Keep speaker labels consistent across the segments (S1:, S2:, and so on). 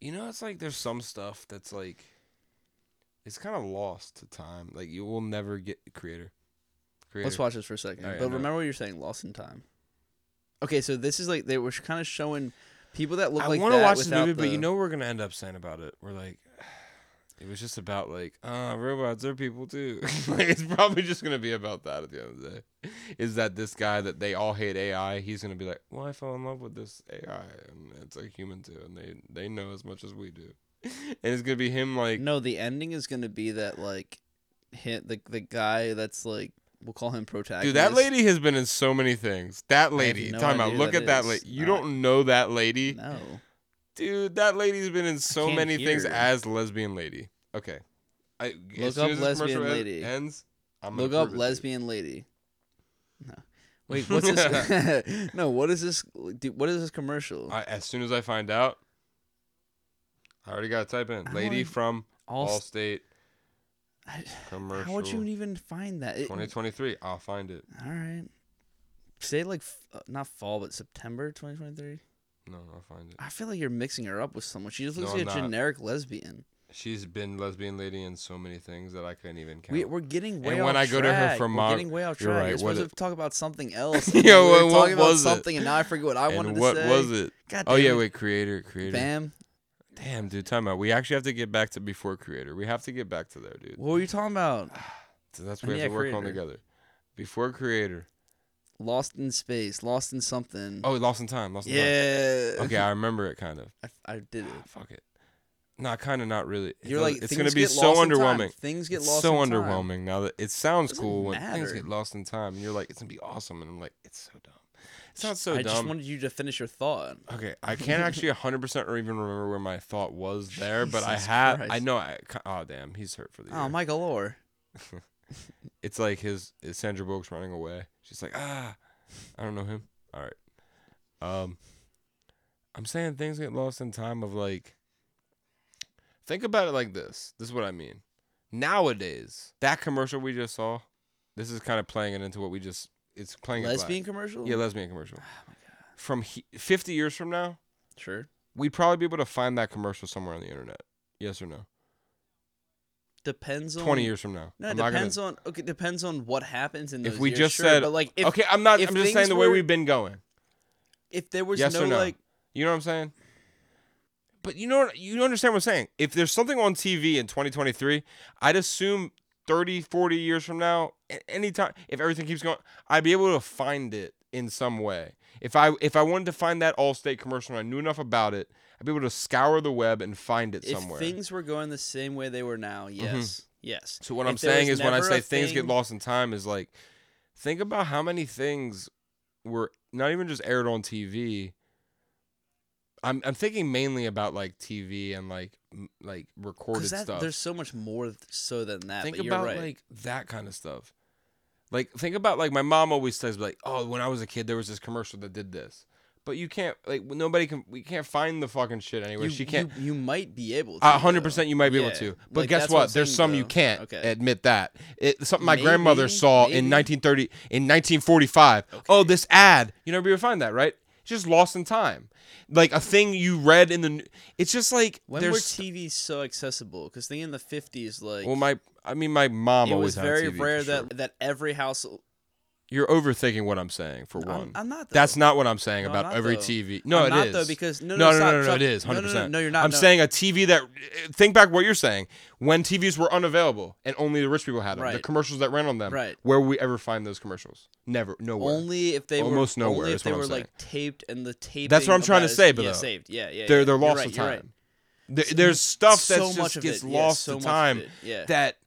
S1: You know, it's like there's some stuff that's like it's kind of lost to time. Like you will never get creator. creator.
S2: Let's watch this for a second.
S1: All right,
S2: but
S1: no.
S2: remember what you're saying, Lost in Time. Okay, so this is like they were kind of showing people that look
S1: I
S2: like
S1: want to
S2: that
S1: watch this
S2: without
S1: movie, but
S2: the-
S1: you know what we're gonna end up saying about it. We're like, it was just about like, uh, robots are people too. like, it's probably just gonna be about that at the end of the day. Is that this guy that they all hate AI? He's gonna be like, well, I fell in love with this AI, and it's a human too, and they they know as much as we do. And it's gonna be him like,
S2: No, the ending is going to be that like hit the the guy that's like we'll call him protagonist.
S1: dude, that lady has been in so many things. That
S2: have
S1: lady,
S2: no
S1: talking about,
S2: idea
S1: look
S2: who
S1: at
S2: that
S1: that
S2: is.
S1: lady. You
S2: No.
S1: don't know that lady,
S2: No.
S1: dude. That lady's been in so
S2: can't
S1: many things
S2: hear.
S1: as lesbian lady. Okay, I
S2: Look
S1: as soon
S2: up
S1: as this
S2: lesbian
S1: commercial en-
S2: lady.
S1: Ends. I'm gonna
S2: Look
S1: prove
S2: up
S1: it to you.
S2: lesbian lady. No. Wait, what's this? no, what is this? Dude, what is this commercial?
S1: I, as soon as I find out, I already got to type in
S2: I
S1: lady
S2: wanna-
S1: from
S2: All, s-
S1: Allstate
S2: I-
S1: commercial.
S2: How would you even find that? It-
S1: 2023. I'll find it.
S2: all right. Say like f- uh, not fall, but September 2023.
S1: No, I'll find it.
S2: I feel like you're mixing her up with someone. She just
S1: No,
S2: looks
S1: I'm
S2: like a
S1: not.
S2: generic lesbian.
S1: She's been lesbian lady in so many things that I couldn't even count.
S2: We, we're getting way
S1: And
S2: off
S1: when I go to her
S2: track.
S1: from
S2: We're
S1: Mon-
S2: getting way off
S1: You're
S2: track.
S1: right,
S2: You're
S1: what
S2: supposed
S1: it-
S2: to talk about something else.
S1: Yo,
S2: and we were
S1: what
S2: talking about
S1: was it?
S2: something, and now I forget what I wanted
S1: and
S2: to
S1: what
S2: say.
S1: was it?
S2: God
S1: Oh
S2: damn
S1: yeah,
S2: it.
S1: wait, creator, creator.
S2: Bam.
S1: Damn, dude, time out. We actually have to get back to before creator. We have to get back to there, dude.
S2: What were you talking about?
S1: So that's
S2: I
S1: what we
S2: mean,
S1: have to
S2: yeah,
S1: work on
S2: creator.
S1: together. Before creator.
S2: Lost in space. Lost in something.
S1: Oh, lost in time. Lost in time.
S2: yeah.
S1: Okay, I remember it kind of.
S2: I, I did it.
S1: Ah, fuck it. No, kind of not really. It
S2: You're
S1: doesn't-
S2: like
S1: it's
S2: things
S1: gonna be
S2: get
S1: so
S2: lost in time.
S1: underwhelming.
S2: Things get
S1: It's
S2: lost.
S1: so
S2: in time.
S1: underwhelming now that it sounds
S2: Doesn't
S1: cool when things
S2: matter.
S1: get lost in time, and you're like, it's gonna be awesome, and I'm like, it's so dumb. It's not so
S2: I just
S1: dumb.
S2: wanted you to finish your thought.
S1: okay, I can't actually 100 percent or even remember where my thought was there, but I
S2: Jesus
S1: had. I
S2: Christ.
S1: know. I ca- oh damn, he's hurt for the year.
S2: Oh, Michael Orr.
S1: it's like his, his Sandra Bullock's running away. She's like, ah, I don't know him. All right. Um, I'm saying things get lost in time of like. Think about it like this. This is what I mean. Nowadays, that commercial we just saw, this is kind of playing it into what we just. It's playing it black.
S2: Lesbian commercial?
S1: Yeah, lesbian commercial.
S2: oh my god.
S1: From he, 50 years from now,
S2: Sure.
S1: we'd probably be able to find that commercial somewhere on the internet. Yes or no?
S2: Depends on
S1: 20 years from now.
S2: No,
S1: I'm not
S2: it
S1: gonna-
S2: depends on okay, depends on what happens in
S1: If
S2: those
S1: we
S2: years,
S1: just
S2: sure,
S1: said-
S2: but like if
S1: okay, I'm not.
S2: if
S1: I'm just
S2: things
S1: saying the way
S2: were-
S1: we've been going.
S2: if there was
S1: Yes
S2: no,
S1: or no?
S2: like
S1: You know what I'm saying? But you know what you understand what I'm saying. If there's something on TV in 2023, I'd assume 30, 40 years from now, a- any time if everything keeps going, I'd be able to find it in some way. If I if I wanted to find that Allstate commercial and I knew enough about it, I'd be able to scour the web and find it
S2: if
S1: somewhere. Mm-hmm.
S2: things were going the same way they were now, yes. Yes.
S1: so what
S2: if
S1: I'm
S2: there
S1: saying
S2: was
S1: is when I
S2: never
S1: say
S2: a
S1: things get
S2: thing-
S1: lost in time is like think about how many things were not even just aired on TV. I'm I'm thinking mainly about like TV and like m- like recorded
S2: Because that
S1: stuff.
S2: there's so much more th- so than that.
S1: think
S2: but
S1: about
S2: you're right.
S1: like that kind of stuff. Like think about like my mom always says like oh when I was a kid there was this commercial that did this. But you can't like nobody can we can't find the fucking shit anywhere.
S2: you,
S1: she can't
S2: You, you might be able. to.
S1: a hundred
S2: though.
S1: percent, you might be able
S2: Yeah.
S1: to, but
S2: Like,
S1: guess
S2: that's
S1: what?
S2: I'm
S1: There's
S2: saying,
S1: some you
S2: though.
S1: can't
S2: Okay.
S1: admit that. It, something my grandmother
S2: Maybe,
S1: saw in
S2: maybe.
S1: 1930, in 1945. Oh, this ad. You never be able to find that, right? It's just lost in time, like a thing you read in the. n- It's just like
S2: When were
S1: there's.
S2: TVs so accessible? Because thing in the 50s, like
S1: well, my I mean, my mom
S2: it
S1: always
S2: was
S1: had
S2: very
S1: TV for
S2: rare
S1: sure.
S2: that that every household.
S1: you're overthinking what I'm saying. For
S2: I'm-
S1: one,
S2: I'm, not. Though.
S1: that's not what I'm saying
S2: No, I'm
S1: about
S2: not,
S1: every
S2: though.
S1: TV. No,
S2: I'm
S1: it
S2: not,
S1: is.
S2: though, because- no,
S1: no,
S2: no,
S1: no,
S2: stop,
S1: no, no,
S2: stop.
S1: it is
S2: No, no,
S1: hundred
S2: no,
S1: percent.
S2: no, you're not,
S1: I'm
S2: no.
S1: saying a TV that. Think back what you're saying. When TVs were unavailable and only the rich people had them, the
S2: Right.
S1: commercials that ran on them.
S2: Right.
S1: Where we ever find those commercials? Never. Nowhere.
S2: only if they
S1: Almost
S2: were
S1: nowhere
S2: Only
S1: is
S2: if they
S1: what I'm
S2: were
S1: saying.
S2: like taped and the tape.
S1: That's what I'm trying to say, but
S2: yeah,
S1: though,
S2: saved. Yeah, yeah.
S1: they're they're
S2: yeah. You're
S1: lost
S2: right,
S1: to
S2: you're
S1: time.
S2: right.
S1: There- there's stuff
S2: So
S1: that just
S2: much of
S1: gets
S2: it, yeah,
S1: lost
S2: so
S1: to
S2: much of
S1: time
S2: it, yeah.
S1: that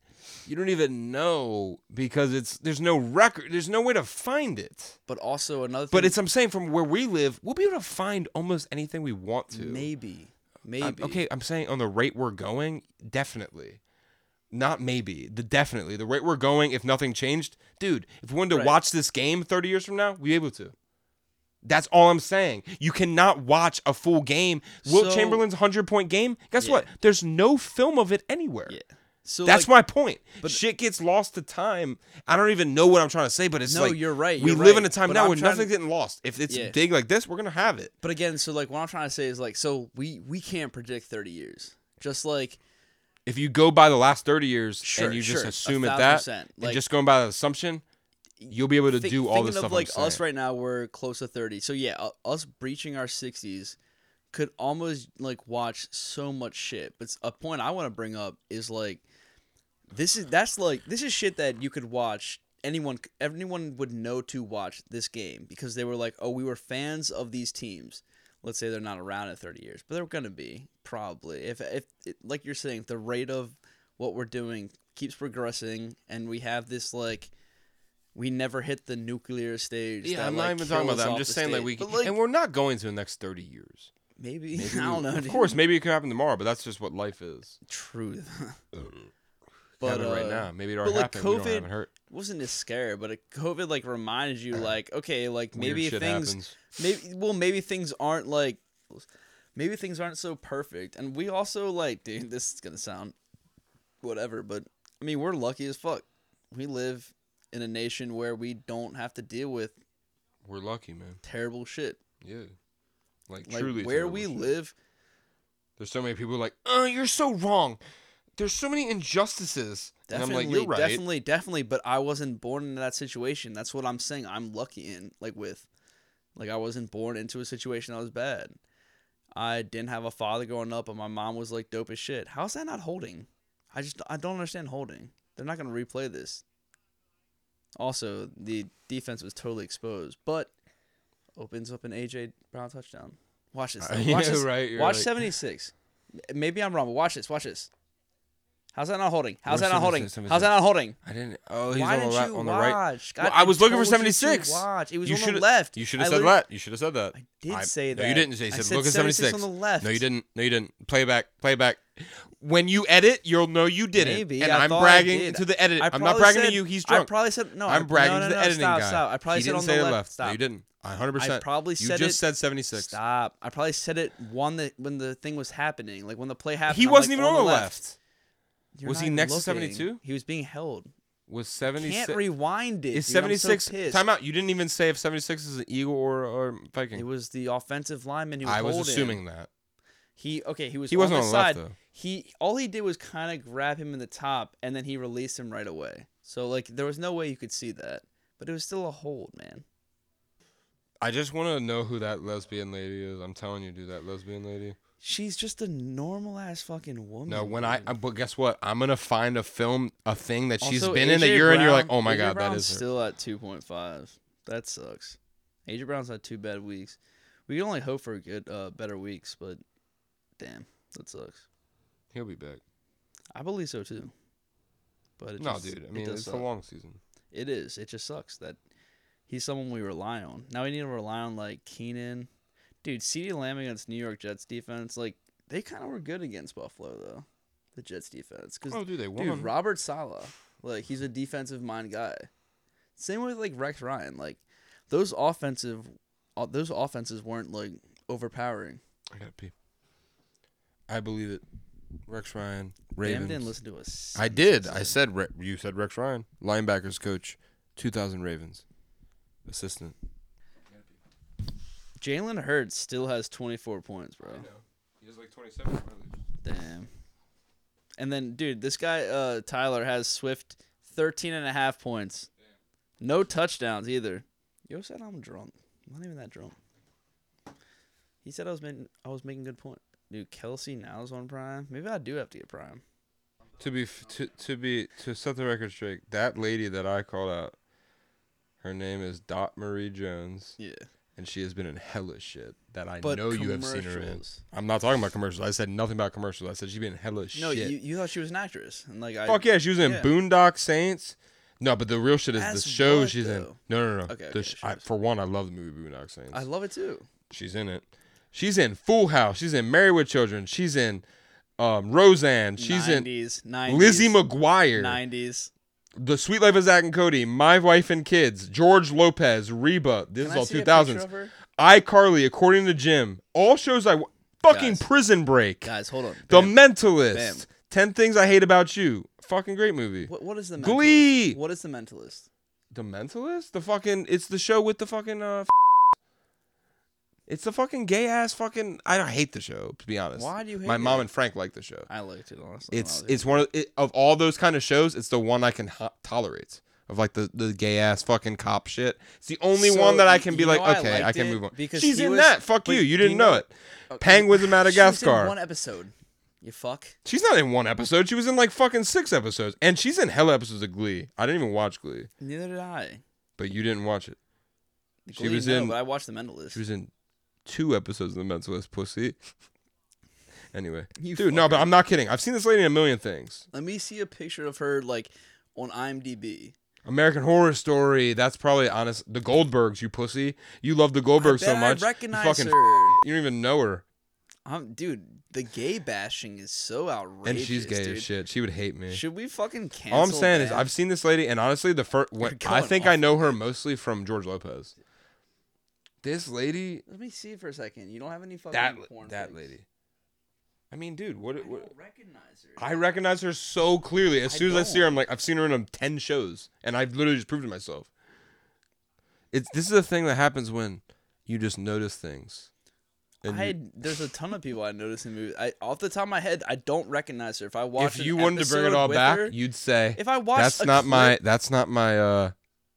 S1: you don't even know because it's there's no record. There's no way to find it.
S2: But also another. Thing,
S1: But it's I'm saying from where we live, we'll be able to find almost anything we want to.
S2: maybe,
S1: I'm-
S2: maybe.
S1: okay, I'm saying on the rate we're going, definitely. Not maybe, the definitely. The rate we're going, if nothing changed, dude, if we wanted to
S2: Right.
S1: watch this game 30 years from now, we'd be able to. That's all I'm saying. You cannot watch a full game. Wilt
S2: So-
S1: Chamberlain's 100 point game, guess
S2: Yeah.
S1: what? There's no film of it anywhere.
S2: Yeah. So
S1: That's
S2: like,
S1: my point.
S2: but-
S1: Shit gets lost to time. I don't even know what I'm trying to say, but it's
S2: no,
S1: like
S2: you're right.
S1: we
S2: you're
S1: live in
S2: right,
S1: a time
S2: but
S1: now
S2: I'm
S1: where
S2: trying to-
S1: nothing's getting lost. If it's
S2: Yeah.
S1: big like this, we're gonna have it.
S2: But again, so like what I'm trying to say is like, so we we can't predict 30 years. Just like
S1: If you go by the last thirty years
S2: sure,
S1: and you
S2: sure,
S1: just
S2: a
S1: assume it
S2: thousand
S1: that,
S2: percent.
S1: and just going by the assumption, you'll be able to
S2: think-
S1: do all this
S2: thinking
S1: stuff.
S2: of like
S1: I'm
S2: us
S1: saying.
S2: right now, we're close to 30. So yeah, u- us breaching our 60s could almost like watch so much shit. But s- a point I want to bring up is like this is that's like this is shit that you could watch anyone c- anyone would know to watch this game because they were like, "Oh, we were fans of these teams." Let's say they're not around in 30 years, but they're going to be probably. If if it- like you're saying, if the rate of what we're doing keeps progressing and we have this like we never hit the nuclear stage.
S1: Yeah,
S2: that,
S1: I'm
S2: like,
S1: not even talking about
S2: kill us
S1: that. I'm
S2: off
S1: just
S2: the
S1: saying
S2: stage.
S1: like we
S2: But,
S1: can, and we're not going to the next thirty years.
S2: maybe,
S1: Maybe
S2: I
S1: we-
S2: don't know.
S1: Of
S2: dude.
S1: course, maybe it could happen tomorrow, but that's just what life is.
S2: truth.
S1: But
S2: but uh,
S1: right now, maybe it already
S2: but, like,
S1: happened. we don't
S2: COVID
S1: haven't hurt.
S2: wasn't as scary, but it, COVID like reminded you like okay, like
S1: Weird
S2: maybe
S1: shit
S2: things
S1: happens.
S2: maybe well maybe things aren't like maybe things aren't so perfect and we also like dude this is gonna sound whatever but i mean we're lucky as fuck we live in a nation where we don't have to deal with
S1: We're lucky, man.
S2: terrible shit
S1: Yeah. Like,
S2: like
S1: truly,
S2: where
S1: terrible
S2: we
S1: shit.
S2: live
S1: There's so many people like, oh, you're so wrong. There's so many injustices.
S2: definitely
S1: and I'm like, you're right.
S2: definitely definitely but i wasn't born into that situation that's what i'm saying i'm lucky in like with like i wasn't born into a situation that was bad i didn't have a father growing up and my mom was like dope as shit how's that not holding i just i don't understand holding they're not going to replay this also the defense was totally exposed but opens up an aj brown touchdown watch this
S1: Uh,
S2: though.
S1: yeah,
S2: watch this
S1: right, you're
S2: watch
S1: right.
S2: 76 M- maybe i'm wrong but watch this watch this How's that not holding? How's
S1: Where's
S2: that not
S1: 76?
S2: holding?
S1: Seventy
S2: How's that
S1: six.
S2: not holding?
S1: I didn't. Oh, he's
S2: Why
S1: on the,
S2: didn't
S1: right,
S2: you
S1: on the right.
S2: watch? God,
S1: Well, I was looking for
S2: told you to
S1: 76.
S2: Watch. It was
S1: you
S2: on the
S1: shoulda-
S2: left.
S1: You should
S2: I
S1: have said
S2: literally-
S1: that. You should have said that.
S2: I did say that.
S1: No, you didn't. You
S2: I
S1: said,
S2: said
S1: look at
S2: 76
S1: 76.
S2: on the left.
S1: No, you didn't. No, you didn't. Playback. Playback. When you edit, you'll know you didn't.
S2: Maybe.
S1: And
S2: I
S1: am
S2: thought I
S1: bragging
S2: did.
S1: to the edit.
S2: I
S1: I'm not
S2: probably
S1: bragging
S2: said-
S1: to you. He's
S2: I
S1: drunk.
S2: probably said no. I,
S1: I'm bragging
S2: no, no,
S1: to the
S2: no,
S1: editing
S2: stop,
S1: guy.
S2: Stop. I probably
S1: he
S2: said
S1: didn't
S2: on
S1: say
S2: the left.
S1: No,
S2: Stop.
S1: you didn't. I 100%.
S2: I probably
S1: you
S2: said
S1: just
S2: it-
S1: said 76.
S2: Stop. I probably said it one that when the thing was happening, like when the play happened.
S1: He
S2: I'm
S1: wasn't
S2: like,
S1: even on the left.
S2: You're
S1: Was
S2: not
S1: he
S2: even
S1: next to
S2: looking.
S1: 72?
S2: He was being held.
S1: Was
S2: Can't
S1: 76
S2: rewind it.
S1: Is
S2: dude. I'm so
S1: 76
S2: pissed.
S1: Time out. You didn't even say if 76 is an Eagle or or
S2: It
S1: Viking.
S2: was the offensive lineman who
S1: I was
S2: holding.
S1: assuming that.
S2: He okay. He was.
S1: He
S2: on
S1: wasn't
S2: the
S1: on the left,
S2: side.
S1: though.
S2: He all he did was kind of grab him in the top, and then he released him right away. So like there was no way you could see that, but it was still a hold, man.
S1: I just want to know who that lesbian lady is. I'm telling you, dude, that lesbian lady.
S2: She's just a normal ass fucking woman.
S1: No, when I,
S2: dude.
S1: I but guess what? I'm gonna find a film, a thing that she's
S2: Also,
S1: been in that
S2: AJ
S1: you're in. You're like,
S2: Brown-
S1: oh my
S2: AJ
S1: god, that
S2: Brown's
S1: is her.
S2: still at two point five. That sucks. AJ Brown's had two bad weeks. We can only hope for good, uh, better weeks, but damn, that sucks.
S1: He'll be back.
S2: I believe so too. But it
S1: No,
S2: just-
S1: dude.
S2: it
S1: I mean,
S2: does
S1: it's
S2: suck.
S1: a long season.
S2: It is. It just sucks that he's someone we rely on. Now we need to rely on like Keenan. Dude, CeeDee Lamb against New York Jets defense, like they kind of were good against Buffalo though. The Jets defense cuz
S1: Oh, dude, they
S2: dude,
S1: won.
S2: Robert Sala, like he's a defensive mind guy. Same with like Rex Ryan, like those offensive uh, those offenses weren't like overpowering.
S1: I gotta pee. I believe it. Rex Ryan,
S2: Damn didn't
S1: Ravens.
S2: listen to us.
S1: I did. I said Re- you said Rex Ryan, linebackers coach, 2000 Ravens, assistant.
S2: Jalen Hurts still has 24 points, bro.
S1: He has like 27.
S2: Damn. And then, dude, this guy, uh, Tyler, has Swift 13 and a half points. No touchdowns either. Yo said I'm drunk. I'm not even that drunk. He said I was making I was making good point. Dude, Kelsey now is on Prime. Maybe I do have to get Prime.
S1: To be f- to to be to set the record straight, that lady that I called out, her name is Dot Marie Jones,
S2: Yeah.
S1: and she has been in hella shit that I
S2: But
S1: know you have seen her in.
S2: commercials.
S1: I'm not talking about commercials. I said nothing about commercials. I said she's been in hella
S2: No,
S1: shit.
S2: you, you thought she was an actress. And like I
S1: Fuck yeah, she was in
S2: yeah.
S1: Boondock Saints. No, but the real shit is
S2: As
S1: the show
S2: what,
S1: she's in.
S2: though?
S1: No, no, no.
S2: Okay,
S1: The
S2: okay,
S1: sh-
S2: shows.
S1: I, for one, I love the movie Boondock Saints.
S2: I love it too.
S1: she's in it. She's in Full House. She's in Married with Children. She's in um, Roseanne. She's in
S2: 90s, 90s,
S1: Lizzie McGuire.
S2: 90s.
S1: The Sweet Life of Zack and Cody. My Wife and Kids. George Lopez. Reba. This
S2: Can
S1: is
S2: I
S1: all
S2: see a
S1: two
S2: picture
S1: thousands.
S2: of her?
S1: iCarly. According to Jim, all shows I w- fucking
S2: Guys.
S1: Prison Break.
S2: Guys, hold on.
S1: The
S2: Bam.
S1: Mentalist. Ten Things I Hate About You. Fucking great movie.
S2: What, what is the mentalist?
S1: Glee.
S2: What is the mentalist?
S1: The Mentalist? The fucking it's the show with the fucking uh It's the fucking gay ass fucking I don't hate the show, to be honest.
S2: Why do you hate
S1: My mom
S2: it?
S1: and Frank like the show.
S2: I liked it honestly. when I
S1: It's
S2: was a
S1: it's one of it, of all those kind of shows, it's the one I can ho- tolerate. Of like the, the gay ass fucking cop shit. It's the only
S2: So,
S1: one that I
S2: you-
S1: can
S2: you
S1: be like,
S2: know I
S1: okay, I,
S2: liked
S1: can
S2: it
S1: move on.
S2: because
S1: She's
S2: he
S1: in
S2: was-
S1: that. Fuck
S2: but
S1: you. You
S2: do you
S1: didn't know,
S2: know-
S1: it.
S2: kid.
S1: Penguins of
S2: She was in
S1: Madagascar.
S2: one episode. You fuck.
S1: She's not in one episode. She was in like fucking six episodes, and she's in hell episodes of Glee. I didn't even watch Glee,
S2: Neither did I.
S1: but you didn't watch it. She
S2: Glee,
S1: was
S2: no,
S1: in-
S2: but I watched The Mentalist.
S1: She was in two episodes of The Mentalist, pussy. Anyway,
S2: You
S1: dude, no, but
S2: fucker.
S1: I'm not kidding. I've seen this lady in a million things.
S2: Let me see a picture of her like on IMDb.
S1: American Horror Story. That's probably honest. The Goldbergs, you pussy. You love the Goldbergs so
S2: I bet
S1: much.
S2: I
S1: you
S2: recognize
S1: fucking.
S2: her.
S1: You don't even know her,
S2: I'm, dude, the gay bashing is so outrageous.
S1: and she's gay
S2: dude.
S1: as shit. She would hate me.
S2: Should we fucking cancel?
S1: All I'm saying is,
S2: that?
S1: I've seen this lady, and honestly, the first when,
S2: You're
S1: I
S2: going
S1: think
S2: off
S1: I know her mostly from George Lopez. This lady,
S2: Let me see for a second. You don't have any fucking
S1: that
S2: porn.
S1: that
S2: pics.
S1: lady. I mean, dude, what?
S2: I
S1: what
S2: don't recognize her.
S1: I recognize her so clearly. As
S2: I
S1: soon as I see her,
S2: don't.
S1: I'm like, I've seen her in um, ten shows, and I've literally just proved to myself. It's this is a thing that happens when you just notice things. And
S2: I
S1: you-
S2: there's a ton of people I noticed in movies. I off the top of my head, I don't recognize her. If I watch,
S1: if you wanted to bring it all back, you'd say
S2: if I watch,
S1: that's
S2: a
S1: not my
S2: clip-
S1: that's not my uh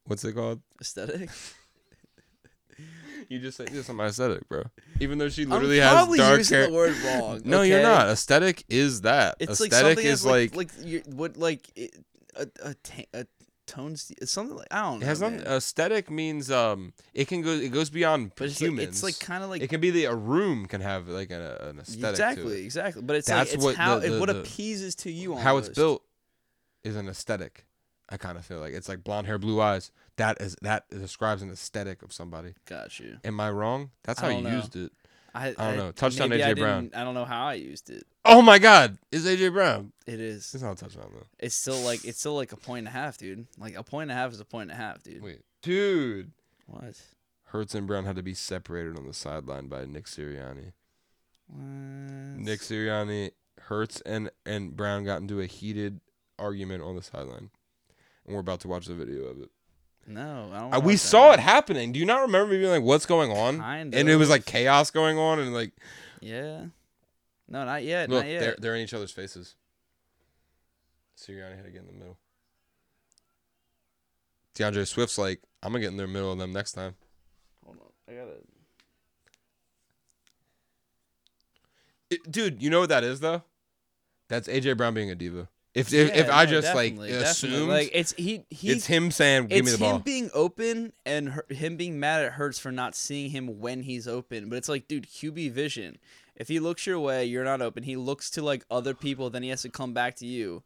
S1: what's it called?
S2: aesthetic.
S1: You just say that's not my aesthetic, bro. Even though she
S2: I'm
S1: literally has
S2: probably
S1: dark
S2: using
S1: hair.
S2: the word wrong.
S1: no, you're
S2: okay?
S1: not. Aesthetic is that.
S2: It's like
S1: aesthetic
S2: something
S1: is
S2: that's
S1: like,
S2: like like you what like it, a a, ta- a tone st- it's something like I don't know.
S1: it has nothing.
S2: oh,
S1: uh,
S2: man.
S1: Aesthetic means um it can go it goes beyond
S2: but it's
S1: humans.
S2: like it's like kind of like
S1: it can be the a room can have like an, uh, an aesthetic
S2: exactly
S1: to it.
S2: exactly. But it's
S1: That's
S2: like it's
S1: what
S2: how
S1: the-
S2: it,
S1: the-
S2: what
S1: the-
S2: appeases to you almost.
S1: how it's built is an aesthetic i kind of feel like it's like blonde hair blue eyes that is that describes an aesthetic of somebody
S2: Got you.
S1: am i wrong that's
S2: I
S1: how you
S2: don't know.
S1: used it
S2: I, I
S1: don't know. Touchdown
S2: maybe I
S1: AJ Brown.
S2: didn't- I don't know how I used it.
S1: oh my god is aj brown
S2: It is.
S1: it's not a touchdown though
S2: It's still like it's still like a point and a half, dude. Like a point and a half is a point and a half, dude.
S1: wait dude
S2: What?
S1: Hertz and Brown had to be separated on the sideline by Nick Sirianni.
S2: what?
S1: Nick Sirianni, Hertz and and Brown got into a heated argument on the sideline, and we're about to watch the video of it.
S2: No, I don't.
S1: Uh,
S2: wanna
S1: we
S2: watch that,
S1: saw
S2: man.
S1: it happening. Do you not remember me being like, "What's going on?"
S2: Kind
S1: and it was
S2: of.
S1: like chaos going on, and like,
S2: Yeah. No, not yet.
S1: look,
S2: not yet.
S1: they're they're in each other's faces. Sirianni had to get in the middle. DeAndre Swift's like, "I'm gonna get in the middle of them next time."
S2: Hold on. I gotta.
S1: It- dude, you know what that is though? That's AJ Brown being a diva. If if,
S2: Yeah,
S1: if I
S2: no,
S1: just
S2: definitely,
S1: like
S2: definitely.
S1: assumed
S2: like it's he he
S1: it's him saying, "Give
S2: it's
S1: me the
S2: him
S1: ball."
S2: being open and her, him being mad at Hurts for not seeing him when he's open. But it's like, dude, QB vision. If he looks your way, you're not open. He looks to like other people, then he has to come back to you,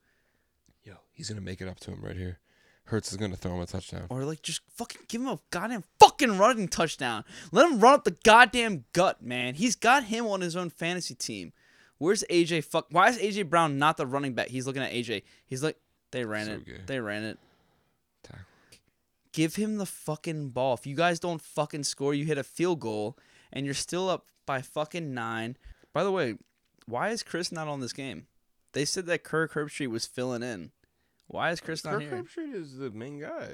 S1: Yo, he's gonna make it up to him right here. Hertz is gonna throw him a touchdown.
S2: or like just fucking give him a goddamn fucking running touchdown. Let him run up the goddamn gut, man. He's got him on his own fantasy team. Where's AJ? Fuck. Why is AJ Brown not the running back? He's looking at AJ. He's like, they ran
S1: So
S2: it.
S1: gay.
S2: They ran it.
S1: Tackle.
S2: give him the fucking ball. If you guys don't fucking score, you hit a field goal and you're still up by fucking nine. By the way, why is Chris not on this game? They said that Kirk Herbstreit was filling in. Why is Chris not
S1: Kirk
S2: here? Is
S1: Herbstreit is the main guy.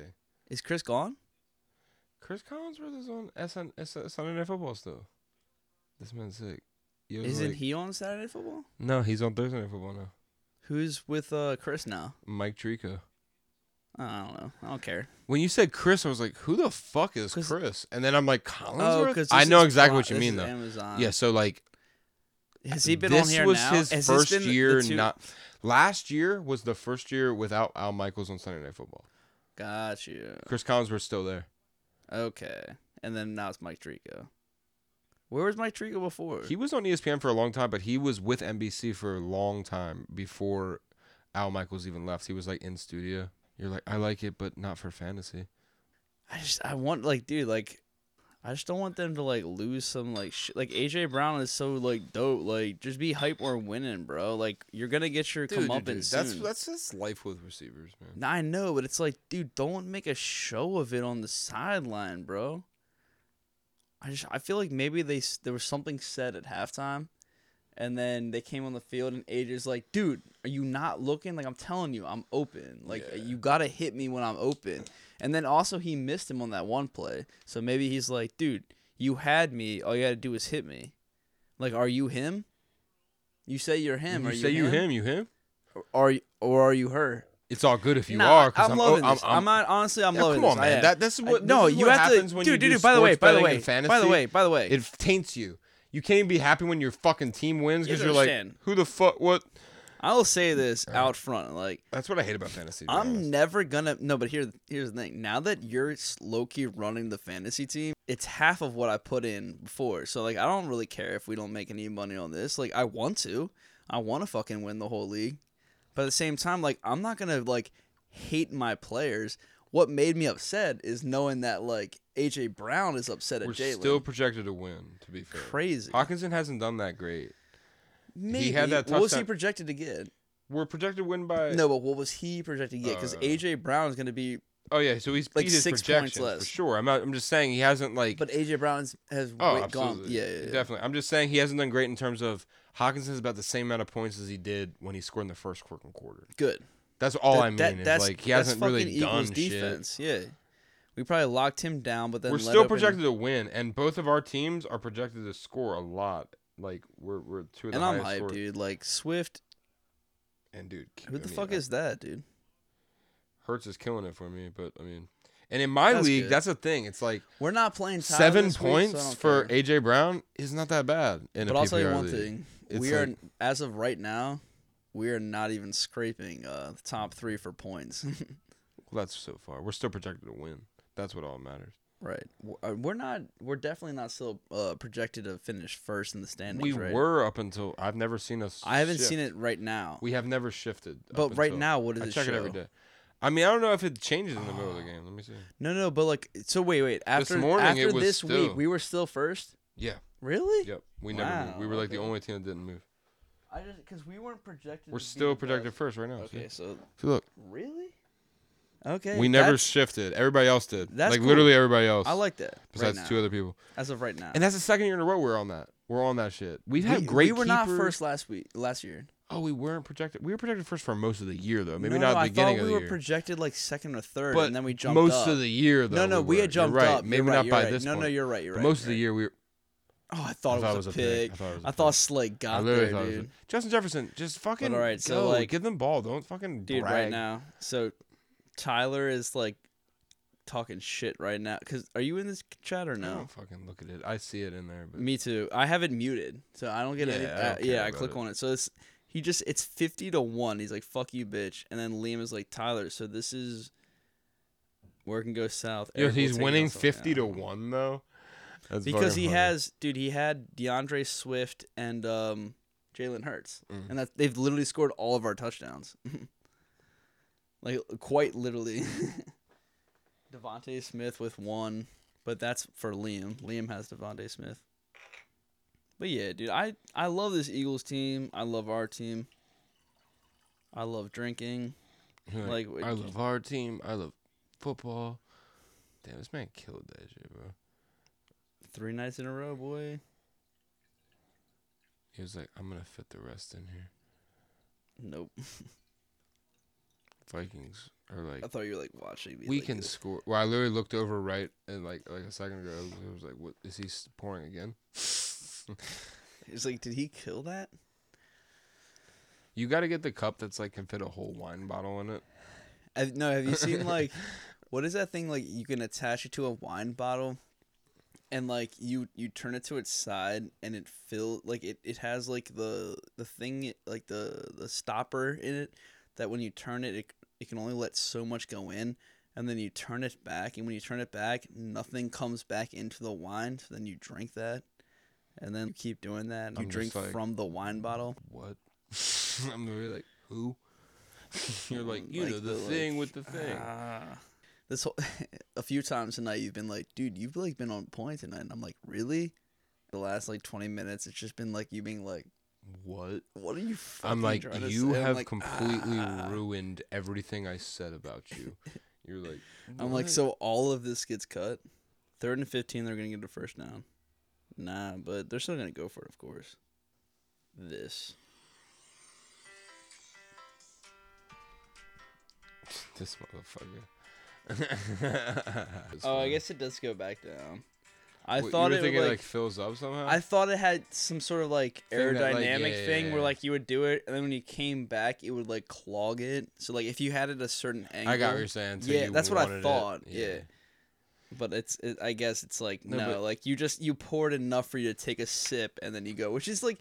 S2: Chris gone?
S1: Chris Collinsworth is on SN, SN, Sunday Night Football still. This man's sick. He was
S2: Isn't
S1: like-
S2: he on Saturday Night Football?
S1: No, he's on Thursday Night Football now.
S2: Who's with uh Chris now?
S1: Mike Tirico.
S2: Oh, I don't know. I don't care.
S1: When you said Chris, I was like, "Who the fuck is
S2: 'Cause-
S1: Chris?" And then I'm like,
S2: Oh,
S1: "Collinsworth."
S2: because
S1: I know exactly what you
S2: this
S1: mean
S2: is
S1: though.
S2: Amazon.
S1: Yeah, so like
S2: Has he been
S1: this
S2: on here
S1: was
S2: now?
S1: his
S2: Has this
S1: first
S2: been the
S1: year.
S2: two-
S1: Not last year was the first year without Al Michaels on Sunday Night Football.
S2: Got you.
S1: Chris Collinsworth's still there.
S2: Okay. And then now it's Mike Trico. Where was Mike Trico before?
S1: He was on E ESPN for a long time, but he was with NBC for a long time before Al Michaels even left. He was like in studio. You're like, I like it, but not for fantasy.
S2: I just I want like dude like I just don't want them to like lose some like shit. Like AJ Brown is so like dope. Like just be hype or winning, bro. Like you're gonna get your come up and
S1: that's
S2: soon.
S1: that's just life with receivers, man.
S2: Nah, I know, but it's like, dude, don't make a show of it on the sideline, bro. I just I feel like maybe they s- there was something said at halftime, And then they came on the field, and AJ's like, "Dude, are you not looking? Like I'm telling you, I'm open. Like
S1: Yeah.
S2: you gotta hit me when I'm open." And then also he missed him on that one play, so maybe he's like, "Dude, you had me. All you gotta do is hit me. Like, are you him? You say you're him.
S1: you
S2: are
S1: say
S2: you
S1: you him, you him.
S2: Or are you, or are you her?
S1: It's all good if you
S2: Nah,
S1: are. 'cause
S2: I'm,
S1: oh,
S2: loving this. I'm, not honestly. I'm
S1: Yeah,
S2: loving
S1: come on,
S2: this. I
S1: man.
S2: am.
S1: That- this is what-
S2: I- no.
S1: this is
S2: you
S1: what
S2: have
S1: happens
S2: to,
S1: when
S2: dude,
S1: you
S2: dude,
S1: do
S2: dude. By the way,
S1: sports
S2: by the
S1: betting
S2: way,
S1: and
S2: by the
S1: fantasy.
S2: way, by the way.
S1: it taints you. You can't be happy when your fucking team wins
S2: You
S1: because
S2: have
S1: you're
S2: to
S1: like,
S2: understand.
S1: who the fuck? What?
S2: I'll say this out front, like
S1: That's what I hate about fantasy. to be honest.
S2: I'm never gonna no, but here here's the thing. Now that you're low key running the fantasy team, it's half of what I put in before. So like I don't really care if we don't make any money on this. Like I want to. I wanna fucking win the whole league. But at the same time, like I'm not gonna like hate my players. What made me upset is knowing that like AJ Brown is upset at
S1: We're
S2: Jalen.
S1: still projected to win. To be fair,
S2: crazy.
S1: Hawkinson hasn't done that great.
S2: Maybe.
S1: had that
S2: what was he
S1: touchdown-
S2: projected to get?
S1: We're projected to win by
S2: No, but what was he projected to get? Because
S1: Uh,
S2: AJ Brown is gonna be
S1: Oh yeah, so he's
S2: Like
S1: beat his
S2: six points
S1: projection
S2: less.
S1: for sure. I'm not. I'm just saying he hasn't like.
S2: But AJ Brown's has
S1: oh,
S2: wa- gone.
S1: absolutely.
S2: Yeah, yeah, yeah.
S1: definitely. I'm just saying he hasn't done great in terms of Hawkinson's about the same amount of points as he did when he scored in the first fucking quarter.
S2: good.
S1: That's all I mean.
S2: That-
S1: is
S2: that's,
S1: like he
S2: that's
S1: hasn't really
S2: fucking
S1: done
S2: Eagles
S1: shit.
S2: defense. Yeah, we probably locked him down, but then
S1: We're
S2: let
S1: still
S2: up in-
S1: projected to win, and both of our teams are projected to score a lot. Like we're we're two of the
S2: And I'm
S1: highest
S2: hyped,
S1: scorers.
S2: dude. Like Swift,
S1: And dude, keep-
S2: who
S1: I
S2: the
S1: mean,
S2: fuck
S1: I-
S2: is that, dude?
S1: Hertz is killing it for me? But I mean, and in my
S2: That's
S1: league,
S2: good.
S1: that's a thing. It's like
S2: We're not playing Tyler
S1: seven
S2: this week, so I
S1: points
S2: don't
S1: for
S2: care.
S1: AJ Brown is not that bad. In
S2: But
S1: a
S2: I'll tell you
S1: PPR
S2: one
S1: league.
S2: thing:
S1: It's
S2: we are as of right now, we are not even scraping uh, the top three for points.
S1: Well, that's so far. We're still projected to win. That's what all matters.
S2: right? We're- uh, We're not. We're definitely not still uh, projected to finish first in the standings.
S1: we
S2: right?
S1: were up until I've never seen us.
S2: I haven't
S1: shift.
S2: seen it right now.
S1: We have never shifted. up
S2: But right
S1: until-
S2: now, what does
S1: I
S2: it
S1: check
S2: show? Ah.
S1: it every day. I mean, I don't know if it changes in the middle of the game. Let me see.
S2: No, no, but like, so wait, wait. After
S1: morning
S2: after
S1: it was
S2: this week,
S1: still-
S2: we were still first.
S1: Yeah.
S2: Really?
S1: Yep. We never. moved. We
S2: Wow,
S1: were like the
S2: okay.
S1: only team that didn't move.
S2: I just because we weren't projected.
S1: We're
S2: to be
S1: still
S2: the
S1: projected
S2: best.
S1: first right now. see?
S2: Okay, so
S1: If you look,
S2: really? Okay.
S1: we never
S2: that's-
S1: shifted. Everybody else did.
S2: that's
S1: like
S2: cool.
S1: literally everybody else.
S2: I like that.
S1: besides
S2: right now,
S1: two other people.
S2: as of right now.
S1: And that's the second year in a row we're on that. We're on that shit. We've had
S2: we,
S1: great.
S2: We were not
S1: keepers.
S2: first last week, last year.
S1: Oh, we weren't projected. We were projected first for most of the year though. Maybe
S2: no,
S1: not
S2: no,
S1: the beginning
S2: I thought
S1: of
S2: we
S1: the
S2: were
S1: year.
S2: projected like second or third,
S1: but
S2: and then we jumped
S1: most
S2: up.
S1: of the year though.
S2: no, no, we,
S1: were.
S2: had jumped
S1: you're right.
S2: up.
S1: Maybe
S2: You're right,
S1: not
S2: you're
S1: by
S2: right.
S1: this
S2: No,
S1: point.
S2: no, you're right. You're
S1: But
S2: right.
S1: most of
S2: you're
S1: the year we were.
S2: right. Oh, I thought, it, was a pick.
S1: I thought it was a
S2: I
S1: pick.
S2: thought Slate
S1: I
S2: got
S1: literally
S2: there,
S1: thought it was a-
S2: dude.
S1: Justin Jefferson, just fucking.
S2: all right, so,
S1: go.
S2: like-
S1: give them ball. Don't fucking
S2: dude right
S1: brag.
S2: now so tyler is like talking shit right now because are you in this chat or
S1: I
S2: no
S1: don't fucking look at it. I see it in there, but
S2: me too i have it muted so i don't get any
S1: Yeah, I
S2: uh,
S1: don't care
S2: yeah i
S1: about
S2: click
S1: it.
S2: on it so it's he just it's 50 to 1 he's like fuck you bitch and then liam is like tyler so this is where it can go south
S1: Yo,
S2: Eric will
S1: he's
S2: take it
S1: winning
S2: also."
S1: fifty
S2: Yeah.
S1: to one though. That's
S2: because
S1: fucking
S2: he
S1: funny.
S2: has dude he had deandre swift and um jalen hurts
S1: Mhm.
S2: and that they've literally scored all of our touchdowns like quite literally devonte smith with one but that's for liam liam has devonte smith but yeah dude i i love this eagles team i love our team i love drinking
S1: You're
S2: like,
S1: I
S2: what-
S1: love our team. I love football. Damn, this man killed that shit, bro.
S2: three nights in a row boy
S1: He was like, I'm gonna fit the rest in here.
S2: nope
S1: Vikings are like,
S2: i thought you were like watching me
S1: we
S2: like
S1: can
S2: this.
S1: score. Well, I literally looked over right and like like a second ago, it was like, what is he s- pouring again?
S2: it's like did he kill that
S1: You got to get the cup that's like can fit a whole wine bottle in it.
S2: i no, have you seen like what is that thing like you can attach it to a wine bottle and like you you turn it to its side and it fill like it, it has like the the thing like the the stopper in it that when you turn it, it it can only let so much go in and then you turn it back and when you turn it back nothing comes back into the wine so then you drink that and then you keep doing that and
S1: I'm
S2: you
S1: just
S2: drink
S1: like-
S2: from the wine bottle
S1: What? I'm really like, who? You're like, you
S2: Mm, Like
S1: know, the,
S2: the, like,
S1: thing with the thing.
S2: Ah. This whole a few times tonight you've been like, dude, you've like been on point tonight, and I'm like, really? The last like 20 minutes, it's just been like you being like,
S1: what?
S2: what are you? Fucking
S1: I'm like,
S2: trying to
S1: you
S2: say?" I'm
S1: have
S2: like,
S1: completely
S2: "Ah."
S1: ruined everything I said about you. You're like,
S2: I'm like,
S1: "What?"
S2: so all of this gets cut. Third and 15, they're gonna get a first down. Nah, but they're still gonna go for it, of course. this.
S1: This motherfucker. It's
S2: Oh, I
S1: funny.
S2: guess it does go back down. I
S1: Wait,
S2: thought
S1: you
S2: it
S1: were
S2: would,
S1: thinking it
S2: like,
S1: like fills up somehow.
S2: I thought it had some sort of like
S1: Thing
S2: aerodynamic
S1: that, like, yeah,
S2: thing
S1: yeah,
S2: where
S1: yeah.
S2: like you would do it, and then when you came back, it would like clog it. So like if you had it a certain angle,
S1: I got what you're saying. so
S2: yeah,
S1: you
S2: that's what I
S1: wanted it-
S2: thought, yeah. But it's, it, I guess it's like no,
S1: No, but-
S2: like you just you poured enough for you to take a sip, and then you go, which is like,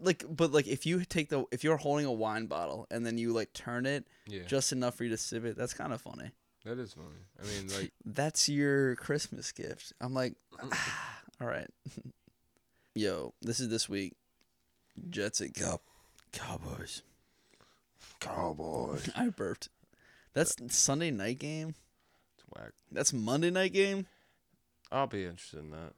S2: like but like if you take the if you're holding a wine bottle and then you like turn it
S1: yeah,
S2: just enough for you to sip it, that's kind of funny.
S1: that is funny. I mean, like,
S2: that's your Christmas gift. I'm like, "Ah, all right. Yo, this is this week. Jets and Cow- Cowboys.
S1: Cowboys.
S2: I burped. That's Sunday night game.
S1: It's whack.
S2: That's Monday night game.
S1: I'll be interested in that.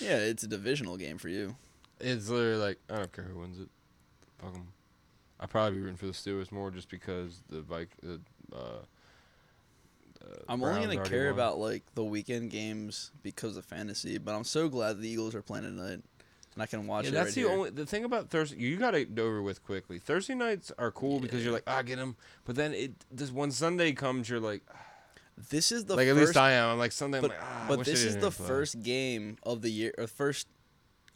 S2: Yeah, it's a divisional game for you.
S1: It's literally like I don't care who wins it. Fuck 'em. I'd probably be rooting for the Steelers more just because the bike. The, uh, the
S2: I'm
S1: Browns
S2: only gonna
S1: already
S2: care
S1: won.
S2: about like the weekend games because of fantasy. But I'm so glad the Eagles are playing tonight, and I can watch
S1: Yeah,
S2: it.
S1: that's
S2: right
S1: the
S2: here.
S1: only the thing about Thursday. You got it over with quickly. Thursday nights are cool because you're like, ah, get them. But then it this when Sunday comes, you're like,
S2: This is the
S1: like
S2: first
S1: at least I am. I'm like Sunday.
S2: but,
S1: I'm like, ah, I
S2: but
S1: wish they
S2: this is
S1: didn't
S2: the
S1: play."
S2: first game of the year or first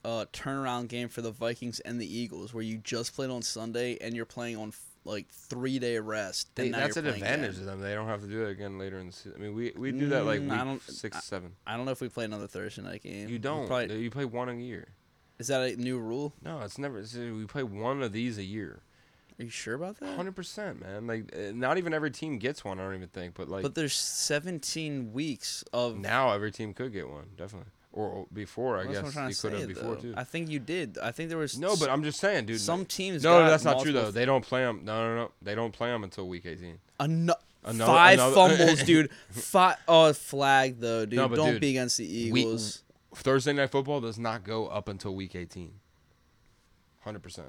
S2: uh, turnaround game for the Vikings and the Eagles where you just played on Sunday and you're playing on f- like three day rest.
S1: They-
S2: and now
S1: that's
S2: you're
S1: an
S2: playing
S1: advantage
S2: again.
S1: to them. They don't have to do that again later in the season. I mean, we we do that like
S2: Mm,
S1: week
S2: I don't-
S1: six,
S2: I-
S1: seven.
S2: I don't know if we play another Thursday night game.
S1: You
S2: We
S1: don't.
S2: Probably,
S1: you play one a year.
S2: is that a new rule?
S1: No, it's never. It's, we play one of these a year.
S2: Are you sure about that?
S1: Hundred percent, man. Like, uh, not even every team gets one. I don't even think. But like
S2: But there's 17 weeks of.
S1: now, every team could get one, definitely. Or or before, I
S2: That's what I'm trying to
S1: guess you could
S2: say,
S1: have before
S2: though.
S1: too.
S2: I think you did. I think there was
S1: No, but
S2: s-
S1: I'm just saying, dude.
S2: some teams.
S1: no,
S2: got
S1: no, that's not true though.
S2: multiple-
S1: They don't play them. No, no, no. They don't play them until week 18.
S2: Ano-
S1: Another-
S2: five
S1: another-
S2: fumbles, dude. Five oh flag though, dude.
S1: No, but
S2: Don't
S1: dude,
S2: be against the
S1: we-
S2: Eagles.
S1: Thursday night football does not go up until week 18. Hundred percent.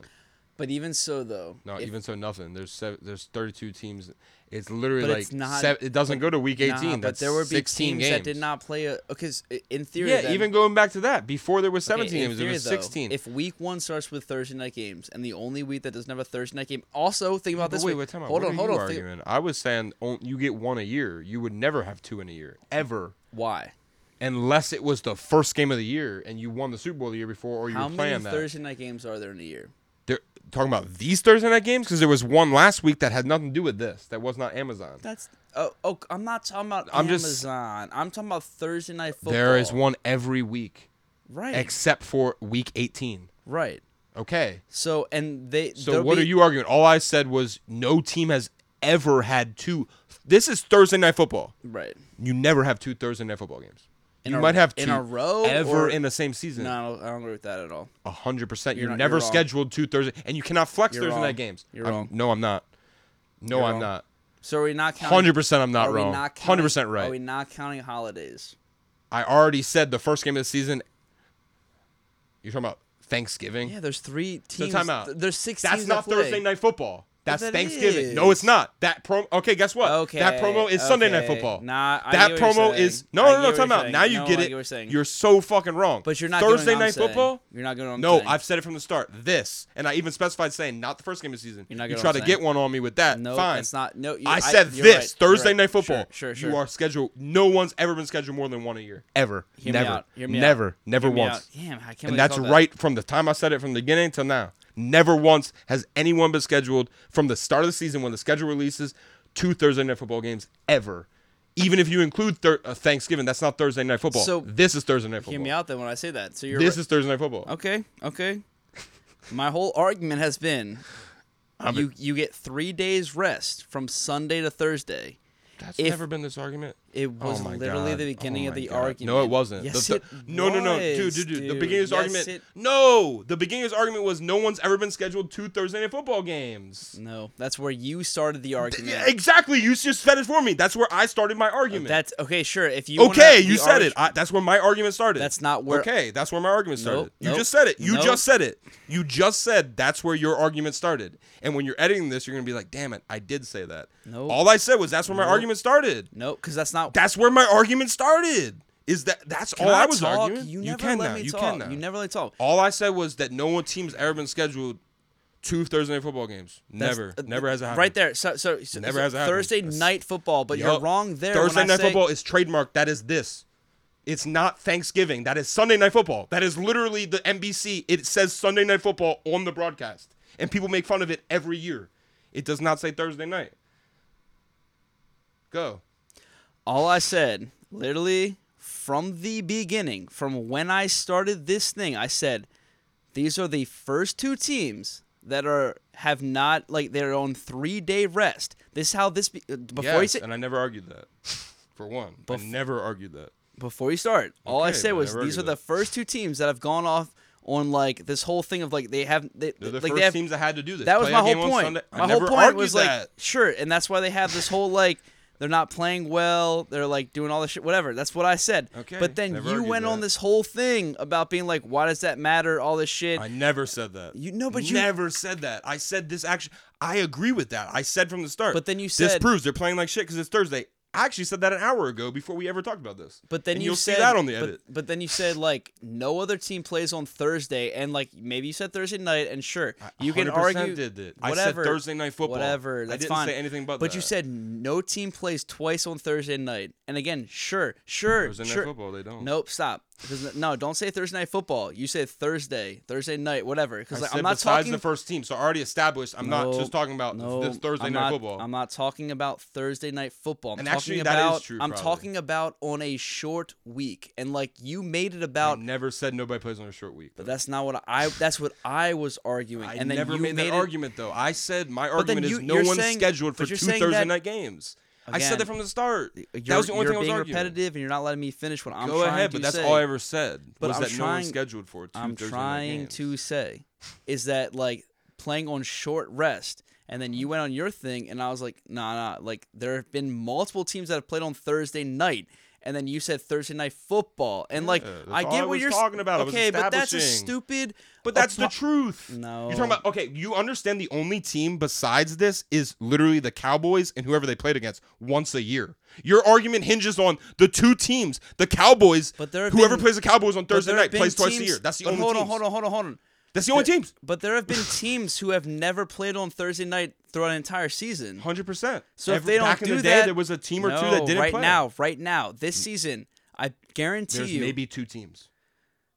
S2: but even so though,
S1: No,
S2: if-
S1: even so, nothing. There's seven, there's 32 teams. It's literally
S2: But
S1: like
S2: it's not-
S1: sev- it doesn't go to week 18.
S2: nah,
S1: that's
S2: but there would be
S1: 16
S2: teams
S1: games.
S2: that did not play a because in theory,
S1: Yeah,
S2: then-
S1: even going back to that, before there was
S2: okay,
S1: 17
S2: in
S1: games, there
S2: theory,
S1: was
S2: though,
S1: 16.
S2: if week one starts with Thursday night games, and the only week that doesn't have a Thursday night game, also think about
S1: But
S2: this.
S1: wait,
S2: week.
S1: wait, time out.
S2: hold
S1: what
S2: on,
S1: are
S2: hold
S1: you
S2: on. think-
S1: arguing? I was saying on- you get one a year. You would never have two in a year ever.
S2: why?
S1: unless it was the first game of the year and you won the Super Bowl the year before or you
S2: How
S1: were
S2: many
S1: playing that.
S2: Thursday night games are there in a year?
S1: They're talking about these Thursday night games because there was one last week that had nothing to do with this. That was not Amazon.
S2: That's oh, oh I'm not talking about
S1: I'm just-
S2: Amazon. I'm talking about Thursday night football.
S1: There is one every week
S2: right,
S1: except for week 18.
S2: right.
S1: Okay.
S2: So and they.
S1: So
S2: there'll
S1: what
S2: be-
S1: are you arguing? All I said was no team has ever had two. This is Thursday night football.
S2: right?
S1: You never have two Thursday night football games.
S2: In
S1: you
S2: a-
S1: might have two
S2: in a row
S1: ever
S2: or-
S1: in the same season.
S2: No, I don't, I don't agree with that at all.
S1: A hundred percent. You're,
S2: not-
S1: never
S2: you're wrong.
S1: scheduled two Thursday, and you cannot flex
S2: You're
S1: Thursday
S2: wrong.
S1: night games.
S2: You're
S1: I'm-
S2: wrong.
S1: No, I'm not. No,
S2: You're
S1: I'm
S2: wrong.
S1: not.
S2: So are we not counting?
S1: Hundred percent. I'm not
S2: are we
S1: wrong.
S2: not counting-
S1: Hundred percent
S2: Are we
S1: right.
S2: not counting holidays?
S1: I already said the first game of the season. You're talking about Thanksgiving.
S2: Yeah, there's three teams.
S1: time out.
S2: th- There's six.
S1: That's
S2: teams
S1: not
S2: that play.
S1: Thursday night football. That's
S2: that
S1: Thanksgiving. No, it's
S2: is.
S1: not. That promo. Okay, guess what?
S2: Okay.
S1: That promo is Sunday night
S2: okay.
S1: football.
S2: Nah, I
S1: that
S2: get what you're
S1: promo is
S2: saying.
S1: no,
S2: I
S1: no, no.
S2: get what
S1: Time
S2: you're
S1: out.
S2: saying.
S1: Now you
S2: No,
S1: get
S2: I
S1: it.
S2: What you're, saying.
S1: You're so fucking wrong.
S2: but you're not doing what
S1: Thursday
S2: I'm
S1: night
S2: saying.
S1: football.
S2: You're not going.
S1: No, I've said it from the start. This, and I even specified saying not the first game of the season.
S2: You're not
S1: you
S2: getting
S1: try
S2: what
S1: to
S2: I'm
S1: get
S2: saying.
S1: one on me with that.
S2: No,
S1: fine.
S2: that's not. No, you,
S1: I said
S2: you're
S1: this
S2: right, you're
S1: Thursday
S2: right.
S1: night football.
S2: Sure, sure.
S1: You
S2: sure.
S1: are scheduled. No one's ever been scheduled more than one a year. Ever.
S2: Hear me
S1: never.
S2: out, hear me
S1: never.
S2: out,
S1: Never
S2: hear me out.
S1: once.
S2: Damn, I can't. believe
S1: And that's
S2: I thought that.
S1: right from the time I said it from the beginning till now. Never once has anyone been scheduled from the start of the season when the schedule releases to Thursday night football games ever. Even if you include thir- uh, Thanksgiving, that's not Thursday night football.
S2: So-
S1: this is Thursday night football.
S2: Hear me out then when I say that. So you're.
S1: This
S2: right.
S1: is Thursday night football.
S2: Okay, okay. My whole argument has been you you get three days rest from Sunday to Thursday.
S1: That's
S2: If-
S1: never been this argument.
S2: It was
S1: Oh my
S2: literally
S1: God.
S2: the beginning
S1: Oh
S2: of
S1: my
S2: the
S1: God.
S2: argument.
S1: No, it wasn't. The-
S2: Yes,
S1: the-
S2: it
S1: no, no, no, dude,
S2: was,
S1: dude, dude. The beginning of this
S2: Yes,
S1: argument.
S2: it-
S1: no, the beginning of this argument was no one's ever been scheduled two Thursday night football games.
S2: no, that's where you started the argument.
S1: Yeah, exactly. You just said it for me. That's where I started my argument.
S2: That's okay. Sure, if you wanna-
S1: okay,
S2: the
S1: you said
S2: arg-
S1: it. I, that's where my argument started.
S2: That's not where-
S1: Okay, that's where my argument started.
S2: Nope,
S1: you
S2: nope,
S1: just said it. You
S2: nope.
S1: just said it. You just said that's where your argument started. And when you're editing this, you're gonna be like, "Damn it, I did say that."
S2: Nope.
S1: All I said was that's where my argument started.
S2: no, because that's not.
S1: That's where my argument started. Is that that's
S3: Can
S1: all
S3: I
S1: I was
S3: talk?
S1: arguing?
S2: You
S3: You
S2: never
S3: can
S2: let
S3: now,
S2: me
S3: you
S2: talk.
S3: can now.
S2: You never let me talk.
S1: All I said was that no one team's ever been scheduled two Thursday night football games.
S2: That's-
S1: never,
S2: uh,
S1: never has it happened.
S2: Right there. So, so, so
S1: Never
S2: so
S1: has it happened.
S2: Thursday
S1: That's-
S2: night football, but you're
S1: Yup.
S2: wrong there. when
S1: Thursday
S2: I
S1: night
S2: say-
S1: football is trademarked. That is this. It's not Thanksgiving. That is Sunday night football. That is literally the NBC. It says Sunday night football on the broadcast, and people make fun of it every year. It does not say Thursday night. Go.
S2: All I said, literally from the beginning, from when I started this thing, I said these are the first two teams that are have not like they're on three day rest. This is how this be, uh, before you
S1: yes,
S2: say,
S1: and I never argued that. For one, I never argued that.
S2: before you start, all I
S1: Okay,
S2: said
S1: but I
S2: was
S1: never
S2: these are
S1: argued
S2: the
S1: that.
S2: first two teams that have gone off on like this whole thing of like they have they,
S1: They're the
S2: like they
S1: first
S2: have,
S1: teams that had to do this.
S2: That was
S1: Play
S2: my
S1: a game
S2: whole
S1: on
S2: point.
S1: Sunday. I
S2: My whole
S1: never
S2: point
S1: argued
S2: was like,
S1: that.
S2: sure, and that's why they have this whole like they're not playing well, they're like doing all this shit, whatever. That's what I said.
S1: Okay,
S2: But then
S1: never
S2: you
S1: argued
S2: went on
S1: that.
S2: this whole thing about being like, why does that matter? All this shit.
S1: I never said that.
S2: You- no, but you-
S1: never said that. I said this action. I agree with that. I said from the start.
S2: But then you
S1: this
S2: said-
S1: proves they're playing like shit because it's Thursday. I actually said that an hour ago before we ever talked about this.
S2: but then
S1: And
S2: you
S1: you'll
S2: said
S1: see that on the
S2: but-
S1: edit.
S2: But, then you said like no other team plays on Thursday, and like maybe you said Thursday night, and sure you can
S1: 100%
S2: argue
S1: did it. I said
S2: whatever
S1: Thursday night football.
S2: whatever.
S1: I
S2: That's
S1: didn't
S2: fine.
S1: say anything but
S2: But you
S1: that.
S2: said no team plays twice on Thursday night, and again, sure, sure,
S1: Thursday night
S2: sure.
S1: football, they don't.
S2: Nope, stop. 'Cause no, don't say Thursday night football. You said Thursday, Thursday night, whatever.
S1: I
S2: Because like,
S1: said
S2: I'm not
S1: besides
S2: talking.
S1: the first team, so I already established. I'm not
S2: No,
S1: just talking about
S2: no,
S1: this Thursday
S2: I'm
S1: night
S2: not-
S1: football.
S2: I'm not talking about Thursday night football. I'm
S1: And
S2: talking
S1: actually, that is
S2: about.
S1: true,
S2: I'm
S1: probably.
S2: talking about on a short week, and like you made it
S1: I
S2: about.
S1: never said nobody plays on a short week.
S2: But that's not what I. That's what I was arguing,
S1: I
S2: and then
S1: never
S2: you
S1: made, that
S2: it,
S1: argument though. I said my
S2: then
S1: argument
S2: you-
S1: is no
S2: you're
S1: one's
S2: saying-
S1: scheduled for
S2: but
S1: two
S2: you're saying
S1: Thursday
S2: that-
S1: night games. I said
S2: Again,
S1: that from the start.
S2: You're,
S1: that was the only
S2: you're
S1: thing I was
S2: being
S1: arguing.
S2: repetitive, and you're not letting me finish what I'm
S1: Go
S2: trying
S1: ahead,
S2: to
S1: but that's
S2: say.
S1: all I ever said.
S2: But
S1: was
S2: I'm
S1: that no
S2: trying-
S1: one's scheduled for 2
S2: I'm
S1: Thursday night
S2: trying
S1: games.
S2: to say is that like playing on short rest and then you went on your thing and I was like, nah nah, like there have been multiple teams that have played on Thursday night and then you said Thursday night football. And like
S1: Yeah, that's
S2: I
S1: all
S2: get
S1: I
S2: what
S1: was
S2: you're s-
S1: talking about. I was
S2: Okay, but that's a
S1: establishing.
S2: stupid
S1: But that's the
S2: apo-
S1: truth.
S2: No.
S1: You're talking about okay, you understand the only team besides this is literally the Cowboys and whoever they played against once a year. Your argument hinges on the two teams, the Cowboys,
S2: But there have
S1: whoever
S2: been-
S1: plays the Cowboys on
S2: but
S1: Thursday
S2: there have
S1: night
S2: been
S1: plays twice a
S2: teams-
S1: year. That's the
S2: but
S1: only
S2: hold on,
S1: teams.
S2: hold on, hold on, hold on.
S1: That's the only
S2: There-
S1: teams.
S2: But there have been teams who have never played on Thursday night throughout an entire season.
S1: Hundred percent.
S2: So if they don't
S1: back in
S2: do
S1: the day,
S2: that,
S1: there was a team or two that
S2: No,
S1: didn't
S2: right
S1: play.
S2: now, right now, this season, I guarantee
S1: there's
S2: you.
S1: maybe two teams.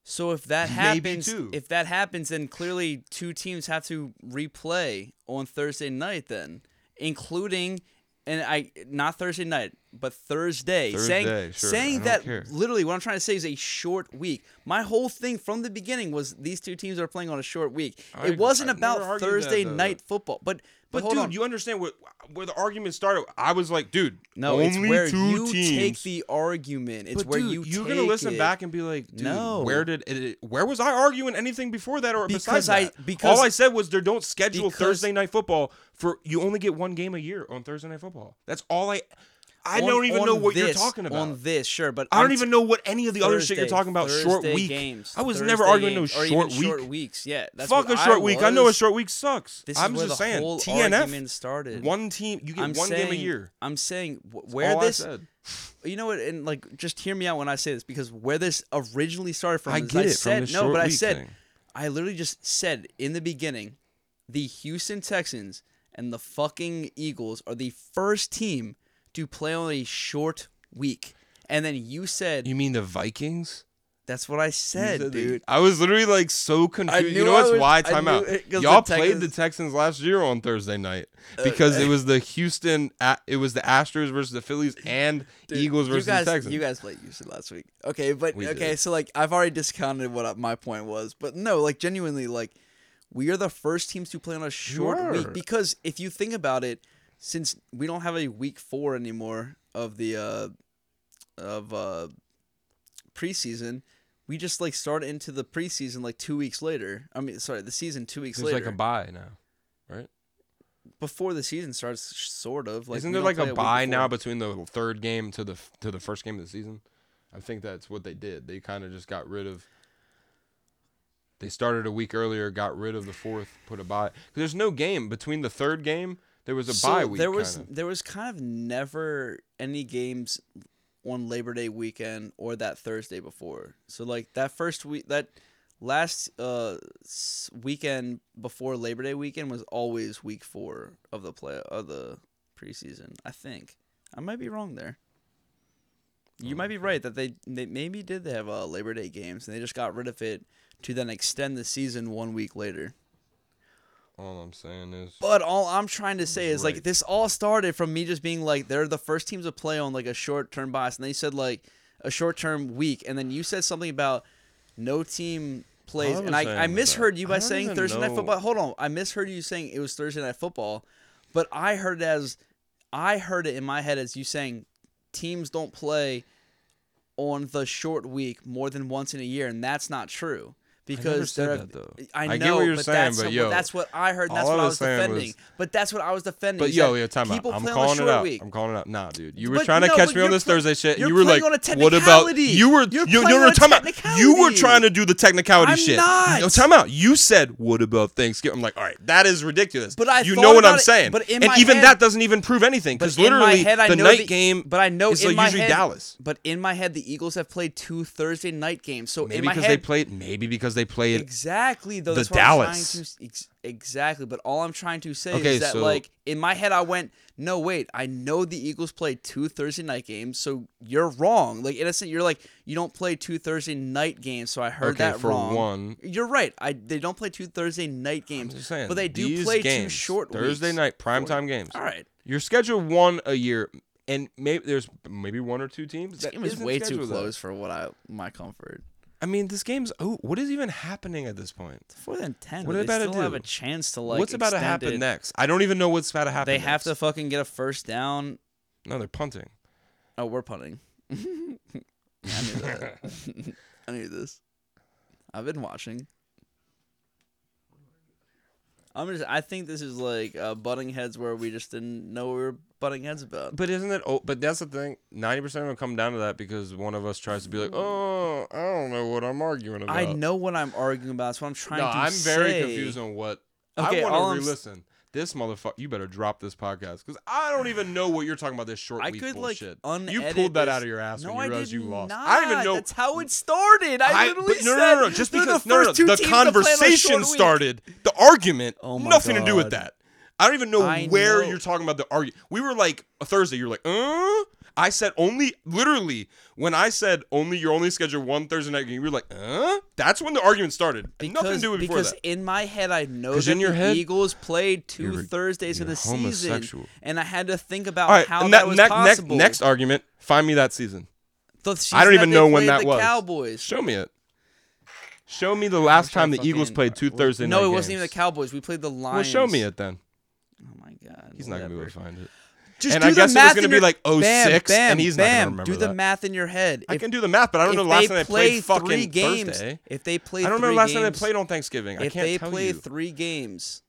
S2: So if that
S1: Maybe
S2: happens,
S1: two.
S2: if that happens, then clearly two teams have to replay on Thursday night, then, including, and I not Thursday night, but Thursday.
S1: Thursday,
S2: saying
S1: sure, I
S2: saying
S1: don't
S2: that
S1: care.
S2: literally, what I'm trying to say is a short week. My whole thing from the beginning was these two teams are playing on a short week.
S1: I
S2: it
S1: agree.
S2: wasn't
S1: I've never
S2: about
S1: argued that,
S2: Thursday
S1: though.
S2: night football, but but,
S1: But,
S2: hold
S1: dude,
S2: on.
S1: you understand where where the argument started? I was like, dude,
S2: no,
S1: only
S2: it's where
S1: two
S2: you
S1: teams.
S2: take the argument. It's
S1: but
S2: where
S1: dude,
S2: you
S1: you're
S2: take
S1: gonna listen
S2: it.
S1: back and be like, dude,
S2: No.
S1: where did it, where was I arguing anything before that or
S2: Because
S1: besides
S2: I-
S1: that?
S2: because-
S1: all I said was they don't schedule
S2: because-
S1: Thursday night football for you only get one game a year on Thursday night football. That's all I. I
S2: On-
S1: don't even
S2: on
S1: know what you're
S2: this-
S1: talking about.
S2: on this. Sure, but
S1: I
S2: I'm
S1: don't
S2: t-
S1: even know what any of the other shit you're
S2: Thursday-
S1: talking about. short
S2: Thursday
S1: week.
S2: games,
S1: I was
S2: Thursday
S1: never arguing
S2: games,
S1: no
S2: or
S1: short
S2: even
S1: week.
S2: short weeks. Yeah, that's
S1: Fuck
S2: what
S1: a short
S2: I
S1: week. I know a
S2: was.
S1: short week sucks.
S2: This is
S1: I'm
S2: where
S1: just
S2: the
S1: saying.
S2: whole
S1: TNF
S2: argument started.
S1: One team. You get
S2: I'm
S1: one
S2: saying,
S1: game a year.
S2: I'm saying wh-
S1: All
S2: where
S1: I
S2: this,
S1: said.
S2: you know what, and like just hear me out when I say this because where this originally started from.
S1: I
S2: is
S1: get it from
S2: said,
S1: the
S2: no,
S1: short
S2: but I
S1: week
S2: said,
S1: thing.
S2: I literally just said in the beginning, the Houston Texans and the fucking Eagles are the first team to play on a short week, and then you said
S1: You mean the Vikings?
S2: that's what I
S1: You
S2: said,
S1: said the-
S2: dude.
S1: I was literally like so confused.
S2: knew
S1: You know
S2: I
S1: what's
S2: was-
S1: why?
S2: I
S1: Time
S2: knew
S1: out.
S2: it 'cause the
S1: Y'all played the
S2: Texans- Uh, eh.
S1: Texans last year on Thursday night because it was the Houston. A- It was the Astros versus the Phillies and Eagles versus
S2: you guys,
S1: the Texans.
S2: You guys played Houston last week. Okay, but
S1: We
S2: okay,
S1: did.
S2: so like I've already discounted what uh, my point was, but no, like genuinely, like we are the first teams to play on a short
S1: are.
S2: week because if you think about it, since we don't have a week four anymore of the uh of uh preseason. We just like start into the preseason like two weeks later. I mean, sorry, the season two weeks
S1: There's
S2: later.
S1: like a bye now, right?
S2: before the season starts, sort of. Like,
S1: Isn't
S2: we
S1: there
S2: don't
S1: like
S2: play
S1: a
S2: week
S1: bye
S2: before.
S1: now between the third game to the f- to the first game of the season? I think that's what they did. They kind of just got rid of. They started a week earlier, got rid of the fourth, put a bye. 'Cause there's no game between the third game. There was a bye week.
S2: There was
S1: kinda.
S2: there was kind of never any games on Labor Day weekend or that Thursday before. So like that first week that last uh s- weekend before Labor Day weekend was always week 4 of the play of the preseason, I think. I might be wrong there. You might be right that they, they maybe did have uh, Labor Day games and they just got rid of it to then extend the season one week later.
S1: All I'm saying is,
S2: But all I'm trying to say is like
S1: Right.
S2: this all started from me just being like they're the first teams to play on like a short term bias, and they said like a short term week, and then you said something about no team plays,
S4: was
S2: and
S4: saying
S2: I, I
S4: was
S2: misheard
S4: that-
S2: you
S4: I
S2: by
S4: don't
S2: saying
S4: even
S2: Thursday night
S4: know-
S2: football. Hold on, I misheard you saying it was Thursday night football, but I heard it as I heard it in my head as you saying teams don't play on the short week more than once in a year, and that's not true. Because
S4: said
S2: there
S4: that, though.
S2: I know,
S1: I get what you're
S2: but
S1: saying,
S2: that's
S1: but
S2: some-
S1: yo,
S2: that's what I heard. and That's
S1: all I
S2: what I
S1: was
S2: was
S1: saying
S2: defending.
S1: was-
S2: But that's what I was defending.
S1: but
S2: is
S1: yo,
S2: that
S1: yeah, time out.
S2: people
S1: I'm
S2: play on a
S1: calling it
S2: short
S1: out.
S2: Week.
S1: I'm calling it out. Nah, dude, you
S2: But
S1: were trying
S2: no,
S1: to catch
S2: but
S1: me on
S2: you're
S1: this
S2: pl-
S1: Thursday shit.
S2: you're
S1: and you were like,
S2: playing on a
S1: what about?
S2: technicality.
S1: You were
S2: You're
S1: you, you
S2: playing
S1: were
S2: on a
S1: time out. You were
S2: technicality.
S1: trying to do the technicality
S2: I'm
S1: shit.
S2: not.
S1: No, time out. You said, what about Thanksgiving? I'm like, all right, that is ridiculous.
S2: But I
S1: you
S2: thought
S1: know what
S2: about
S1: I'm
S2: it-
S1: saying.
S2: but in
S1: and
S2: my
S1: even
S2: head-
S1: that doesn't even prove anything because
S2: But in my
S1: literally
S2: head, I
S1: the
S2: know
S1: night
S2: the-
S1: game.
S2: But I know
S1: is
S2: in
S1: like
S2: my
S1: usually
S2: head,
S1: Dallas.
S2: But in my head, the Eagles have played two Thursday night games. So in
S1: Maybe
S2: my
S1: because they
S2: head,
S1: played. Maybe because they played
S2: exactly though.
S1: the
S2: that's what I'm
S1: Dallas.
S2: trying to, ex- exactly. But all I'm trying to say
S1: Okay,
S2: is that
S1: so-
S2: like in my head, I went, no wait, I know the Eagles played two Thursday night games. So you're wrong. Like innocent, you're like you don't play two Thursday night games. So I heard
S1: Okay,
S2: that
S1: for
S2: wrong.
S1: one.
S2: You're right. I they don't play two Thursday night games,
S1: just saying,
S2: but they do
S1: these
S2: play two
S1: games,
S2: short
S1: Thursday
S2: weeks.
S1: night primetime games.
S2: All right.
S1: You're scheduled one a year, and maybe there's maybe one or two teams.
S2: This
S1: that
S2: game is
S1: isn't
S2: way too
S1: scheduled that.
S2: close for what I my comfort.
S1: I mean, this game's oh, what is even happening at this point?
S2: Four than ten.
S1: What
S2: but
S1: are they about
S2: they
S1: to
S2: still have
S1: do?
S2: a chance to like.
S1: What's about to
S2: extend
S1: happen
S2: it.
S1: next? I don't even know what's about to happen.
S2: They have to
S1: next.
S2: fucking get a first down.
S1: no, they're punting.
S2: Oh, we're punting. I knew that. I knew this. I've been watching. I'm just. I think this is like uh, butting heads where we just didn't know what we were butting heads about.
S1: But isn't it? Oh, but that's the thing. Ninety percent of them come down to that because one of us tries to be like, "Oh, I don't know what I'm arguing about."
S2: I know what I'm arguing about. That's what I'm trying
S1: No,
S2: to
S1: I'm very
S2: say.
S1: confused on what.
S2: Okay,
S1: I
S2: all
S1: want
S2: I'm
S1: to
S2: s-
S1: re-listen. This motherfucker, you better drop this podcast because I don't even know what you're talking about. This short
S2: I
S1: week
S2: could like
S1: bullshit.
S2: unedit
S1: you pulled that
S2: this.
S1: out of your ass
S2: no,
S1: when you
S2: I
S1: realized
S2: did
S1: you lost.
S2: Not.
S1: I don't even know.
S2: That's how it started. I,
S1: I-
S2: literally
S1: but no, no, no, no,
S2: said
S1: Just
S2: they're
S1: because
S2: the
S1: no, no,
S2: first two
S1: no, the
S2: teams to play on a short
S1: conversation
S2: week.
S1: started, the argument,
S2: Oh my
S1: nothing to do with
S2: God.
S1: that. I don't even know
S2: I
S1: where
S2: know.
S1: you're talking about the argument. We were like a Thursday. You're like, uh. I said only literally when I said only you're only scheduled one Thursday night game. You were like, uh. That's when the argument started. And nothing to do with before
S2: because
S1: that.
S2: in my head I know
S1: 'Cause
S2: that
S1: in your
S2: the
S1: head,
S2: Eagles played 2 Thursdays in
S1: you're
S2: the season,
S1: homosexual.
S2: and I had to think about
S1: All right,
S2: how
S1: and
S2: that
S1: that,
S2: was
S1: ne- next-
S2: possible.
S1: next argument, find me that season.
S2: The
S1: I
S2: season
S1: don't even
S2: that
S1: know
S2: they
S1: when
S2: played
S1: that
S2: the
S1: was.
S2: Cowboys.
S1: Show me it. Show me the last time the Eagles
S2: Fucking-
S1: played two Thursday night
S2: No, it wasn't even the
S1: games.
S2: Cowboys. We played the Lions.
S1: Well, show me it then.
S2: Oh my god.
S1: He's not gonna be able
S2: whatever.
S1: to find it.
S2: Just
S1: And I
S2: do
S1: guess
S2: the
S1: it was
S2: math
S1: gonna
S2: in
S1: be
S2: your-
S1: like
S2: bam,
S1: 06,
S2: bam,
S1: and he's not gonna
S2: bam.
S1: remember
S2: Do the
S1: that.
S2: math in your head.
S1: I
S2: If-
S1: can do the math, but I don't
S2: if
S1: know the last
S2: they
S1: time they
S2: play
S1: played fucking
S2: three games,
S1: Thursday.
S2: If they play
S1: I don't remember
S2: three
S1: last time they
S2: games-
S1: played on Thanksgiving. I
S2: if
S1: can't
S2: they
S1: tell
S2: play
S1: you.
S2: three games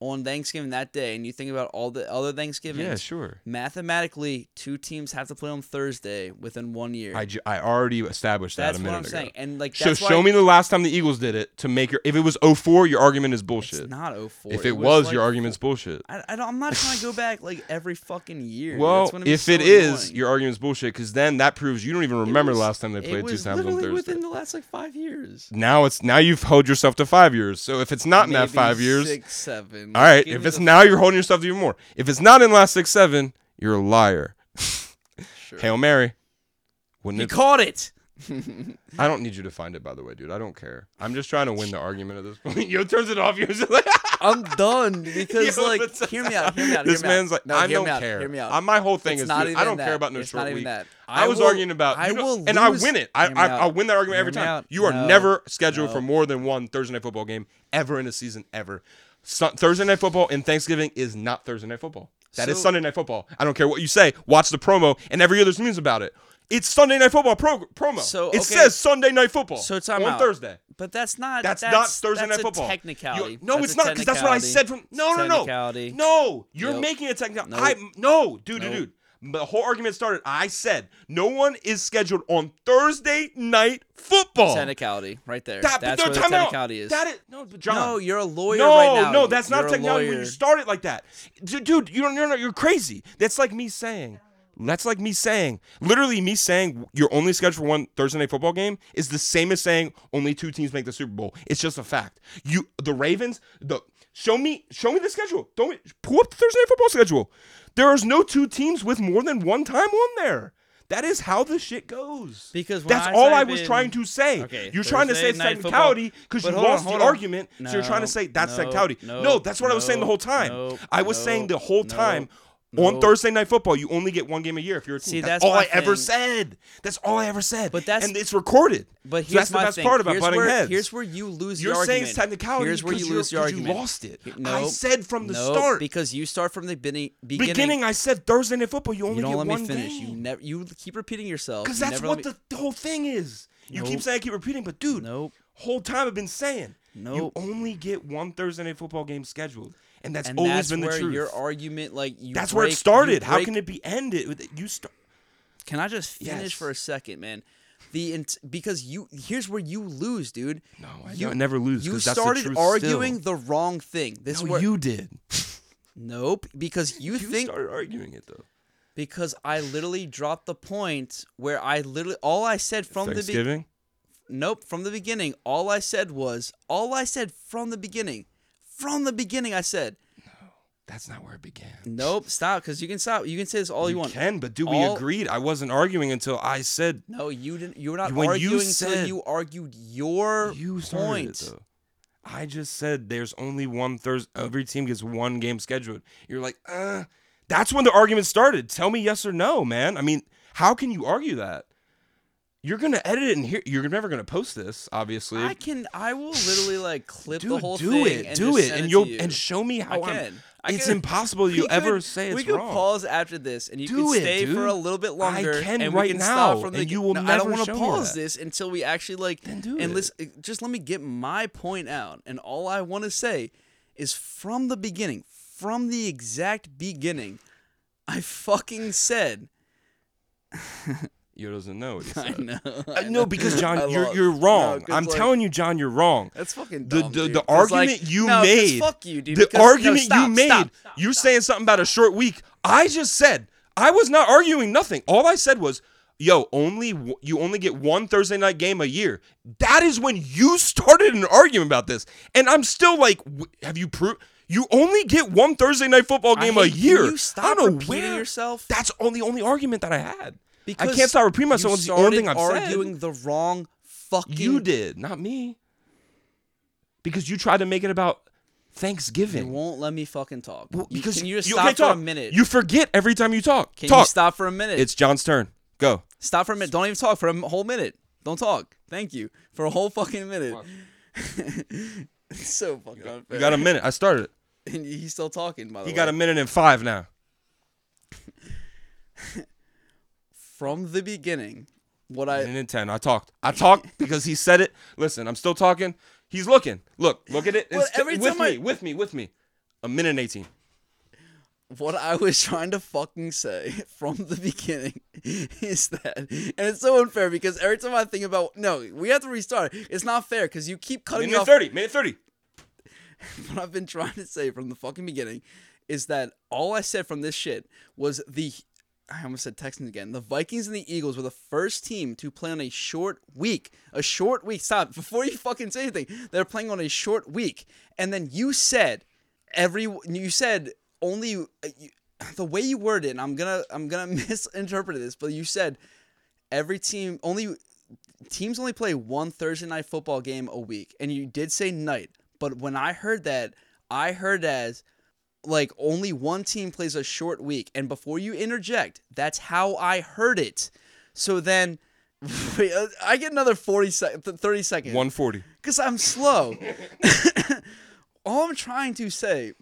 S2: on Thanksgiving that day, and you think about all the other Thanksgivings,
S1: yeah, sure.
S2: mathematically, two teams have to play on Thursday within one year.
S1: I, ju- I already established that
S2: that's
S1: a
S2: what
S1: minute
S2: I'm
S1: ago.
S2: saying, and like
S1: So
S2: that's why
S1: show me the last time the Eagles did it to make your. If it was 04, your argument is
S2: it's
S1: bullshit.
S2: not 04.
S1: If it was,
S2: like-
S1: your argument's bullshit.
S2: I, I don't, I'm not trying to go back like every fucking year.
S1: Well,
S2: That's when
S1: if
S2: so
S1: it is,
S2: annoying.
S1: your argument's bullshit because then that proves you don't even
S2: It
S1: remember
S2: was-
S1: the last time they
S2: it
S1: played two
S2: was
S1: times on
S2: literally
S1: Thursday.
S2: within the last like five years.
S1: now it's now you've held yourself to five years. So if it's not in that
S2: Maybe
S1: five years,
S2: six, seven.
S1: all right.
S2: Give
S1: If
S2: me
S1: it's
S2: the-
S1: now you're holding yourself to even more. If it's not in the last six seven, you're a liar.
S2: Sure.
S1: Hail Mary. Wouldn't
S2: you
S1: it?
S2: caught it.
S1: I don't need you to find it, by the way, dude. I don't care. I'm just trying to win the argument at this point. Yo turns it off. You're just like,
S2: I'm done because
S1: Yo,
S2: like,
S1: that's-
S2: hear me out, hear me out. hear
S1: this
S2: me out.
S1: man's like,
S2: No,
S1: I
S2: hear
S1: don't
S2: me out,
S1: care.
S2: Hear me out.
S1: I- my whole thing
S2: It's
S1: is,
S2: not
S1: dude, I
S2: even
S1: don't
S2: that.
S1: care about no
S2: It's
S1: short
S2: not even
S1: week.
S2: that.
S1: I, was
S2: will-
S1: arguing about,
S2: I
S1: you know-
S2: will
S1: and I
S2: lose-
S1: win it. I,
S2: Hear me
S1: I,
S2: out.
S1: I win that argument
S2: Hear
S1: every
S2: me
S1: time.
S2: out.
S1: You are
S2: No.
S1: never scheduled
S2: No.
S1: for more than one Thursday night football game ever in a season ever. Su- Thursday night football and Thanksgiving is not Thursday night football. That is
S2: So-
S1: Sunday night football. I don't care what you say. Watch the promo, and every year there's news about it. It's Sunday night football pro- promo.
S2: So,
S1: it
S2: okay.
S1: says Sunday night football.
S2: So time
S1: on
S2: out.
S1: Thursday.
S2: But that's not.
S1: That's,
S2: that's
S1: not Thursday
S2: that's
S1: night
S2: a
S1: football.
S2: Technicality.
S1: You- no,
S2: That's
S1: it's
S2: a
S1: not because that's what I said from. No, no, no.
S2: Technicality.
S1: No, you're
S2: Nope.
S1: making a technical.
S2: Nope.
S1: I no, dude,
S2: Nope.
S1: dude, dude. The whole argument started. I said no one is scheduled on Thursday night football.
S2: Technicality, right there.
S1: That-
S2: that's
S1: no,
S2: where the
S1: time out.
S2: technicality is.
S1: That is no, but John.
S2: no, you're a lawyer
S1: no,
S2: right now.
S1: no, that's not
S2: You're a
S1: technicality when
S2: lawyer.
S1: you start it like that, dude. dude you don't, you're not. You're crazy. That's like me saying That's like me saying, literally me saying you're only scheduled for one Thursday night football game is the same as saying only two teams make the Super Bowl. It's just a fact. You the Ravens, the show me show me the schedule. Don't pull up the Thursday night football schedule. There is no two teams with more than one time on there. That is how the shit goes.
S2: Because when
S1: that's
S2: I
S1: all I
S2: type
S1: was
S2: in-
S1: trying to say.
S2: Okay,
S1: you're trying to
S2: Thursday
S1: say it's
S2: night football.
S1: technicality because
S2: But
S1: you
S2: hold on,
S1: lost
S2: hold
S1: the
S2: on.
S1: argument. so you're trying
S2: No,
S1: to say that's
S2: no,
S1: technicality.
S2: no,
S1: No, that's what I was saying the
S2: no,
S1: whole time.
S2: no,
S1: I was
S2: no,
S1: saying the whole
S2: no,
S1: time.
S2: no.
S1: On Thursday night football, you only get one game a year if you're a team.
S2: See,
S1: that's,
S2: that's
S1: all
S2: my
S1: I ever
S2: thing.
S1: said. That's all I ever said.
S2: But that's-
S1: and it's recorded.
S2: But here's
S1: so that's the
S2: my
S1: best
S2: thing.
S1: part about
S2: here's
S1: butting
S2: where,
S1: heads.
S2: Here's where you lose
S1: You're
S2: your
S1: saying
S2: argument.
S1: it's technicality
S2: Here's where
S1: because
S2: you
S1: you're-
S2: lose your
S1: 'cause you
S2: argument.
S1: lost it.
S2: Here-
S1: I
S2: no,
S1: said from the
S2: no,
S1: start.
S2: because you start from the beginning. Beginning,
S1: beginning, I said Thursday night football, you only
S2: you don't
S1: get
S2: let
S1: one
S2: me finish.
S1: game.
S2: You never. You keep repeating yourself.
S1: Because
S2: You
S1: that's
S2: never
S1: what
S2: let me,
S1: the, the whole thing is. You
S2: Nope.
S1: keep saying, I keep repeating, but dude,
S2: Nope.
S1: whole time I've been saying,
S2: Nope.
S1: you only get one Thursday night football game scheduled, and that's
S2: and
S1: always
S2: that's
S1: been the
S2: where
S1: truth.
S2: your argument, like you.
S1: that's
S2: break,
S1: where it started.
S2: You
S1: How
S2: break
S1: can it be ended? with- You start.
S2: Can I just finish
S1: Yes.
S2: for a second, man? The int- because you here's where you lose, dude. No,
S1: I
S2: you
S1: don't- I never lose,
S2: You
S1: 'cause that's the
S2: started
S1: truth
S2: arguing the wrong thing. This
S1: No,
S2: where
S1: you did.
S2: nope because you,
S1: You
S2: think
S1: started arguing it though.
S2: because I literally dropped the point where I literally all I said from the be-
S1: Thanksgiving.
S2: nope from the beginning all I said was all I said from the beginning from the beginning I said
S1: that's not where it began.
S2: nope stop because you can stop you can say this all you,
S1: You
S2: want
S1: can, but dude,
S2: All-
S1: we agreed. I wasn't arguing until I said
S2: no you didn't you were not
S1: When you
S2: arguing until
S1: said-
S2: you argued your
S1: you started
S2: point.
S1: it though. I just said there's only one Thursday. Every team gets one game scheduled. You're like, uh, that's when the argument started. Tell me yes or no, man. I mean, how can you argue that? You're gonna edit it and here. You're never gonna post this, obviously.
S2: I can. I will literally like clip
S1: Dude,
S2: the whole
S1: do
S2: thing.
S1: it,
S2: and
S1: do
S2: just
S1: it,
S2: send
S1: and
S2: to
S1: you'll
S2: you.
S1: and show me how
S2: I
S1: am
S2: can. I
S1: it's
S2: can.
S1: impossible
S2: We
S1: you ever
S2: could-
S1: say it's
S2: We could
S1: wrong.
S2: pause after this, and you
S1: Do
S2: can
S1: it,
S2: stay for
S1: dude.
S2: a little bit longer.
S1: I can
S2: and
S1: right
S2: we can
S1: now,
S2: stop from the.
S1: and you will
S2: no, I
S1: never
S2: don't wanna
S1: show me
S2: pause
S1: that.
S2: this until we actually like.
S1: Then do it.
S2: and listen, uh, just let me get my point out, and all I want to say is from the beginning, from the exact beginning, I fucking said.
S1: you doesn't know what he
S2: I
S1: said.
S2: know.
S1: Uh,
S2: I
S1: no,
S2: know.
S1: because
S2: I
S1: John, you're
S2: lost.
S1: you're
S2: No,
S1: wrong.
S2: 'cause,
S1: I'm
S2: like,
S1: telling you, John, you're wrong.
S2: That's fucking
S1: the
S2: dumb,
S1: the,
S2: dude.
S1: the
S2: 'Cause, like,
S1: argument you
S2: no, 'cause
S1: made.
S2: Fuck you, dude.
S1: The
S2: because- no,
S1: argument
S2: stop,
S1: you made.
S2: stop, stop,
S1: you're saying something about a short week. I just said I was not arguing nothing. All I said was, "Yo, only w- you only get one Thursday night game a year." That is when you started an argument about this, and I'm still like, w- "Have you proved?" You only get one Thursday night football
S2: I
S1: game a
S2: hate- can
S1: year.
S2: you stop
S1: I don't know
S2: repeating
S1: where.
S2: yourself?
S1: That's only only argument that I had.
S2: Because
S1: I can't stop repeating
S2: you
S1: myself. It's the only
S2: started
S1: thing I've said.
S2: arguing the wrong fucking.
S1: You did, not me. Because you tried to make it about
S2: You
S1: Thanksgiving.
S2: won't let me fucking talk.
S1: Well,
S2: You-
S1: because
S2: can you just
S1: you
S2: stop
S1: can't
S2: for
S1: talk.
S2: a minute?
S1: You forget every time you talk.
S2: can you
S1: talk.
S2: stop for a minute?
S1: It's John's turn. Go.
S2: stop for a minute. Don't even talk for a m- whole minute. Don't talk. Thank you for a whole fucking minute. It's so fucking unfair.
S1: You got a minute. I started. it.
S2: And he's still talking. By the
S1: You
S2: way,
S1: got a minute and five now.
S2: from the beginning. What I
S1: Minute and ten. I talked. I talked because he said it. Listen, I'm still talking. He's looking. Look. Look at it.
S2: Well,
S1: It's t-
S2: every
S1: with
S2: time I-
S1: me. With me. With me. A minute and eighteen.
S2: what I was trying to fucking say from the beginning is that, and it's so unfair because every time I think about no, we have to restart. It's not fair because you keep cutting me
S1: Minute and
S2: off
S1: thirty. Minute thirty.
S2: what I've been trying to say from the fucking beginning is that all I said from this shit was the I almost said Texans again. The Vikings and the Eagles were the first team to play on a short week. A short week. Stop before you fucking say anything. They're playing on a short week, and then you said every you said only uh, you, the way you worded it. And I'm gonna I'm gonna misinterpret this, but you said every team only teams only play one Thursday night football game a week, and you did say night. But when I heard that, I heard as like only one team plays a short week, and before you interject, that's how I heard it. So then, wait, uh, I get another forty sec- th- thirty seconds
S1: One forty.
S2: because I'm slow. All I'm trying to say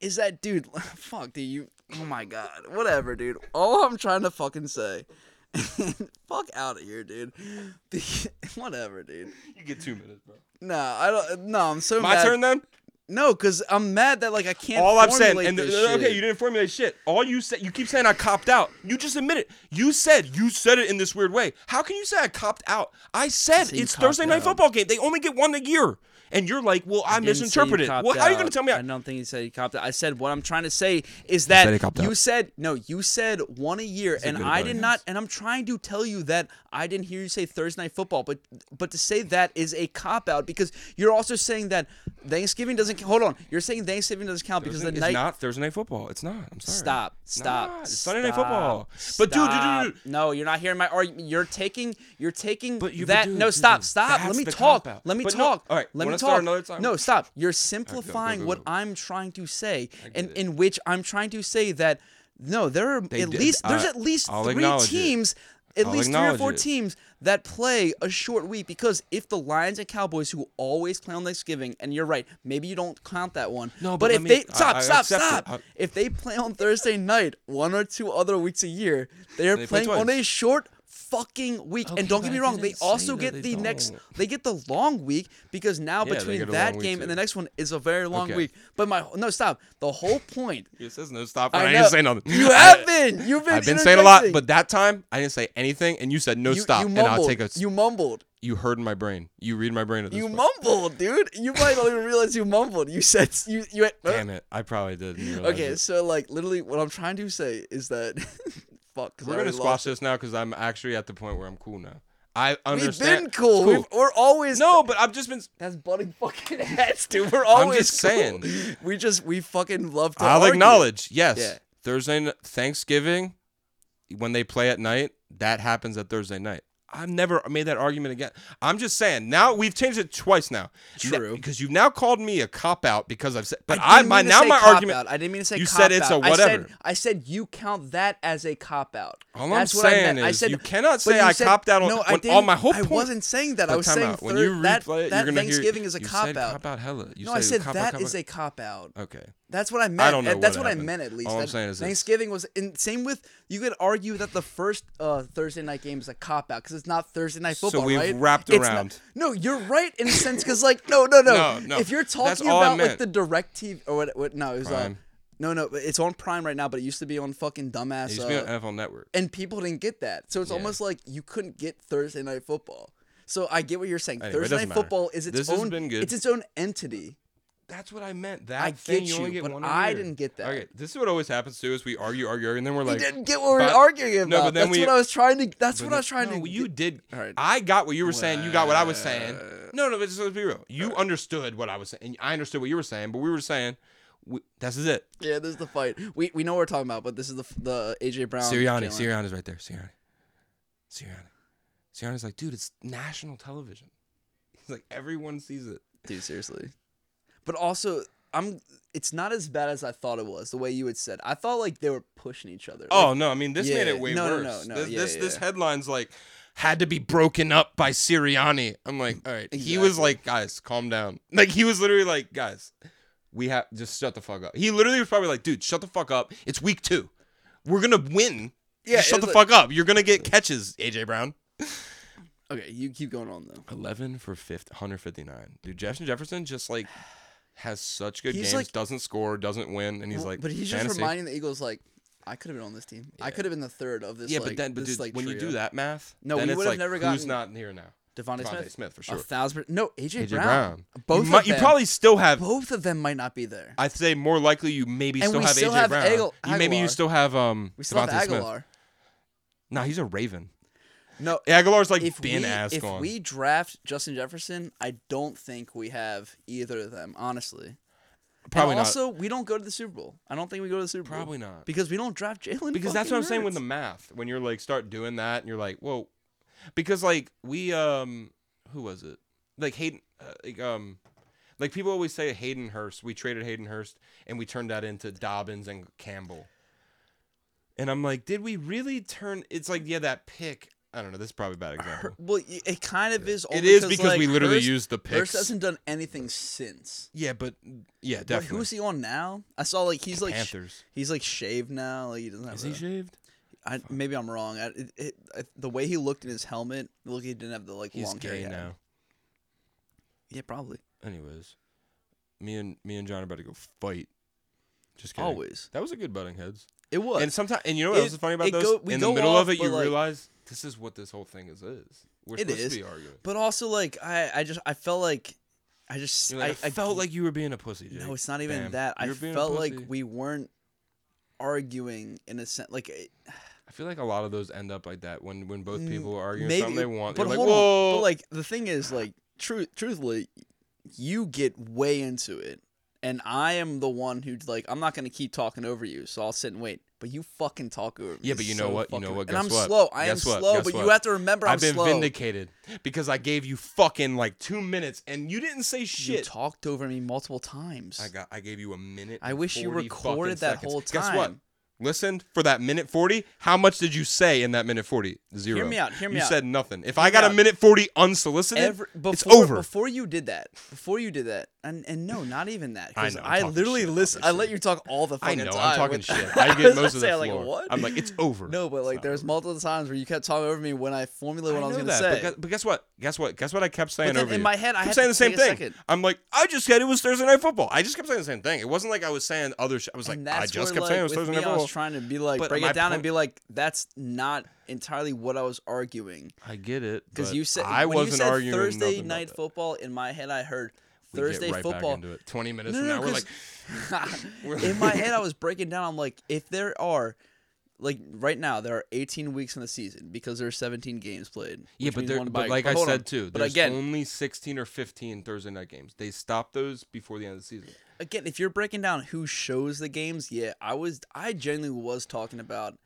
S2: is that, dude, fuck, dude, you, oh my god, whatever, dude. All I'm trying to fucking say, fuck out of here, dude. The- whatever, dude.
S1: You get two minutes, bro.
S2: No, I don't. No, I'm so
S1: My
S2: mad.
S1: turn then.
S2: No, because I'm mad that like I can't.
S1: all I'm saying,
S2: formulate
S1: and the-
S2: this
S1: uh, okay,
S2: shit.
S1: you didn't formulate shit. All you said, you keep saying I copped out. You just admit it. You said you said it in this weird way. How can you say I copped out? I said
S2: you
S1: it's
S2: copped
S1: Thursday night
S2: out.
S1: football game. They only get one a year, and you're like, "Well, I,
S2: didn't say he
S1: misinterpreted.
S2: copped
S1: What? How are you going
S2: out.
S1: to tell me?
S2: I
S1: I,
S2: don't think he said he copped out. I said what I'm trying to say is
S1: said he
S2: that
S1: copped
S2: you
S1: out.
S2: said no. You said one a year, and
S1: good
S2: I
S1: about
S2: did
S1: it.
S2: not. And I'm trying to tell you that I didn't hear you say Thursday night football. But but to say that is a cop out because you're also saying that Thanksgiving doesn't. Hold on, you're saying Thanksgiving doesn't count because the
S1: it's
S2: night.
S1: not Thursday night football. It's not. I'm sorry.
S2: Stop! Stop!
S1: not. It's
S2: stop,
S1: Sunday Night Football. But dude, dude,
S2: stop.
S1: dude,
S2: no, you're not hearing my argument. You're taking, you're taking
S1: But you- but
S2: that.
S1: dude,
S2: no,
S1: dude,
S2: stop,
S1: dude,
S2: stop. Let
S1: that's
S2: me
S1: the
S2: talk.
S1: cop-out.
S2: Let me
S1: But no-
S2: talk.
S1: all right,
S2: let me
S1: wanna
S2: talk.
S1: start another time?
S2: No, stop. You're simplifying
S1: go,
S2: what
S1: go.
S2: I'm trying to say, and in which I'm trying to say that no, there are at
S1: did-
S2: least there's
S1: I-
S2: at least
S1: I'll
S2: three
S1: acknowledge it.
S2: teams. At
S1: I'll
S2: least three or
S1: acknowledge
S2: four
S1: it.
S2: teams that play a short week because if the Lions and Cowboys, who always play on Thanksgiving, and you're right, maybe you don't count that one.
S1: No,
S2: but,
S1: but
S2: if
S1: let me-
S2: they
S1: I-
S2: stop,
S1: I
S2: stop,
S1: accept it.
S2: stop.
S1: I-
S2: If they play on Thursday night, one or two other weeks a year, they are
S1: They play
S2: playing on
S1: twice.
S2: a short fucking week.
S1: Okay,
S2: and don't get
S1: but
S2: me
S1: I
S2: wrong, they
S1: didn't
S2: also
S1: say
S2: get
S1: that they
S2: the next,
S1: don't.
S2: they get the long week because now
S1: Yeah, they
S2: between
S1: get a
S2: that
S1: long week
S2: game and the
S1: too.
S2: next one is a very long
S1: Okay.
S2: week. But my no, stop. The whole point.
S1: It says no stop.
S2: I
S1: I,
S2: know.
S1: didn't say nothing.
S2: You
S1: I-
S2: have been. You've been.
S1: I've been saying a lot,
S2: interjecting.
S1: but that time I didn't say anything, and you said no
S2: you,
S1: stop,
S2: you
S1: and
S2: mumbled.
S1: I'll take a. You,
S2: You mumbled.
S1: heard in my brain. You read my brain at this
S2: You
S1: point.
S2: mumbled, dude. You might not even realize you mumbled. You said you you. Had,
S1: Damn it! I probably didn't. realize
S2: okay,
S1: it.
S2: so like literally, what I'm trying to say is that fuck. 'cause I
S1: we're gonna
S2: already
S1: squash
S2: lost
S1: this now because I'm actually at the point where I'm cool now. I
S2: it. We've
S1: understand.
S2: been
S1: It's
S2: cool. We've, we're always
S1: No, but I've just been.
S2: That's butting fucking heads, dude. We're always
S1: just
S2: cool.
S1: saying.
S2: We just we fucking love to.
S1: I'll
S2: argue.
S1: acknowledge. Yes.
S2: Yeah.
S1: Thursday n- Thanksgiving, when they play at night, that happens at Thursday night. I've never made that argument again. I'm just saying. Now we've changed it twice now.
S2: True.
S1: Because you've now called me a cop out because I've said. But
S2: I
S1: I,
S2: didn't
S1: my
S2: mean to
S1: now
S2: say
S1: my
S2: cop
S1: argument.
S2: out. I didn't mean to say
S1: you
S2: cop
S1: said it's
S2: out.
S1: a
S2: I said-
S1: whatever.
S2: I said, you count that as a cop out.
S1: All I'm
S2: That's what I
S1: saying
S2: meant. I
S1: is
S2: said,
S1: you cannot
S2: but
S1: say
S2: you
S1: I
S2: said-
S1: copped out on-
S2: no, I
S1: on- on
S2: didn't-
S1: my whole
S2: I
S1: point.
S2: wasn't saying that. I
S1: But
S2: was
S1: time
S2: saying
S1: out. when you
S2: third-
S1: replay it,
S2: that,
S1: you're
S2: that
S1: gonna hear-
S2: Thanksgiving is a
S1: you
S2: cop
S1: said
S2: out.
S1: Cop out hella. You
S2: no, I said
S1: cop out,
S2: that
S1: cop
S2: is
S1: out.
S2: a cop out.
S1: Okay.
S2: That's what I meant.
S1: don't know
S2: Uh, That's
S1: what
S2: what, I
S1: happened.
S2: meant at least.
S1: All I'm
S2: That
S1: saying is this.
S2: Thanksgiving was and same with you could argue that the first uh, Thursday night game is a cop out because it's not Thursday night
S1: So
S2: football,
S1: we've
S2: right?
S1: wrapped
S2: It's not-
S1: around.
S2: no, you're right in a sense because like no, no, no.
S1: No, no.
S2: If you're
S1: That's
S2: talking
S1: all I
S2: about like
S1: meant.
S2: the direct TV or what, what no, it was uh,
S1: Prime.
S2: no, no, it's on Prime right now, but it used to be on fucking
S1: It
S2: dumbass.
S1: used to be
S2: Uh,
S1: on NFL Network.
S2: and people didn't get that, so it's almost like you couldn't get Thursday night football. So I get what you're saying.
S1: Anyway, it
S2: Thursday night
S1: doesn't matter.
S2: football is its
S1: This has
S2: own.
S1: been good.
S2: It's its own entity.
S1: That's what I meant. That
S2: I
S1: thing
S2: get
S1: you, only
S2: you,
S1: get
S2: but
S1: one a
S2: I
S1: year.
S2: didn't get that.
S1: Okay, this is what always happens to us. We argue, argue, argue, and then we're like,
S2: You didn't get what we were
S1: but-
S2: arguing about.
S1: No, but then
S2: that's
S1: we-
S2: what I was trying to. That's what I
S1: no-
S2: was trying
S1: no,
S2: to.
S1: You did.
S2: All right.
S1: I got what you were saying. You got what I was saying. No, no, but just let's be real. You understood what I was saying. I understood what you were saying, but we were saying, we, this is it.
S2: yeah, this is the fight. We we know what we're talking about, but this is the f- the AJ Brown.
S1: Sirianni,
S2: Jalen.
S1: Sirianni's right there. Sirianni, Sirianni, Sirianni's like, dude, it's national television. He's like, everyone sees it.
S2: dude, seriously. But also, I'm. It's not as bad as I thought it was. The way you had said, I thought like they were pushing each other.
S1: Oh
S2: Like,
S1: no! I mean, this made
S2: yeah,
S1: it way
S2: no, no,
S1: worse.
S2: no, no,
S1: this
S2: yeah,
S1: this,
S2: yeah,
S1: this
S2: yeah.
S1: headline's like had to be broken up by Sirianni. I'm like, all right. He was
S2: Mm, Exactly.
S1: like, guys, calm down. Like he was literally like, guys, we have just shut the fuck up. He literally was probably like, dude, shut the fuck up. It's week two. We're gonna win.
S2: Yeah,
S1: Yeah,
S2: it
S1: shut the
S2: was
S1: fuck up. You're gonna get catches, AJ Brown.
S2: okay. You keep going on though.
S1: Eleven for 50, 159. Dude, Justin Jefferson just like has such good
S2: He's
S1: games.
S2: like-
S1: doesn't score, doesn't win, and he's
S2: Well,
S1: like,
S2: but he's just
S1: fantasy.
S2: reminding the Eagles like, I could have been on this team. I could have been the third of this.
S1: Yeah,
S2: like,
S1: but then, but
S2: this,
S1: dude,
S2: like,
S1: when you
S2: trio.
S1: do that math,
S2: No,
S1: then
S2: we
S1: it's
S2: would've
S1: like,
S2: never
S1: who's
S2: gotten-
S1: not here now?
S2: Devontae,
S1: Devontae
S2: Smith,
S1: Smith, for
S2: A
S1: sure.
S2: thousand. per- No, AJ,
S1: AJ
S2: Brown.
S1: Brown.
S2: Both
S1: you, might-
S2: of
S1: you
S2: them.
S1: probably still have.
S2: both of them might not be there.
S1: I'd say more likely you maybe
S2: And
S1: still
S2: we
S1: have
S2: still
S1: AJ
S2: have
S1: Brown.
S2: Agel-
S1: you, maybe
S2: Aguilar.
S1: you still have um.
S2: We still
S1: Devontae
S2: have
S1: Smith.
S2: Aguilar.
S1: Nah, he's a Raven.
S2: No,
S1: Aguilar's like
S2: if
S1: been
S2: we
S1: ass
S2: if
S1: gone.
S2: we draft Justin Jefferson, I don't think we have either of them, honestly.
S1: probably
S2: and
S1: not.
S2: also, we don't go to the Super Bowl. I don't think we go to the Super Bowl.
S1: Probably not.
S2: because we don't draft Jalen.
S1: because that's what
S2: fucking
S1: I'm saying with the
S2: Hurts.
S1: math. When you're like start doing that, and you're like, whoa, because like we um, who was it? Like Hayden, uh, like um, like people always say Hayden Hurst. We traded Hayden Hurst, and we turned that into Dobbins and Campbell. And I'm like, did we really turn? It's like yeah, that pick. I don't know. This is probably a bad example.
S2: Hur- well, y- it kind of is. Only
S1: It is because
S2: like,
S1: we literally
S2: Hurst,
S1: used the
S2: Hurst
S1: picks.
S2: hasn't done anything since.
S1: yeah, but yeah,
S2: But
S1: definitely.
S2: Who's he on now? I saw like he's like sh-
S1: Panthers.
S2: he's like shaved now. Like he doesn't have.
S1: Is he
S2: a-
S1: shaved?
S2: I, maybe I'm wrong. I, it, it, I, the way he looked in his helmet, look, he didn't have the like
S1: He's
S2: long hair
S1: gay
S2: he had.
S1: now.
S2: Yeah, probably.
S1: Anyways, me and me and John are about to go fight. Just kidding.
S2: Always.
S1: That was a good butting heads.
S2: It was.
S1: And sometimes, and you know what
S2: It-
S1: else is funny
S2: it
S1: about those?
S2: go- we
S1: In the
S2: go
S1: middle
S2: off,
S1: of it,
S2: but,
S1: you
S2: like-
S1: realize this is what this whole thing is. is. We're
S2: It
S1: supposed
S2: is.
S1: to be arguing.
S2: But also, like, I, I just, I felt like I just
S1: You're like, I,
S2: I, I
S1: felt like you were being a pussy. Jake.
S2: No, it's not even
S1: Damn,
S2: that. I
S1: you're being a
S2: felt like
S1: pussy.
S2: we weren't arguing in a sense. Like it-
S1: I feel like a lot of those end up like that when when both
S2: Mm,
S1: people are arguing
S2: maybe,
S1: something they want.
S2: but
S1: they're
S2: hold
S1: like,
S2: on.
S1: Whoa.
S2: But like the thing is, like truth, truthfully, you get way into it, and I am the one who like I'm not gonna keep talking over you, so I'll sit and wait. But you fucking talk over me.
S1: Yeah, but you know
S2: so
S1: what? You
S2: fucking
S1: know what?
S2: And I'm
S1: Guess what?
S2: slow. I
S1: Guess
S2: am
S1: what?
S2: slow.
S1: Guess
S2: but you
S1: what?
S2: have to remember I'm
S1: I've been
S2: slow.
S1: vindicated because I gave you fucking like two minutes and you didn't say
S2: You
S1: shit.
S2: talked over me multiple times.
S1: I got. I gave you a minute.
S2: I
S1: and
S2: wish you
S1: 40 fucking
S2: recorded that
S1: seconds.
S2: whole
S1: Guess what?
S2: time.
S1: Listened for that minute forty. How much did you say in that minute forty? Zero.
S2: me out, hear me
S1: you
S2: out.
S1: said nothing. If
S2: me
S1: I got
S2: out.
S1: a minute forty unsolicited,
S2: Every, before,
S1: it's over.
S2: Before you did that, before you did that, and and no, not even that.
S1: I
S2: Because
S1: know, I'm
S2: I,
S1: talking
S2: literally
S1: shit,
S2: listen. I let you talk all the
S1: I
S2: fucking
S1: know.
S2: time.
S1: I'm talking
S2: with-
S1: shit. I
S2: was
S1: get most
S2: gonna
S1: of
S2: say,
S1: the
S2: like,
S1: floor.
S2: what?
S1: I'm like, it's over.
S2: No, but like there's multiple times where you kept talking over me when I formulated what I, was
S1: know
S2: gonna
S1: that,
S2: say.
S1: But, gu- but guess what? Guess what? Guess what? I kept saying
S2: But then
S1: over
S2: in
S1: you.
S2: my head, I
S1: kept
S2: had
S1: saying
S2: to
S1: the same
S2: take a
S1: thing.
S2: second.
S1: I'm like, I just said it was Thursday night football. I just kept saying the same thing. It wasn't like I was saying other. Sh- I was like,
S2: and
S1: I
S2: that's
S1: just
S2: where,
S1: kept
S2: like,
S1: saying it was
S2: with
S1: Thursday
S2: me,
S1: night
S2: I
S1: football.
S2: was trying to be like
S1: But
S2: break
S1: my
S2: it down and
S1: point-
S2: be like, that's not entirely what I was arguing.
S1: I get it
S2: Because
S1: but
S2: you said
S1: I
S2: when
S1: wasn't
S2: you said
S1: arguing
S2: Thursday
S1: nothing
S2: night
S1: about that.
S2: football. In my head, I heard
S1: We get
S2: Thursday
S1: right back
S2: football.
S1: into it. Twenty minutes
S2: No,
S1: from
S2: no,
S1: now, we're
S2: 'cause-
S1: like, We're-
S2: in my head, I was breaking down. I'm like, if there are, like right now, there are 18 weeks in the season because there are 17 games played.
S1: yeah,
S2: which
S1: but,
S2: means
S1: there,
S2: one
S1: but
S2: bye.
S1: like I
S2: hold
S1: said
S2: on.
S1: too,
S2: But
S1: there's
S2: again,
S1: only sixteen or fifteen Thursday night games. They stopped those before the end of the season.
S2: again, if you're breaking down who shows the games, yeah, I was, I genuinely was talking about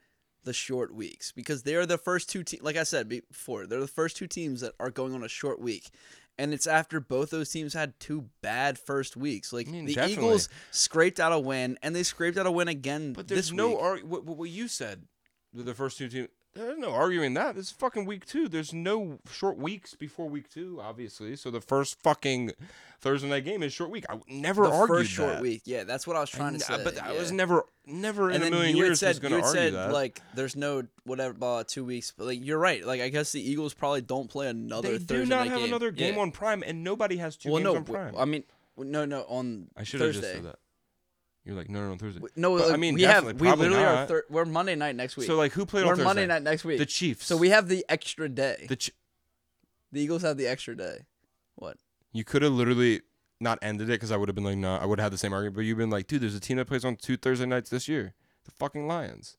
S2: the short weeks because they are the first two teams. Like I said before, they're the first two teams that are going on a short week. And it's after both those teams had two bad first weeks. Like
S1: mean,
S2: the
S1: Mm, definitely.
S2: Eagles scraped out a win, and they scraped out a win again.
S1: But there's
S2: this
S1: no
S2: week.
S1: arg. What, what, what you said, the the first two teams. There's no arguing that. It's fucking week two. There's no short weeks before week two, obviously. So the first fucking Thursday night game is short week. I never
S2: the
S1: argued
S2: first short
S1: that.
S2: week. Yeah, that's what I was
S1: I
S2: trying
S1: n-
S2: to say.
S1: but I was
S2: yeah.
S1: never, never in a
S2: and then
S1: million
S2: you had
S1: years
S2: said,
S1: was going to
S2: you had
S1: argue
S2: said,
S1: that.
S2: Like, there's no whatever uh, two weeks, but like you're right. Like I guess the Eagles probably don't play another.
S1: they
S2: Thursday
S1: do not
S2: night
S1: have
S2: game.
S1: another game
S2: yeah.
S1: on Prime, and nobody has two
S2: Well,
S1: games
S2: no,
S1: on Prime.
S2: w- I mean, w- no, no, on
S1: I should have
S2: Thursday.
S1: just said that. You're like, no, no, no, Thursday.
S2: W- No,
S1: But,
S2: like,
S1: I mean,
S2: we have
S1: definitely,
S2: we
S1: probably
S2: literally are
S1: not.
S2: thir- we're Monday night next week.
S1: So like, who played
S2: we're
S1: on Thursday?
S2: Monday night next week.
S1: The Chiefs.
S2: so we have the extra day.
S1: the Ch-
S2: the Eagles have the extra day. What?
S1: You could have literally not ended it because I would have been like, no, I would have had the same argument. But you've been like, dude, there's a team that plays on two Thursday nights this year. The fucking Lions.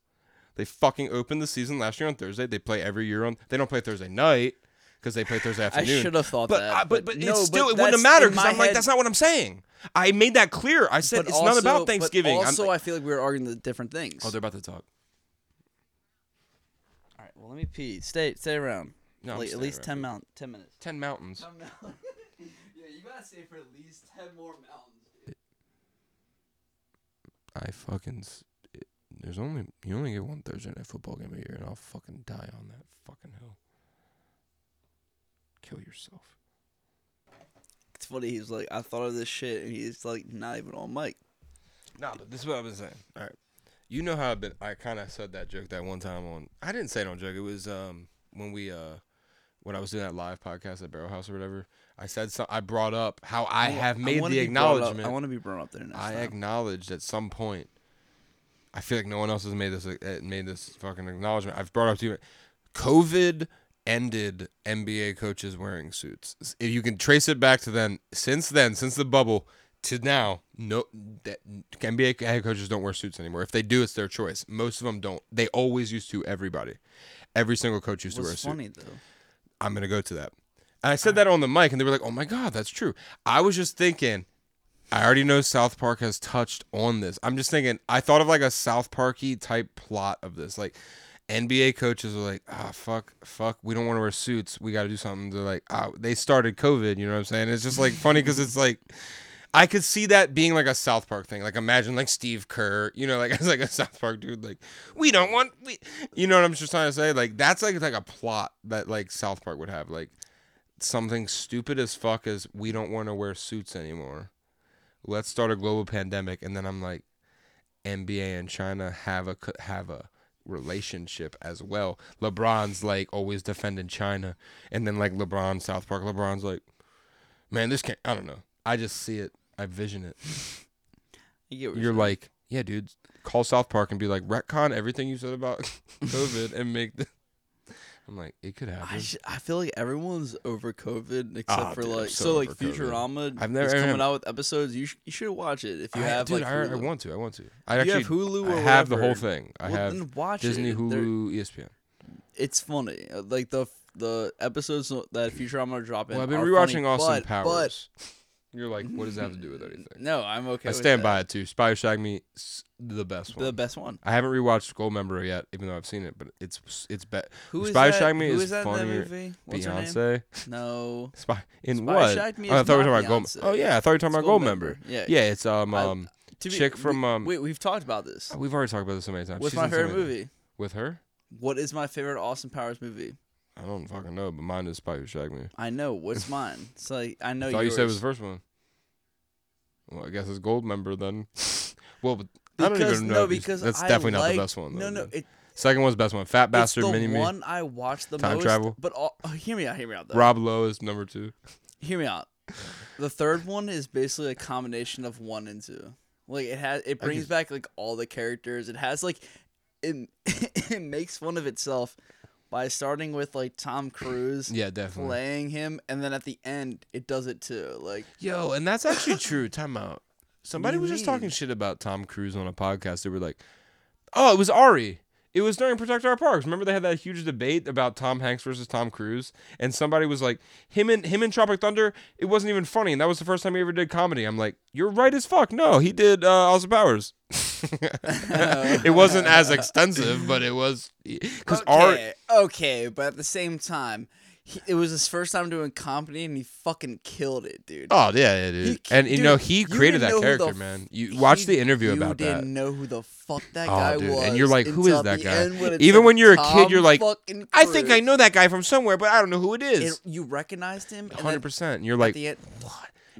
S1: They fucking opened the season last year on Thursday. They play every year on. They don't play Thursday night because they play Thursday
S2: I
S1: afternoon.
S2: should have thought
S1: but,
S2: that.
S1: I- but but
S2: no,
S1: it's still
S2: but
S1: it wouldn't have
S2: that's-
S1: mattered
S2: in
S1: because
S2: my
S1: I'm like
S2: head-
S1: that's not what I'm saying. I made that clear. I said
S2: but
S1: it's not
S2: also-
S1: about
S2: but
S1: Thanksgiving. I'm
S2: Also,
S1: like-
S2: I feel like we were arguing the different things.
S1: oh, they're about to talk.
S2: All right. Well, let me pee. Stay, stay around.
S1: No, I'm
S2: like, at
S1: staying
S2: least
S1: around.
S2: ten mount, ten minutes.
S1: Ten mountains.
S2: yeah, you gotta stay for at least ten more mountains.
S1: I fucking. s- it- There's only you only get one Thursday night football game a year, and I'll fucking die on that fucking hill. Kill yourself.
S2: It's funny. He's like, I thought of this shit, and he's like, not even on mic.
S1: Nah, but this is what I've been saying. All right, you know how I've been. I kind of said that joke that one time on. I didn't say it on joke. It was um when we uh when I was doing that live podcast at Barrel House or whatever. I said so. I brought up how I, have made
S2: wanna
S1: the
S2: be brought up-
S1: acknowledgement.
S2: I want to be brought up there next
S1: I
S2: time.
S1: acknowledged at some point. I feel like no one else has made this uh, made this fucking acknowledgement. I've brought up to you, COVID ended NBA coaches wearing suits. S- If you can trace it back to then, since then, since the bubble to now, no that NBA head coaches don't wear suits anymore. If they do, it's their choice. Most of them don't. They always used to. Everybody, every single coach used to wear a
S2: What's
S1: suit.
S2: funny though?
S1: I'm gonna go to that. And I said that on the mic, and they were like, "Oh my god, that's true." I was just thinking, I already know South Park has touched on this. I'm just thinking, I thought of like a South Parky type plot of this, like NBA coaches are like, "Ah, fuck, fuck, we don't want to wear suits. We got to do something." They're like, "Ah, they started COVID." You know what I'm saying? It's just like funny because it's like. I could see that being like a South Park thing. Like imagine like Steve Kerr, you know, like as like a South Park dude, like we don't want we, you know what I'm just trying to say. Like that's like like a plot that like South Park would have, like something stupid as fuck as we don't want to wear suits anymore. Let's start a global pandemic, and then I'm like, NBA and China have a co- have a relationship as well. LeBron's like always defending China, and then like LeBron South Park, LeBron's like, man, this can't. I don't know. I just see it. I vision it.
S2: You get what
S1: You're like, yeah, dude. Call South Park and be like, retcon everything you said about COVID and make. The- I'm like, it could happen.
S2: I, sh- I feel like everyone's over COVID except
S1: Ah,
S2: for
S1: dude, I'm
S2: like
S1: so
S2: so, like
S1: over COVID.
S2: Futurama.
S1: I've never-
S2: is coming
S1: I've-
S2: out with episodes. You sh- you should watch it if you
S1: I-
S2: have
S1: dude,
S2: like
S1: I,
S2: Hulu.
S1: I want to. I want to. I
S2: If you
S1: actually
S2: have Hulu
S1: I
S2: or
S1: have the whole
S2: whatever,
S1: thing. I
S2: well,
S1: have
S2: then watch
S1: Disney,
S2: it.
S1: Hulu, E
S2: They're-
S1: ESPN.
S2: it's funny. Uh, Like the the episodes that Futurama are dropping.
S1: Well, I've been
S2: are
S1: rewatching
S2: funny,
S1: Austin
S2: but- but-
S1: Powers. You're like, what does that have to do with anything?
S2: no, I'm
S1: I
S2: okay. with
S1: stand
S2: that.
S1: by it too. Spider Shag Me, s- the best one.
S2: the best one.
S1: I haven't rewatched Goldmember yet, even though I've seen it, but it's it's bet.
S2: Who is
S1: Spider
S2: that?
S1: Shag Me
S2: Who
S1: is
S2: is that in that
S1: funnier-
S2: movie? What's her name?
S1: Beyonce.
S2: No.
S1: Spy in
S2: Spy
S1: what?
S2: Shagged Me
S1: oh, I
S2: is
S1: thought we were
S2: not
S1: talking about
S2: Beyonce.
S1: Goldmember. Oh yeah, I thought you were talking
S2: It's
S1: about
S2: Goldmember.
S1: Goldmember.
S2: Yeah.
S1: Yeah, it's um
S2: I-
S1: um
S2: To
S1: chick from um. uh,
S2: Wait, we've talked about this.
S1: we've already talked about this so many times.
S2: What's
S1: She's
S2: my
S1: in so
S2: favorite
S1: many-
S2: movie?
S1: With her,
S2: What is my favorite Austin Powers movie?
S1: I don't fucking know, but mine is Spider Shag Me.
S2: I know. What's mine? It's like I know
S1: thought you
S2: yours.
S1: said it was the first one. Well, I guess it's Goldmember then. well, but I don't
S2: Because-
S1: even know.
S2: No,
S1: if you-
S2: because
S1: that's
S2: I
S1: definitely not
S2: like-
S1: the best one.
S2: No,
S1: though,
S2: no,
S1: dude.
S2: it,
S1: Second one's the best one. Fat Bastard,
S2: it's the
S1: Mini Me.
S2: one I watched the
S1: Time
S2: most.
S1: travel.
S2: But all, oh, hear me out. Hear me out. Though.
S1: Rob Lowe is number two.
S2: Hear me out. The third one is basically a combination of one and two. Like it has, it brings
S1: just-
S2: back like all the characters. It has like, it, it makes fun of itself by starting with like Tom Cruise
S1: Yeah, definitely.
S2: playing him, and then at the end it does it too. Like
S1: Yo, and that's actually true. Time out. Somebody
S2: do you
S1: was just
S2: mean?
S1: talking shit about Tom Cruise on a podcast. They were like, "Oh, it was Ari. It was during Protect Our Parks. Remember they had that huge debate about Tom Hanks versus Tom Cruise, and somebody was like, "Him and him in Tropic Thunder. It wasn't even funny, and that was the first time he ever did comedy." I'm like, "You're right as fuck. No, he did uh, Austin Powers. it wasn't as extensive, but it was because Ari.
S2: okay, okay, but at the same time, he, it was his first time doing comedy, and he fucking killed it, dude.
S1: Oh yeah, yeah, dude.
S2: He-
S1: and you know
S2: dude,
S1: he
S2: you
S1: created
S2: didn't
S1: that
S2: know who the
S1: character,
S2: f-
S1: man. You
S2: he-
S1: watched the interview
S2: you
S1: about that.
S2: didn't know who the fuck that
S1: Oh,
S2: guy
S1: dude,
S2: was,
S1: and you're like, who is
S2: until
S1: that
S2: the
S1: guy?
S2: end when it's
S1: Even
S2: like,
S1: when you're a kid,
S2: Tom
S1: you're like,
S2: fucking
S1: I think I
S2: Cruise."
S1: know that guy from somewhere, but I don't know who it
S2: And
S1: is.
S2: you recognized him. and then
S1: Hundred percent. You're
S2: At
S1: like,
S2: the end,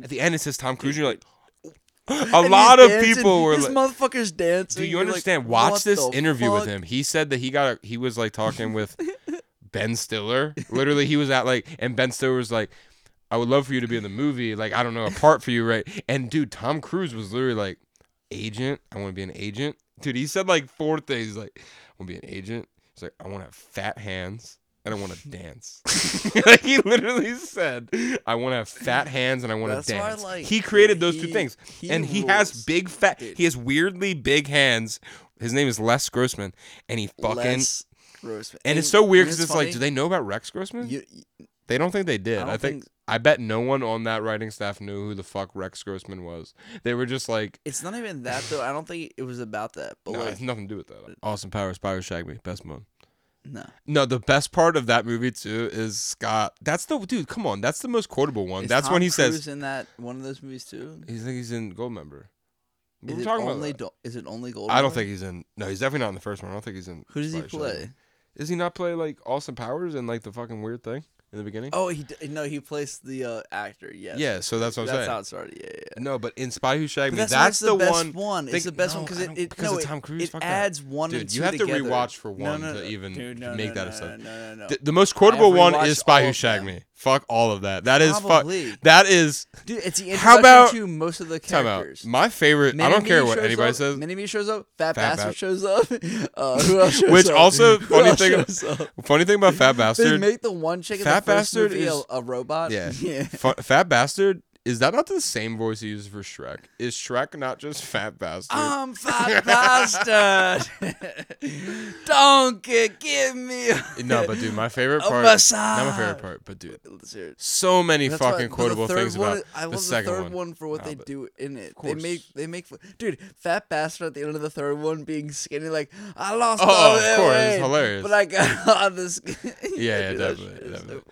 S1: at the end it says Tom Cruise. You're like, a
S2: and he's
S1: lot of
S2: dancing,
S1: people were
S2: This
S1: like,
S2: motherfucker's dancing.
S1: do you
S2: you're like,
S1: understand?
S2: what
S1: Watch this
S2: the
S1: interview with
S2: fuck?
S1: him. He said that he got a, he was like talking with Ben Stiller. Literally, he was at like, and Ben Stiller was like, I would love for you to be in the movie. Like, I don't know a part for you, right? And dude, Tom Cruise was literally like, agent. I want to be an agent. Dude, he said like four things. Like, I want to be an agent. He's like, I want to have fat hands. and I want to dance. like he literally said, I want to have fat hands and I want
S2: That's
S1: to
S2: why,
S1: dance.
S2: like,
S1: he created those two
S2: he-
S1: things.
S2: he
S1: and he has
S2: rules.
S1: big fat
S2: Dude.
S1: he has weirdly big hands. His name is Les Grossman and he fucking
S2: Les Grossman.
S1: and it's so weird
S2: you know
S1: because it's
S2: what's
S1: like, do
S2: funny?
S1: they know about Rex Grossman?
S2: You-
S1: They don't think they did.
S2: I
S1: I,
S2: don't
S1: think,
S2: think-
S1: I bet no one on that writing staff knew who the fuck Rex Grossman was. They were just like,
S2: It's not even that though. I don't think it was about that. But
S1: no, it
S2: like,
S1: has nothing to do with that. Austin Powers, Powers Shag Me, best one.
S2: no.
S1: No, the best part of that movie too is Scott. That's the dude. Come on, that's the most quotable one.
S2: Is
S1: that's
S2: Tom
S1: when he
S2: Cruise
S1: says
S2: in that one of those movies too.
S1: he's like he's in Goldmember. We
S2: Is
S1: were
S2: it
S1: talking about
S2: only
S1: that.
S2: Do- is it only gold?
S1: I don't think he's in. No, he's definitely not in the first one. I don't think he's in.
S2: Who does he
S1: Spider Shag
S2: play?
S1: Me. Does he not play like Austin Powers and like the fucking weird thing in the beginning?
S2: Oh, he d- no, he plays the uh, actor. Yes.
S1: yeah. So that's what I'm
S2: that's
S1: saying.
S2: how it started. Yeah, yeah. yeah.
S1: no, but in Spy Who Shagged
S2: But
S1: Me,
S2: that's,
S1: that's,
S2: not- it's
S1: the,
S2: best
S1: one.
S2: It's
S1: think-
S2: the best
S1: no,
S2: one because
S1: I
S2: it,
S1: don't-
S2: it
S1: because
S2: no,
S1: of
S2: it-
S1: Tom Cruise,
S2: It
S1: fuck that.
S2: adds one and
S1: Dude,
S2: two
S1: you have to
S2: together.
S1: rewatch for
S2: No,
S1: one
S2: no,
S1: to
S2: no,
S1: even
S2: dude,
S1: to
S2: no,
S1: make
S2: no,
S1: that
S2: no,
S1: a sub-
S2: No, no, no.
S1: Th- the most quotable one
S2: rewatched
S1: is Spy
S2: all
S1: Who
S2: of
S1: Shagged
S2: them.
S1: Me. Fuck all of that. That is fuck.
S2: Probably.
S1: That is
S2: Dude, it's the
S1: How
S2: introduction
S1: about-
S2: to most of the
S1: Time out.
S2: characters.
S1: My favorite. I don't
S2: Minimi
S1: care what
S2: shows
S1: anybody
S2: up,
S1: says.
S2: Minnie Me shows up. Fat,
S1: Fat
S2: Bastard
S1: Bas-
S2: shows up. Uh, who else shows
S1: Which
S2: up?
S1: also,
S2: Who
S1: funny
S2: else
S1: thing-
S2: shows up?
S1: Funny thing about Fat
S2: They
S1: Bastard.
S2: make the one chick in
S1: Fat
S2: the first
S1: Bastard
S2: movie a-
S1: is-
S2: a, robot.
S1: yeah. Fu- Fat Bastard. Is that not the same voice he uses for Shrek? Is Shrek not just Fat Bastard?
S2: I'm Fat Bastard. Donkey, give me. A-
S1: no, but dude, my favorite
S2: a
S1: part. Not my
S2: massage.
S1: favorite part, but dude,
S2: Let's hear it.
S1: so many
S2: That's why-
S1: fucking
S2: but the
S1: quotable
S2: third
S1: things
S2: one,
S1: about
S2: I
S1: the
S2: love
S1: second
S2: the third
S1: one.
S2: one, for what
S1: Nah,
S2: they
S1: but-
S2: do in it. They
S1: course.
S2: make they make dude fat bastard at the end of the third one being skinny like I lost
S1: Oh,
S2: all
S1: of
S2: that
S1: course, it's
S2: weight,
S1: hilarious.
S2: but I got all this. yeah,
S1: yeah, definitely, definitely.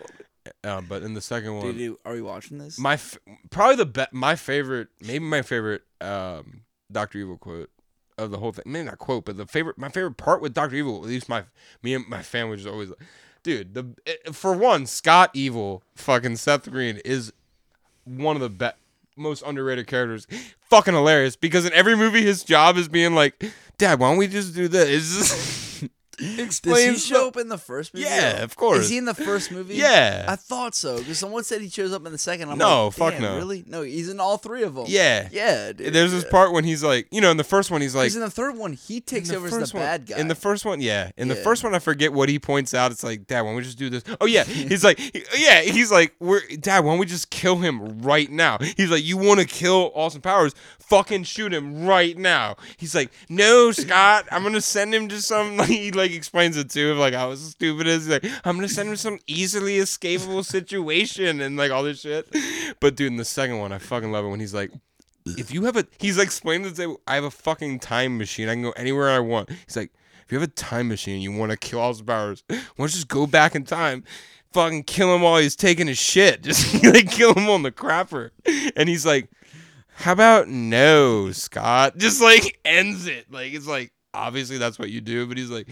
S1: Um, but in the second one,
S2: Dude, dude, are we watching this?
S1: my f- probably the be- my favorite, maybe my favorite um, Doctor Evil quote of the whole thing. Maybe not quote, but the favorite my favorite part with Doctor Evil. At least my me and my family was always like, dude. The eh, for one, Scott Evil, fucking Seth Green is one of the best. Most underrated characters, fucking hilarious. Because in every movie, his job is being like, "Dad, why don't we just do this?"
S2: Does he
S1: explains the-
S2: show up in the first movie?
S1: Yeah,
S2: though?
S1: of course.
S2: Is he in the first movie?
S1: Yeah.
S2: I thought so because someone said he shows up in the second. I'm
S1: No,
S2: like,
S1: fuck
S2: "Damn,
S1: no."
S2: Really? No, he's in all three of them.
S1: Yeah.
S2: yeah. Dude.
S1: There's this part when he's like, you know, in the first one he's like,
S2: Because in the third one, he takes
S1: in the
S2: over as
S1: first
S2: the
S1: one-
S2: bad guy.
S1: In the first one, yeah. In the
S2: Yeah.
S1: first one, I forget what he points out. It's like, Dad, why don't we just do this? Oh yeah, he's like, yeah, he's like, we're Dad, why don't we just kill him right now? He's like, you want to kill Austin Powers? Fucking shoot him right now. He's like, no, Scott, I'm gonna send him to some. Like, he like explains it too, of like how stupid it is. He's like, I'm gonna send him to some easily escapable situation and like all this shit. But dude, in the second one, I fucking love it when he's like, if you have a he's like explaining to the- I have a fucking time machine. I can go anywhere I want. He's like, if you have a time machine and you want to kill Austin Powers, why don't you just go back in time? Fucking kill him while he's taking his shit. Just like kill him on the crapper. And he's like, How about no, Scott? Just like ends it. Like it's like obviously that's what you do, but he's like,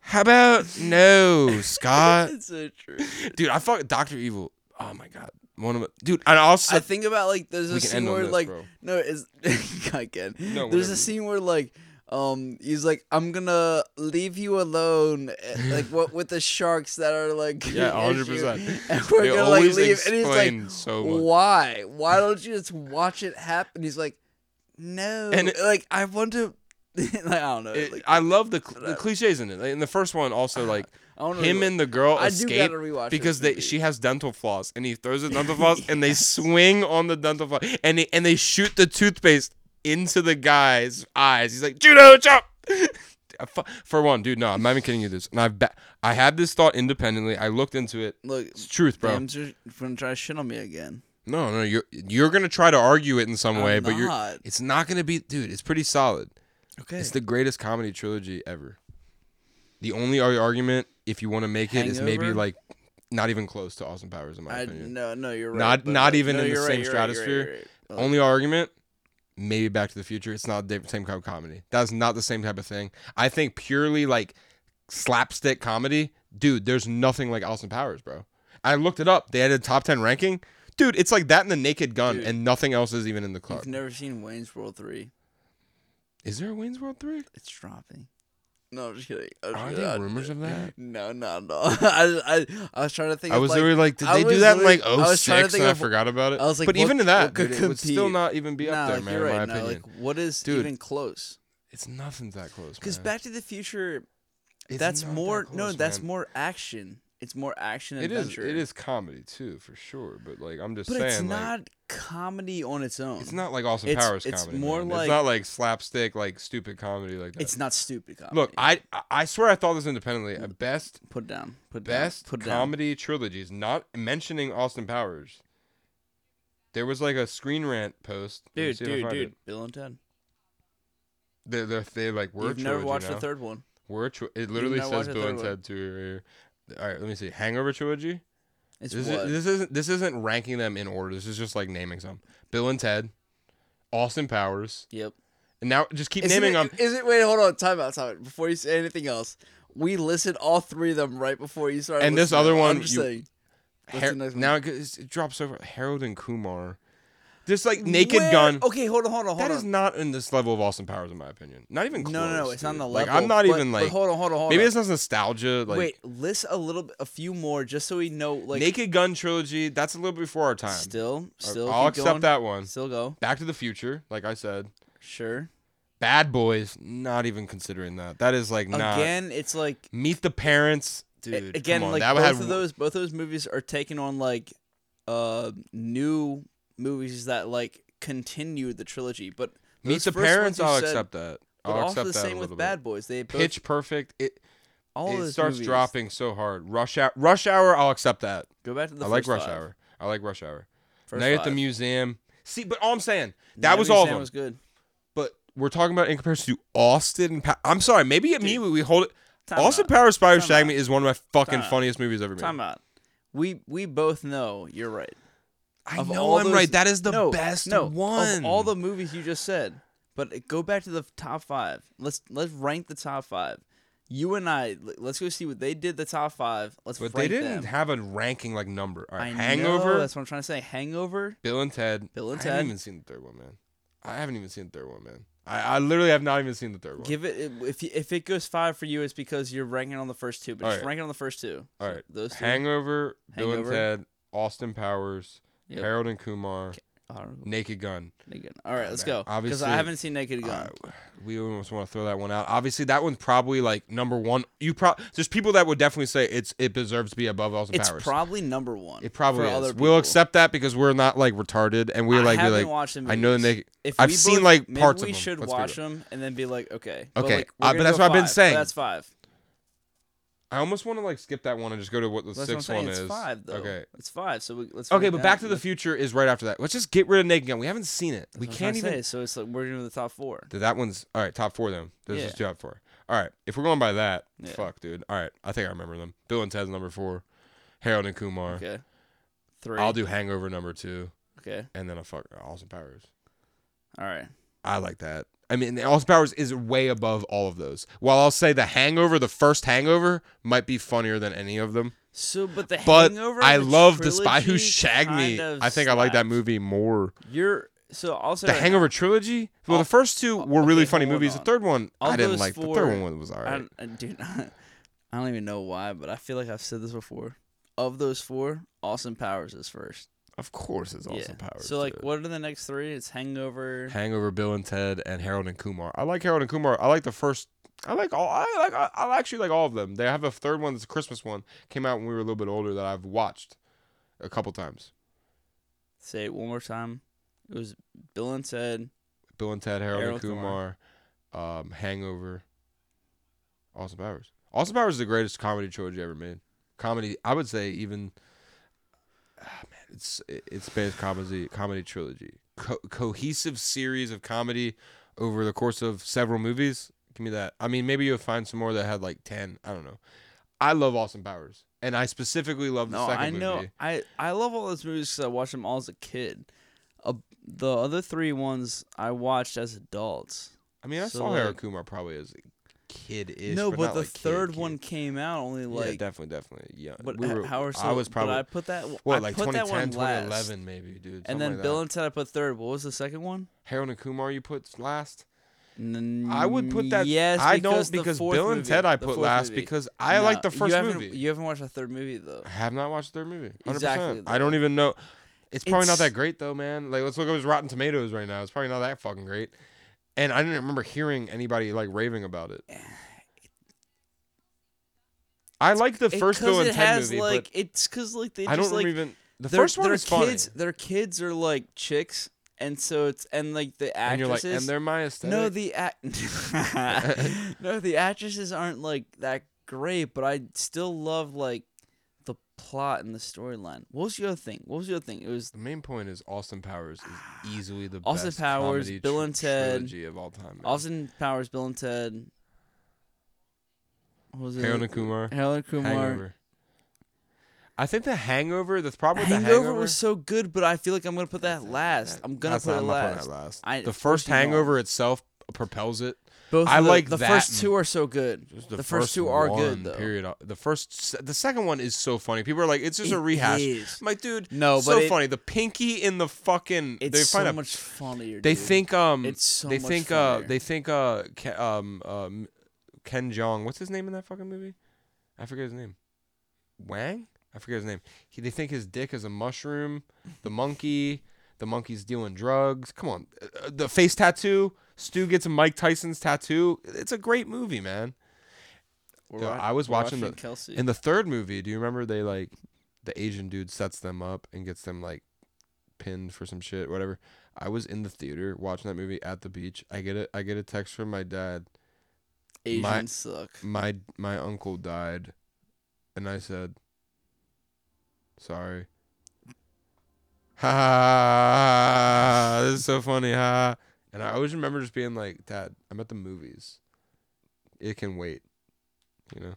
S1: How about no, Scott?
S2: It's so true.
S1: Dude, I fuck Doctor Evil. Oh my god. One of my, dude, and also
S2: I think about like there's a
S1: We can end
S2: scene
S1: on
S2: where
S1: this,
S2: like
S1: bro.
S2: no is I can
S1: No,
S2: there's
S1: whatever.
S2: a scene where like um he's like I'm gonna leave you alone eh, like what with the sharks that are like
S1: Yeah,
S2: at you,
S1: 100%.
S2: and we're
S1: They
S2: gonna like
S1: always
S2: leave and he's
S1: explain
S2: like
S1: so much.
S2: why why don't you just watch it happen he's like no
S1: And
S2: and
S1: it-
S2: like I want to like, I don't know
S1: it-
S2: like, Uh,
S1: I love the cl- the cliches in it. Like, in the first one, also like
S2: I wanna
S1: him
S2: rewatch-
S1: and the girl
S2: I do
S1: escape
S2: gotta rewatch
S1: because
S2: this
S1: they
S2: movie.
S1: she has dental floss and he throws the dental floss and they swing on the dental floss and they, and they shoot the toothpaste into the guy's eyes. He's like judo chop. I fu- For one, dude, no, I'm not even kidding you. This and I've ba- I had this thought independently. I looked into it.
S2: look
S1: It's truth, bro.
S2: Pam's just gonna try to shit on me again
S1: No, no, you're you're gonna try to argue it in some way,
S2: I'm
S1: but you're
S2: not.
S1: it's not gonna be, dude. It's pretty solid.
S2: okay
S1: It's the greatest comedy trilogy ever. The only ar- argument, if you want to make it, is maybe
S2: Hangover?
S1: like not even close to Austin Powers, in my
S2: I
S1: opinion.
S2: no no you're right
S1: Not-
S2: but,
S1: not
S2: like,
S1: even
S2: no,
S1: in the
S2: you're
S1: same
S2: right, you're right, you're right,
S1: stratosphere.
S2: you're right. Uh,
S1: Only argument, maybe Back to the Future. It's not the same kind of comedy. That's not the same type of thing. I think purely like slapstick comedy, dude. There's nothing like Austin Powers, bro. I looked it up. They had a top ten ranking, dude. It's like that in the Naked Gun,
S2: Dude.
S1: and nothing else is even in the club.
S2: You've never seen Wayne's World three.
S1: is there a Wayne's World three?
S2: It's dropping. No, I'm just kidding. I was
S1: Are
S2: kidding.
S1: there
S2: I-
S1: rumors of that?
S2: No, no, no. I, I, I was trying to think.
S1: I
S2: of,
S1: was
S2: like,
S1: literally like, did
S2: I
S1: they do
S2: was
S1: that in like
S2: literally- I was trying to
S1: 06
S2: think
S1: and I
S2: of-
S1: forgot about it?
S2: I was like,
S1: but
S2: what-
S1: even in that,
S2: what could
S1: dude, it would still
S2: compete?
S1: not even be
S2: nah,
S1: up there,
S2: like,
S1: man.
S2: you're
S1: in
S2: right.
S1: my
S2: nah,
S1: opinion,
S2: like, what is
S1: Dude.
S2: even close?
S1: it's nothing that close.
S2: Because
S1: man.
S2: Back to the Future,
S1: It's
S2: that's
S1: not that
S2: more. no,
S1: close,
S2: that's
S1: man.
S2: more action. It's more action
S1: It is.
S2: adventure.
S1: It is comedy too, for sure. But like, I'm just
S2: but
S1: saying,
S2: it's
S1: like,
S2: not comedy on its own.
S1: it's not like Austin
S2: it's-
S1: Powers
S2: it's
S1: comedy.
S2: more
S1: man.
S2: like-
S1: it's not like slapstick, like stupid comedy like that.
S2: It's not stupid comedy.
S1: Look, I I- I swear I thought this independently. At best
S2: put it down. Put it down,
S1: best
S2: Put it down.
S1: comedy trilogies, not mentioning Austin Powers. There was like a screen rant post. Let me
S2: Dude,
S1: see if I
S2: dude,
S1: find it.
S2: dude. Bill and Ted.
S1: They're, they're, they like we're
S2: You've
S1: a
S2: never
S1: trilogy
S2: watched
S1: now.
S2: the third one.
S1: We're a tri- it literally
S2: never
S1: says
S2: watched the
S1: Bill and
S2: third one.
S1: Ted two right here. All right, let me see. Hangover trilogy.
S2: It's
S1: This,
S2: what?
S1: is, this isn't this isn't ranking them in order. This is just like naming some. Bill and Ted, Austin Powers,
S2: yep.
S1: and now just keep
S2: Isn't
S1: naming
S2: it-
S1: them.
S2: Is it? Wait, hold on. Time out. Time out. Before you say anything else, we listed all three of them right before you started.
S1: And this
S2: listening.
S1: other one,
S2: I'm just
S1: you-
S2: saying. what's
S1: Har-
S2: the next one?
S1: now it, goes- it drops over Harold and Kumar. Just like Naked
S2: Where-
S1: Gun.
S2: Okay, hold on, hold on, hold
S1: that
S2: on.
S1: is not in this level of Austin Powers, in my opinion. Not even close.
S2: no, no, no. It's not on
S1: dude.
S2: the
S1: Like
S2: level.
S1: I'm not
S2: but-
S1: even
S2: but
S1: like.
S2: hold on, hold on, hold
S1: maybe
S2: on.
S1: it's not nostalgia. Like
S2: Wait, list a little, bit, a few more, just so we know. Like
S1: Naked Gun trilogy. That's a little before our time.
S2: still, still.
S1: I'll
S2: keep
S1: accept
S2: going.
S1: that one.
S2: Still go.
S1: Back to the Future, like I said.
S2: Sure.
S1: Bad Boys, not even considering that. That is like not
S2: Again, it's like
S1: Meet the Parents,
S2: a-
S1: dude. come
S2: again,
S1: on,
S2: like
S1: that would
S2: both
S1: have
S2: of those, both those movies are taking on like uh new movies that like continue the trilogy, but.
S1: Meet
S2: those
S1: the
S2: first ones
S1: Parents.
S2: you
S1: I'll
S2: said-
S1: accept that.
S2: But
S1: I'll
S2: also
S1: accept
S2: the
S1: that
S2: same
S1: a
S2: with
S1: little
S2: Bad Boys. They
S1: bit.
S2: both,
S1: Pitch Perfect. It
S2: all of
S1: it
S2: those
S1: starts
S2: movies.
S1: dropping so hard. Rush Hour. Rush Hour. I'll accept that.
S2: Go back to the
S1: I like
S2: first
S1: Rush
S2: five.
S1: Hour. I like Rush Hour.
S2: First
S1: Night at the
S2: five.
S1: Museum. See, but all I'm saying that
S2: Night
S1: was
S2: at the
S1: all of
S2: Museum
S1: them.
S2: was good.
S1: But we're talking about in comparison to Austin. Pa- I'm sorry. Maybe at me we hold it.
S2: Time
S1: Austin
S2: out.
S1: Powers Spider
S2: Time
S1: Shag
S2: out.
S1: Me is one of my fucking
S2: Time out.
S1: funniest movies ever made.
S2: Time out. We we both know you're right.
S1: I
S2: Of
S1: know
S2: all
S1: I'm
S2: those-
S1: right. That is the
S2: no,
S1: best
S2: no,
S1: one.
S2: of all the movies you just said. But go back to the top five. Let's let's rank the top five. You and I. l- Let's go see what they did. The top five. Let's
S1: But they
S2: rank
S1: didn't
S2: them.
S1: have a ranking like number. All
S2: I
S1: right, Hangover,
S2: Know, that's what I'm trying to say. Hangover.
S1: Bill and Ted.
S2: Bill and
S1: I
S2: Ted.
S1: haven't even seen the third one, man. I haven't even seen the third one, man. I, I literally have not even seen the third one.
S2: Give it if if it goes five for you, it's because you're ranking on the first two. But
S1: All
S2: just
S1: right.
S2: rank it on the first two.
S1: All
S2: So
S1: right.
S2: those two.
S1: Hangover, Bill and
S2: Hangover.
S1: Ted, Austin Powers,
S2: Yep.
S1: Harold and Kumar,
S2: I don't know.
S1: Naked Gun.
S2: Naked. All right, let's
S1: man.
S2: go. Because
S1: Obviously-
S2: I haven't seen Naked Gun.
S1: I- we almost want to throw that one out. Obviously, that one's probably like number one. You pro there's people that would definitely say it's it deserves to be above Austin
S2: it's
S1: Powers.
S2: probably number one.
S1: it probably
S2: for
S1: is.
S2: Other
S1: we'll
S2: people.
S1: accept that because we're not like retarded and we're
S2: I
S1: like we're
S2: haven't
S1: like
S2: watched the
S1: I know the
S2: movies.
S1: Naked.
S2: If
S1: I've
S2: we
S1: seen,
S2: both-
S1: like,
S2: maybe
S1: parts
S2: we
S1: of 'em.
S2: should
S1: Let's be
S2: watch them and then be like, okay,
S1: Okay,
S2: like,
S1: uh, but
S2: we're gonna
S1: that's
S2: go
S1: what I've been
S2: five, so
S1: saying.
S2: that's five.
S1: I almost want to like skip that one and just go to what the
S2: That's
S1: sixth
S2: what I'm saying.
S1: one
S2: it's
S1: is.
S2: five, though.
S1: Okay.
S2: it's five. So we, let's.
S1: Okay,
S2: write
S1: but
S2: it
S1: Back to
S2: down.
S1: the Future is right after that. Let's just get rid of Naked Gun. We haven't seen it. We
S2: That's what I'm
S1: can't even.
S2: saying. So it's like we're doing the top four.
S1: Dude, That one's all right. Top four, then. This is
S2: Yeah.
S1: top four. All right. If we're going by that,
S2: Yeah.
S1: fuck, dude. All right. I think I remember them. Bill and Ted's number four. Harold and Kumar.
S2: Okay, 3
S1: I'll do Hangover number two,
S2: Okay,
S1: and then a fuck uh, Austin Powers.
S2: all right.
S1: I like that. I mean, Austin Powers is way above all of those. While I'll say the Hangover, the first Hangover, might be funnier than any of them.
S2: So, but the
S1: But
S2: Hangover.
S1: I
S2: the
S1: love The Spy Who
S2: trilogy
S1: Shagged Me.
S2: kind of
S1: I think I like that
S2: slapped.
S1: movie more.
S2: You're so also
S1: The Hangover trilogy. Well, the first two were
S2: Oh, okay,
S1: really funny
S2: hold
S1: movies. The
S2: on.
S1: third one,
S2: All
S1: I didn't
S2: those
S1: like. the
S2: four-
S1: third one was
S2: I,
S1: alright.
S2: don't- I, uh, dude, I don't even know why, but I feel like I've said this before. Of those four, Austin Powers is first.
S1: Of course, it's Austin
S2: yeah.
S1: Powers.
S2: So like,
S1: dude.
S2: what are the next three? It's Hangover.
S1: Hangover, Bill and Ted, and Harold and Kumar. I like Harold and Kumar. I like the first. I like all. I like. I, I actually like all of them. They have a third one that's a Christmas one. Came out when we were a little bit older that I've watched a couple times.
S2: Say it one more time. It was Bill and Ted.
S1: Bill and Ted, Harold,
S2: Harold
S1: and Kumar, um, Hangover, Austin Powers. Austin Powers is the greatest comedy trilogy ever made. Comedy, I would say even. Ah, man, it's it- it's based comedy comedy trilogy, Co- cohesive series of comedy over the course of several movies. Give me that. I mean, maybe you'll find some more that had like ten. I don't know. I love Austin Powers, and I specifically love the
S2: No,
S1: second
S2: I know.
S1: movie.
S2: I I love all those movies because I watched them all as a kid. Uh, the other three ones I watched as adults.
S1: I mean, I
S2: So,
S1: saw Harold
S2: like-
S1: Kumar probably as a kid is
S2: no,
S1: but,
S2: but,
S1: not,
S2: the
S1: like, kid,
S2: third
S1: kid.
S2: one came out only like.
S1: yeah, definitely, definitely. Yeah,
S2: But
S1: we were,
S2: how or so,
S1: I was
S2: but
S1: probably
S2: I put that
S1: what
S2: I
S1: like
S2: put
S1: 2010,
S2: that one last.
S1: 2011 maybe, dude.
S2: and then Bill and Ted I put third. What was the second one?
S1: Harold and Kumar you put last.
S2: N-
S1: I would put that.
S2: Mm, Yes,
S1: I don't
S2: the
S1: because
S2: fourth
S1: Bill and
S2: movie-
S1: Ted I
S2: the
S1: put
S2: fourth
S1: last
S2: movie.
S1: because I like
S2: No,
S1: the first
S2: you haven't-
S1: movie.
S2: You haven't watched the third movie though.
S1: I have not watched the third movie. 100%.
S2: Exactly,
S1: I don't even know. It's probably not
S2: It's-
S1: that great though, man. Like let's look at his Rotten Tomatoes right now. It's probably not that fucking great. And I didn't remember hearing anybody like raving about it. I like the first
S2: because
S1: Bill and
S2: it
S1: Ted
S2: has
S1: movie,
S2: like it's because like they
S1: but I don't
S2: just like
S1: even. The
S2: their-
S1: first one
S2: their
S1: is funny.
S2: kids. Their kids are like chicks, and so it's and like the
S1: and you're like,
S2: actresses.
S1: and they're my aesthetic.
S2: no, the act. no, the actresses aren't like that great, but I still love like the plot and the storyline. What was the other thing? What was the other thing? It was
S1: The main point is Austin Powers is easily the
S2: Ah. Austin
S1: best
S2: Powers,
S1: comedy
S2: Bill
S1: tr-
S2: and Ted,
S1: trilogy of all time. man.
S2: Austin Powers, Bill and Ted. What was it?
S1: Harold and Kumar,
S2: Harold and Kumar.
S1: Hangover. I think the Hangover. The problem with
S2: Hangover,
S1: the Hangover
S2: was so good, but I feel like I'm gonna put that last. I'm gonna
S1: That's
S2: put
S1: not-
S2: it
S1: I'm not putting
S2: last.
S1: that last. the
S2: I- of course
S1: first
S2: you won't.
S1: Hangover itself propels it.
S2: Both
S1: I
S2: of the,
S1: like
S2: the
S1: that
S2: first
S1: and-
S2: two are so good. The, first, two are
S1: one,
S2: good though.
S1: Period. Uh, The first, the second one is so funny. People are like, it's just a
S2: It
S1: rehash.
S2: is.
S1: I'm like, dude,
S2: No,
S1: so
S2: but it-
S1: funny. The pinky in the fucking.
S2: It's
S1: they
S2: so
S1: find a
S2: much funnier.
S1: They
S2: dude.
S1: think um
S2: It's so
S1: they
S2: much
S1: think uh
S2: funnier.
S1: they think uh Ke- um um Ken Jong what's his name in that fucking movie? I forget his name. Wang? I forget his name. He, they think his dick is a mushroom, the monkey, the monkey's dealing drugs. Come on. Uh, uh, the face tattoo, Stu gets a Mike Tyson's tattoo. It's a great movie, man.
S2: We're
S1: Dude,
S2: wa-
S1: uh, I was
S2: we're
S1: watching the-
S2: Kelsey.
S1: In the third movie, do you remember they like the Asian dude sets them up and gets them like pinned for some shit, whatever. I was in the theater watching that movie at the beach. I get it. I get a text from my dad.
S2: Asians
S1: my-
S2: suck.
S1: My my uncle died, and I said, "Sorry." Ha ha! This is so funny. Ha! And I always remember just being like, "Dad, I'm at the movies. It can wait." You know,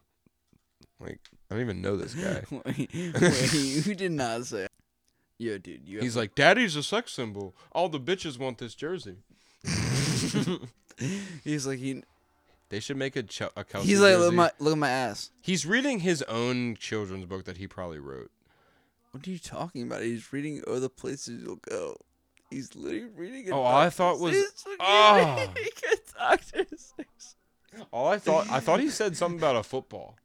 S1: like I don't even know this guy.
S2: wait, wait, you did not say. Yo, dude, you.
S1: He's like, "Daddy's a sex symbol. All the bitches want this jersey."
S2: have- he's like he.
S1: They should make a ch- a Kelsey
S2: He's like look
S1: jersey.
S2: at my look at my ass.
S1: He's reading his own children's book that he probably wrote.
S2: What are you talking about? He's reading other places you'll go. He's literally reading.
S1: Oh, all I thought was- Ah. All I thought, I thought he said something about a football.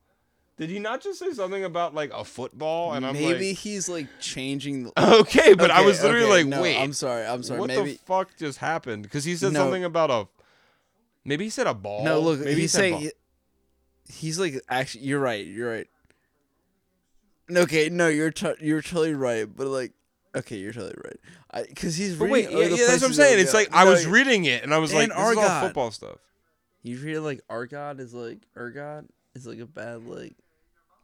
S1: Did he not just say something about like a football? And I'm
S2: Maybe
S1: like,
S2: he's like changing. The-
S1: okay, but I
S2: Okay,
S1: was literally
S2: okay,
S1: like,
S2: no,
S1: wait,
S2: I'm sorry. I'm sorry.
S1: what
S2: Maybe
S1: the fuck just happened? Because he said
S2: No.
S1: something about a. Maybe he said a ball.
S2: no. Look,
S1: maybe he
S2: he's
S1: said
S2: saying
S1: ball.
S2: he's like actually. You're right. You're right. Okay, no, you're t- you're totally right. But like, okay, you're totally right. Because he's
S1: But wait,
S2: reading.
S1: yeah,
S2: other
S1: yeah, that's what I'm
S2: places
S1: saying.
S2: that-
S1: It's
S2: yeah.
S1: like I
S2: No,
S1: was
S2: you're-
S1: reading it, and I was like,
S2: And
S1: "This is all
S2: Argot.
S1: football stuff."
S2: You read like Argod is like Argod is like a bad like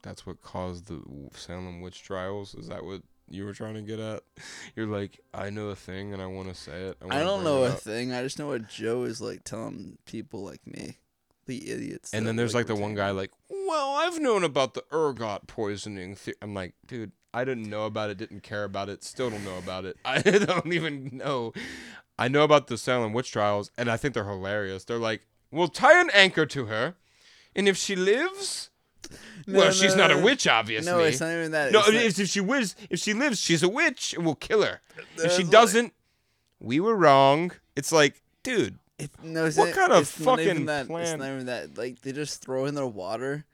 S1: That's what caused the w- Salem witch trials. Is that what you were trying to get at? You're like, I know a thing, and I want to say it.
S2: I
S1: wanna bring
S2: don't know
S1: it
S2: a
S1: up."
S2: thing. I just know what Joe is like telling people like me, the idiots.
S1: And
S2: that,
S1: then there's like the one
S2: pretend-
S1: guy like, well, I've known about the ergot poisoning. The-. I'm like, dude, I didn't know about it, didn't care about it, still don't know about it. I don't even know. I know about the Salem witch trials, and I think they're hilarious. They're like, we'll tie an anchor to her, and if she lives,
S2: No,
S1: well,
S2: no,
S1: she's
S2: no,
S1: not a
S2: no.
S1: witch, obviously.
S2: No, it's not even that.
S1: No,
S2: it's not-
S1: if, if she lives, if she lives, she's a witch, and we'll kill her. If
S2: There's
S1: she
S2: like-
S1: doesn't, we were wrong. It's like, dude,
S2: it- no, it's
S1: what
S2: not-
S1: kind of
S2: it's not even
S1: fucking
S2: that, It's
S1: plan-
S2: not even that. Like they just throw in their water,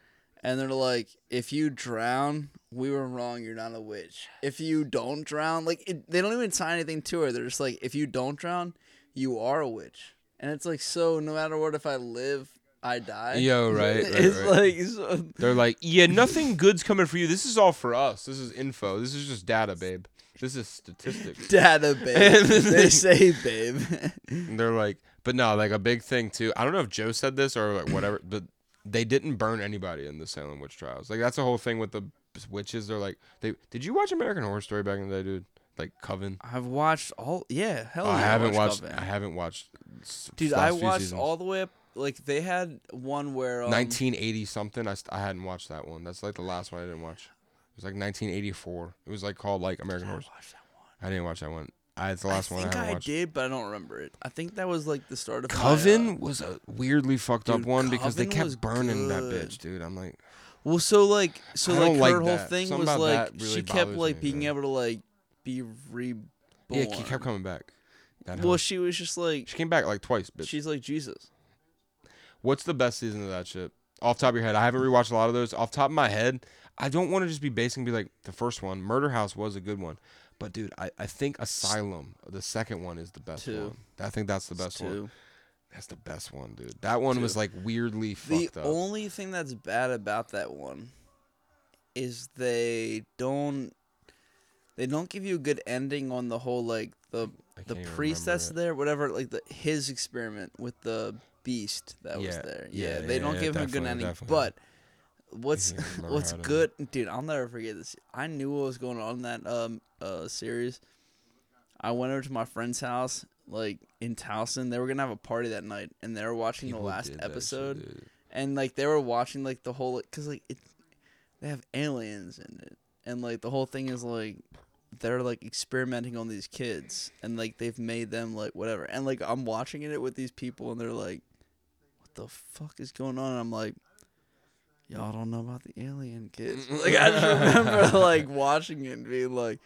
S2: and they're like, "If you drown, we were wrong. You're not a witch. If you don't drown, like it, they don't even tie anything to her. They're just like, if you don't drown, you are a witch. And it's like, so no matter what, if I live, I die.
S1: Yo, right, right,
S2: it's
S1: right.
S2: like so,
S1: They're like, yeah, nothing good's coming for you. This is all for us. This is info. This is just data, babe. This is statistics.
S2: data, babe. they say, babe.
S1: And they're like, but no, like a big thing too. I don't know if Joe said this or like whatever, but they didn't burn anybody in the Salem witch trials. Like that's the whole thing with the witches. They're like, they did you watch American Horror Story back in the day, dude? Like Coven.
S2: I've watched all. Yeah, hell.
S1: I
S2: yeah,
S1: haven't watched.
S2: watched. Coven.
S1: I haven't watched. s-
S2: Dude,
S1: last
S2: I
S1: few
S2: watched
S1: seasons.
S2: all the way up. Like they had one where um,
S1: 1980 something. I, st- I hadn't watched that one. That's like the last one I didn't watch. It was like 1984. It was like called like American Horror.
S2: watched that one.
S1: I didn't watch that one. I, it's the last
S2: I
S1: one I
S2: think
S1: haven't
S2: I,
S1: watched.
S2: did, but I don't remember it. I think that was like the start of my, uh,
S1: Coven was a weirdly fucked up
S2: Dude,
S1: one because they
S2: Coven was
S1: kept burning that
S2: good.
S1: bitch, dude. I'm like,
S2: well, so like, so
S1: I
S2: like
S1: don't
S2: her
S1: like
S2: whole
S1: that.
S2: thing
S1: Something
S2: was
S1: about
S2: like
S1: that really
S2: she kept
S1: bothers
S2: like
S1: me,
S2: being
S1: yeah.
S2: able to like be reborn.
S1: yeah, he kept coming back. That
S2: Well,
S1: hoe.
S2: she was just like
S1: she came back like twice, bitch.
S2: she's like Jesus.
S1: What's the best season of that shit? Off top of your head, I haven't rewatched a lot of those. Off top of my head, I don't want to just be basing be like the first one. Murder House was a good one, but dude, I, I think Asylum, the second one, is the best
S2: Two.
S1: one. I think that's the best one.
S2: too.
S1: That's the best one, dude. That one was
S2: Two.
S1: like weirdly
S2: The
S1: fucked up.
S2: only thing that's bad about that one is they don't they don't give you a good ending on the whole like the
S1: I
S2: the
S1: can't even
S2: priest
S1: remember
S2: that's
S1: it.
S2: there, whatever, like the his experiment with the beast that was
S1: Yeah,
S2: there. Yeah,
S1: yeah,
S2: they
S1: yeah,
S2: don't
S1: yeah,
S2: give him a good
S1: definitely,
S2: ending.
S1: definitely.
S2: But what's
S1: can't remember
S2: what's
S1: how to-
S2: good, dude? I'll never forget this. I knew what was going on in that um uh series. I went over to my friend's house, like in Towson. They were gonna have a party that night, and they were watching
S1: People
S2: the last
S1: did that shit,
S2: episode,
S1: dude.
S2: and like they were watching like the whole like because like it, they have aliens in it, and like the whole thing is like they're like experimenting on these kids, and like they've made them like whatever, and like I'm watching it with these people, and they're like, "What the fuck is going on?" And I'm like. Y'all don't know about the alien kids. Like I just remember like watching it and being like,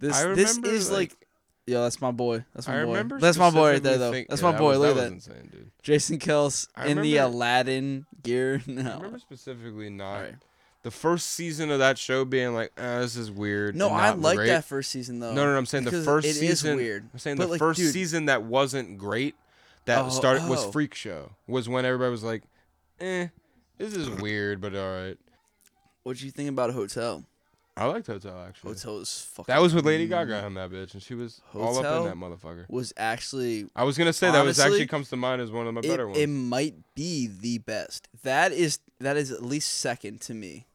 S2: "This,
S1: I
S2: this
S1: remember,
S2: is like, yo, that's my boy. That's
S1: I
S2: my boy.
S1: remember.
S2: That's my boy right
S1: specifically
S2: there, though.
S1: think-
S2: that's
S1: yeah,
S2: my boy.
S1: Was,
S2: Look at
S1: that
S2: that.
S1: was insane, dude.
S2: Jason Kells
S1: I
S2: in the
S1: remember-
S2: Aladdin gear.
S1: I
S2: No,
S1: remember specifically not
S2: Alright.
S1: the first season of that show being like, eh, this is weird.
S2: no,
S1: and
S2: I
S1: not
S2: like
S1: great.
S2: that first season though.
S1: No, no, no, I'm saying the
S2: because
S1: first
S2: it is
S1: season.
S2: weird.
S1: I'm saying
S2: But,
S1: the
S2: like,
S1: first
S2: dude-
S1: season that wasn't great. That
S2: Oh,
S1: started was
S2: oh.
S1: Freak Show. Was when everybody was like, eh, this is weird, but all right.
S2: What do you think about Hotel?
S1: I liked Hotel actually.
S2: Hotel is fucking.
S1: That was with Lady Gaga on that bitch, and she was all up
S2: Hotel?
S1: in that motherfucker.
S2: was actually
S1: I was gonna say that was
S2: Honestly,
S1: actually comes to mind as one of my
S2: it,
S1: better ones.
S2: it might be the best. That is that is at least second to me.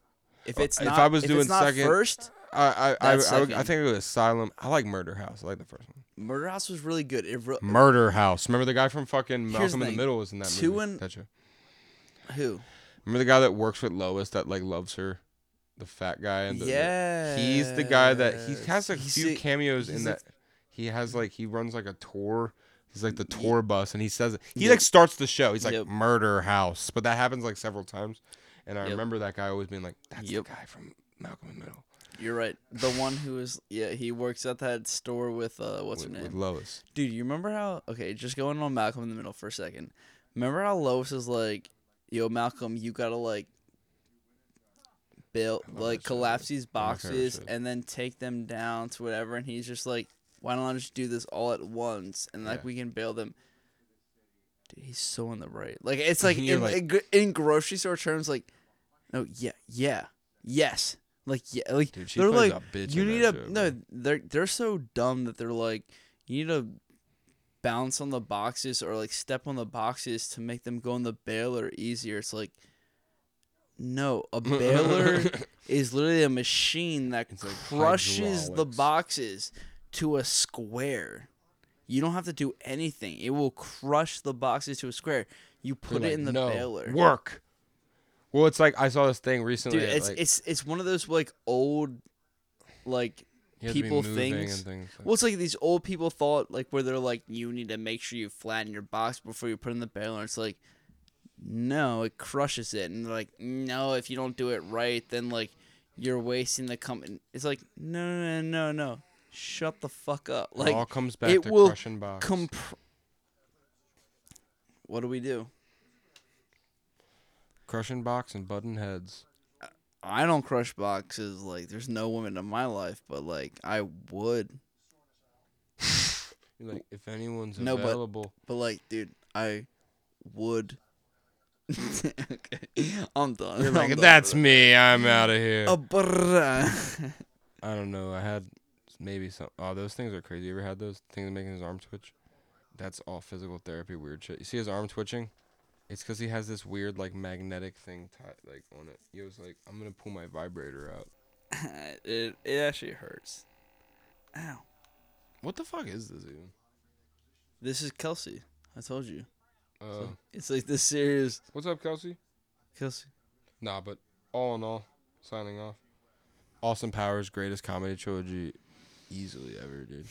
S2: If it's
S1: Uh, if
S2: not,
S1: I was
S2: if
S1: doing
S2: it's not
S1: second-
S2: first,
S1: I I I, I,
S2: That's
S1: would- I
S2: second.
S1: think it was Asylum. I like Murder House. I like the first one.
S2: Murder House was really good. It re-
S1: Murder House. Remember the guy from fucking
S2: Here's
S1: Malcolm
S2: the
S1: in the
S2: thing.
S1: Middle was in that
S2: Two
S1: movie.
S2: and-
S1: that show.
S2: who?
S1: Remember the guy that works with Lois that like loves her, the fat guy. And the,
S2: Yeah,
S1: He's the guy that he has a few cameos in
S2: he's a-
S1: that. He has like he runs like a tour. He's like the tour bus, and he says he
S2: Yep.
S1: like starts the show. He's like
S2: Yep.
S1: Murder House, but that happens like several times. And I
S2: Yep.
S1: remember that guy always being like, "That's
S2: Yep.
S1: the guy from Malcolm in the Middle."
S2: You're right. The one who is yeah, he works at that store with uh what's
S1: with,
S2: her
S1: with
S2: name?
S1: Lois.
S2: Dude, you remember how okay, just going on Malcolm in the middle for a second. Remember how Lois is like, yo, Malcolm, you gotta like build
S1: love
S2: like
S1: that show,
S2: collapse
S1: I
S2: these
S1: love that
S2: boxes
S1: show.
S2: and then take them down to whatever and he's just like, Why don't I just do this all at once and like
S1: Yeah.
S2: we can bail them Dude, he's so on the right. Like it's like,
S1: You're
S2: in,
S1: like-
S2: in, gr- in grocery store terms, like, no, yeah, yeah, yes, like yeah, like
S1: Dude, she
S2: they're
S1: plays
S2: like
S1: a bitch
S2: you
S1: in
S2: need a
S1: that show,
S2: no.
S1: bro.
S2: They're they're so dumb that they're like you need to bounce on the boxes or like step on the boxes to make them go in the baler easier. It's like no, a baler is literally a machine that
S1: It's like
S2: crushes the
S1: hydraulics.
S2: boxes to a square. You don't have to do anything. It will crush the boxes to a square. You
S1: They're
S2: put
S1: like,
S2: it in the
S1: no,
S2: baler.
S1: Work. Well, it's like I saw this thing recently.
S2: Dude,
S1: that,
S2: it's
S1: like,
S2: it's it's one of those like old like
S1: you have to be
S2: people
S1: moving
S2: things-
S1: and things like-
S2: well it's like these old people thought like where they're like you need to make sure you flatten your box before you put it in the baler. It's like no, it crushes it and they're like no, if you don't do it right then like you're wasting the company. It's like no no no no no. Shut the fuck up.
S1: It all
S2: Like
S1: comes back
S2: it
S1: to
S2: will
S1: crushing box.
S2: comp- What do we do?
S1: crushing box and button heads.
S2: I don't crush boxes. Like, there's no woman in my life, but like, I would.
S1: You're like, if anyone's
S2: No, but-
S1: available,
S2: But like, dude, I would. okay, I'm done.
S1: you're
S2: I'm
S1: like,
S2: done
S1: that's
S2: for that.
S1: me. I'm out of here.
S2: A brrrr.
S1: I don't know. I had maybe some. Oh, those things are crazy. You ever had those things making his arm twitch? That's all physical therapy weird shit. You see his arm twitching? It's because he has this weird like magnetic thing tied like on it. He was like, I'm gonna pull my vibrator out.
S2: it it actually hurts. Ow!
S1: What the fuck is this even?
S2: This is Kelsey. I told you.
S1: Uh,
S2: It's like this serious
S1: what's up, Kelsey?
S2: Kelsey.
S1: Nah, but all in all, signing off. Austin Powers' greatest comedy trilogy, easily ever, dude.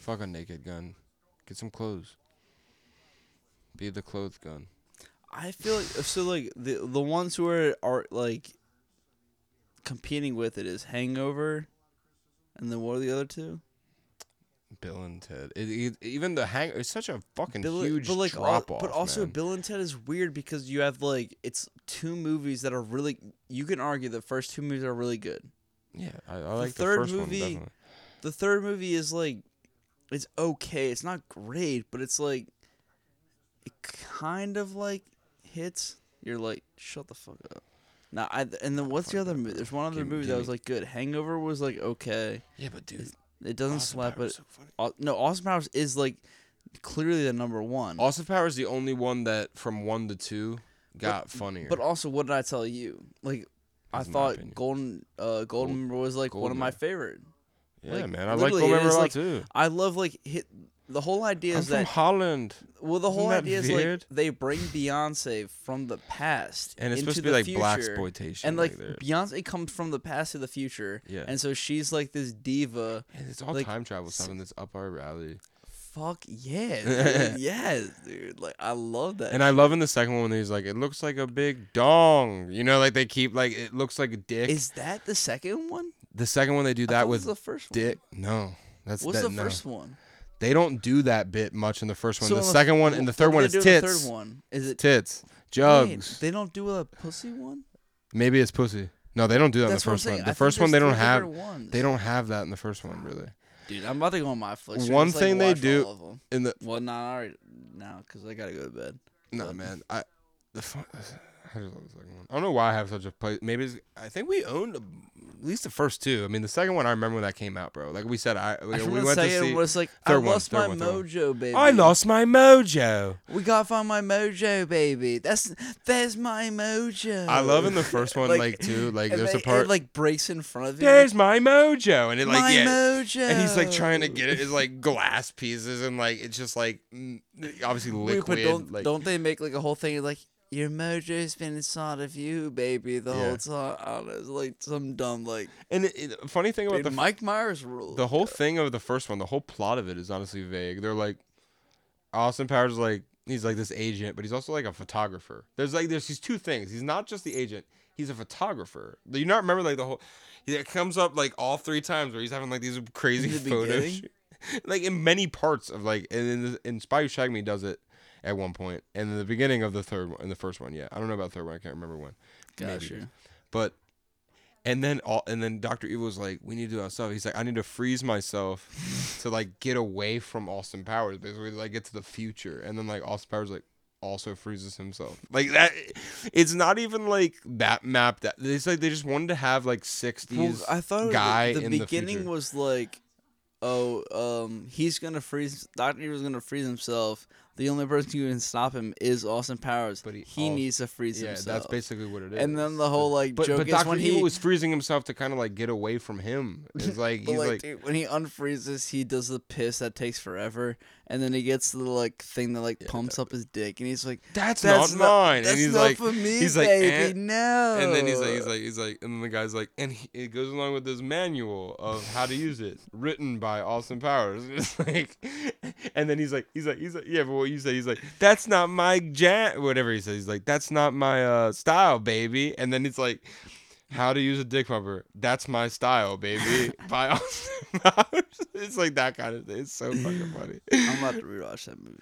S1: Fuck a naked gun. Get some clothes. Be the clothes gun.
S2: I feel like so like the the ones who are are like competing with it is Hangover, and then what are the other two?
S1: Bill and Ted. It, it- even the hang. It's such a fucking
S2: Bill-
S1: huge
S2: but like all-
S1: drop off.
S2: but also
S1: man.
S2: Bill and Ted is weird because you have like it's two movies that are really you can argue the first two movies are really good.
S1: yeah, I, I like the,
S2: third
S1: first
S2: movie-
S1: one definitely.
S2: The third movie is like it's okay, it's not great, but it's like it kind of like hits. You're like shut the fuck up. Now I and then what's the other movie? There's one other
S1: Gimme-
S2: movie that was
S1: gimme.
S2: like good. Hangover was like okay.
S1: Yeah, but dude,
S2: It doesn't
S1: Austin Powers
S2: slap, but
S1: is so funny.
S2: Au- no, Austin Powers is like clearly the number one.
S1: Austin Powers the only one that from one to two got funnier.
S2: But also, what did I tell you? Like,
S1: That's
S2: I
S1: my
S2: thought
S1: opinion.
S2: Golden uh, Golden Member was like one of
S1: Golden
S2: my
S1: Member.
S2: favorite.
S1: yeah,
S2: like,
S1: man, I like
S2: literally, it
S1: Remember
S2: is
S1: a lot
S2: like-
S1: too.
S2: I love like hit. The whole idea
S1: I'm
S2: is
S1: from
S2: that
S1: Holland,
S2: well, the whole
S1: isn't that
S2: idea is
S1: weird?
S2: like they bring Beyonce from the past
S1: and it's
S2: into
S1: supposed to be
S2: the
S1: like black
S2: future.
S1: exploitation,
S2: and like
S1: they're-
S2: Beyonce comes from the past to the future,
S1: Yeah.
S2: and so she's like this diva.
S1: and it's all
S2: like,
S1: time travel
S2: s-
S1: stuff, and it's up our alley.
S2: Fuck yeah, dude. yes, dude. Like I love that.
S1: And I love in the second one when he's like, it looks like a big dong. You know, like they keep like it looks like a dick.
S2: is that the second one?
S1: the second one they do
S2: I thought
S1: that
S2: it was
S1: with
S2: the first
S1: dick. No, that's
S2: one. What's
S1: that,
S2: the
S1: no.
S2: first one?
S1: They don't do that bit much in the first one.
S2: So
S1: the
S2: in the-
S1: second one and the third
S2: What
S1: one
S2: do
S1: is
S2: they do in the
S1: tits.
S2: Third one is it
S1: Tits.
S2: Wait,
S1: Jugs.
S2: they don't do a pussy one.
S1: Maybe it's pussy. No, they don't do that
S2: That's
S1: in the
S2: what I'm
S1: first
S2: saying.
S1: one.
S2: I
S1: The
S2: think
S1: first one they
S2: there's
S1: don't
S2: three
S1: have
S2: different ones.
S1: they don't have that in the first one really.
S2: Dude, I'm about to go on my flicks.
S1: One
S2: just, like,
S1: thing they
S2: watch
S1: do-
S2: all of 'em.
S1: In the
S2: Well, not nah, already now because I gotta go to bed.
S1: No,
S2: But-
S1: man. I the fu- I just love the second one. I don't know why I have such a place. Maybe it's, I think we owned at least the first two. I mean, the second one I remember when that came out, bird Like we said, I,
S2: I
S1: we,
S2: remember
S1: we went to
S2: saying
S1: see.
S2: it was like I
S1: third one,
S2: lost
S1: third
S2: my
S1: one, third one.
S2: mojo, baby.
S1: I lost my mojo.
S2: We gotta find my mojo, baby. That's there's my mojo.
S1: I love in the first one,
S2: Uh, Like,
S1: like, too. Like
S2: and
S1: there's
S2: they-
S1: a part
S2: it, like breaks in front of you.
S1: there's my mojo, and it like
S2: my
S1: yeah,
S2: mojo.
S1: and he's like trying to get it. It's like glass pieces, and like it's just like mm, obviously
S2: Wait,
S1: liquid.
S2: but don't
S1: like,
S2: don't they make like a whole thing like your mojo's been inside of you, baby, the whole
S1: Yeah.
S2: time? I don't know. It's like some dumb like
S1: And it, it- funny thing about
S2: Dude,
S1: the
S2: Mike Myers rule.
S1: the whole thing of the first one, the whole plot of it is honestly vague. They're like, Austin Powers is like, he's like this agent, but he's also like a photographer. There's like there's these two things. He's not just the agent. He's a photographer. Do you not remember like the whole? It comes up like all three times where he's having like these crazy
S2: In the
S1: photos,
S2: beginning?
S1: like in many parts of like and in, in Spy Who Shagged Me does it at one point, and in the beginning of the third one, in the first one, yeah, I don't know about the third one. I can't remember when. Maybe it was.
S2: Gotcha.
S1: But and then all and then Doctor Evil was like, we need to do our stuff. He's like, I need to freeze myself to like get away from Austin Powers, basically like get to the future. And then like Austin Powers like also freezes himself. Like that it's not even like that map that it's like they just wanted to have like
S2: Well,
S1: sixties
S2: I thought it was-
S1: guy
S2: the,
S1: in the
S2: beginning
S1: future.
S2: was like, oh, um, he's gonna freeze. Doctor Evil's gonna freeze himself. The only person who can stop him is Austin Powers.
S1: But he al-
S2: needs to freeze
S1: Yeah,
S2: himself.
S1: that's basically what it is.
S2: And then the whole like
S1: but,
S2: joke
S1: but
S2: is
S1: Doctor
S2: when
S1: Evil
S2: he
S1: was freezing himself to kind of like get away from him. It's like
S2: But
S1: he's
S2: like,
S1: like,
S2: dude, when he unfreezes, he does the piss that takes forever, and then he gets the like thing that like pumps up his dick, and he's like,
S1: that's,
S2: "That's
S1: not mine.
S2: That's
S1: and he's
S2: not
S1: like,
S2: for me,
S1: he's like,
S2: baby,
S1: "Eh."
S2: no."
S1: And then he's like, he's like, he's like, and then the guy's like, and he, it goes along with this manual of how to use it, written by Austin Powers. It's like, and then he's like, he's like, he's like, yeah, but what you said, he's like, that's not my jam, whatever he says. He's like, that's not my uh, style, baby. And then it's like, how to use a dick pumper. That's my style, baby. by Austin Powers. It's like that kind of thing. It's so fucking funny.
S2: I'm about to rewatch that movie.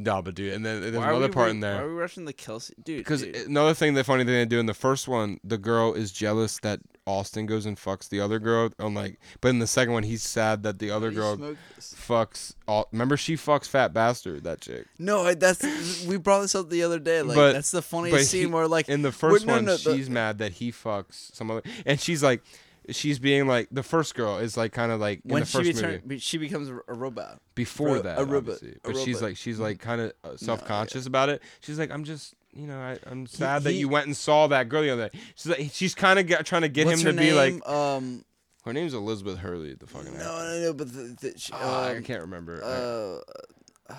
S1: Nah, but dude, and then there's
S2: Why are
S1: another
S2: we
S1: part
S2: re-
S1: in there.
S2: Why are we rushing the Kelsey dude?
S1: Because
S2: dude.
S1: another thing, the funny thing they do in the first one, the girl is jealous that Austin goes and fucks the other girl. On like, but in the second one, he's sad that the other
S2: You
S1: girl
S2: smoked this.
S1: fucks. All, remember, she fucks fat bastard. That chick.
S2: No, I- that's we brought this up the other day. Like
S1: But-
S2: that's the
S1: but
S2: funniest
S1: he-
S2: scene where like
S1: In the
S2: we're-
S1: first
S2: no,
S1: one,
S2: no, the-
S1: she's mad that he fucks some other, and she's like, she's being like, the first girl is like kind of like in
S2: when
S1: the
S2: she
S1: first
S2: return,
S1: movie
S2: be- she becomes a a robot.
S1: before
S2: ro-
S1: that,
S2: a robot-
S1: obviously.
S2: a
S1: But she's
S2: robot. Mm-hmm.
S1: like, she's like kind of uh, self conscious about it. She's like, I'm just. You know, I, I'm sad that
S2: he-
S1: you went and saw that girl the other day. She's like, she's kind of trying to get
S2: What's
S1: him
S2: her
S1: to be
S2: name?
S1: like,
S2: um,
S1: Her name's Elizabeth Hurley, the fucking
S2: no,
S1: actress.
S2: no, no, but the, the, she,
S1: Ah, I
S2: um,
S1: can't remember. Uh,
S2: uh,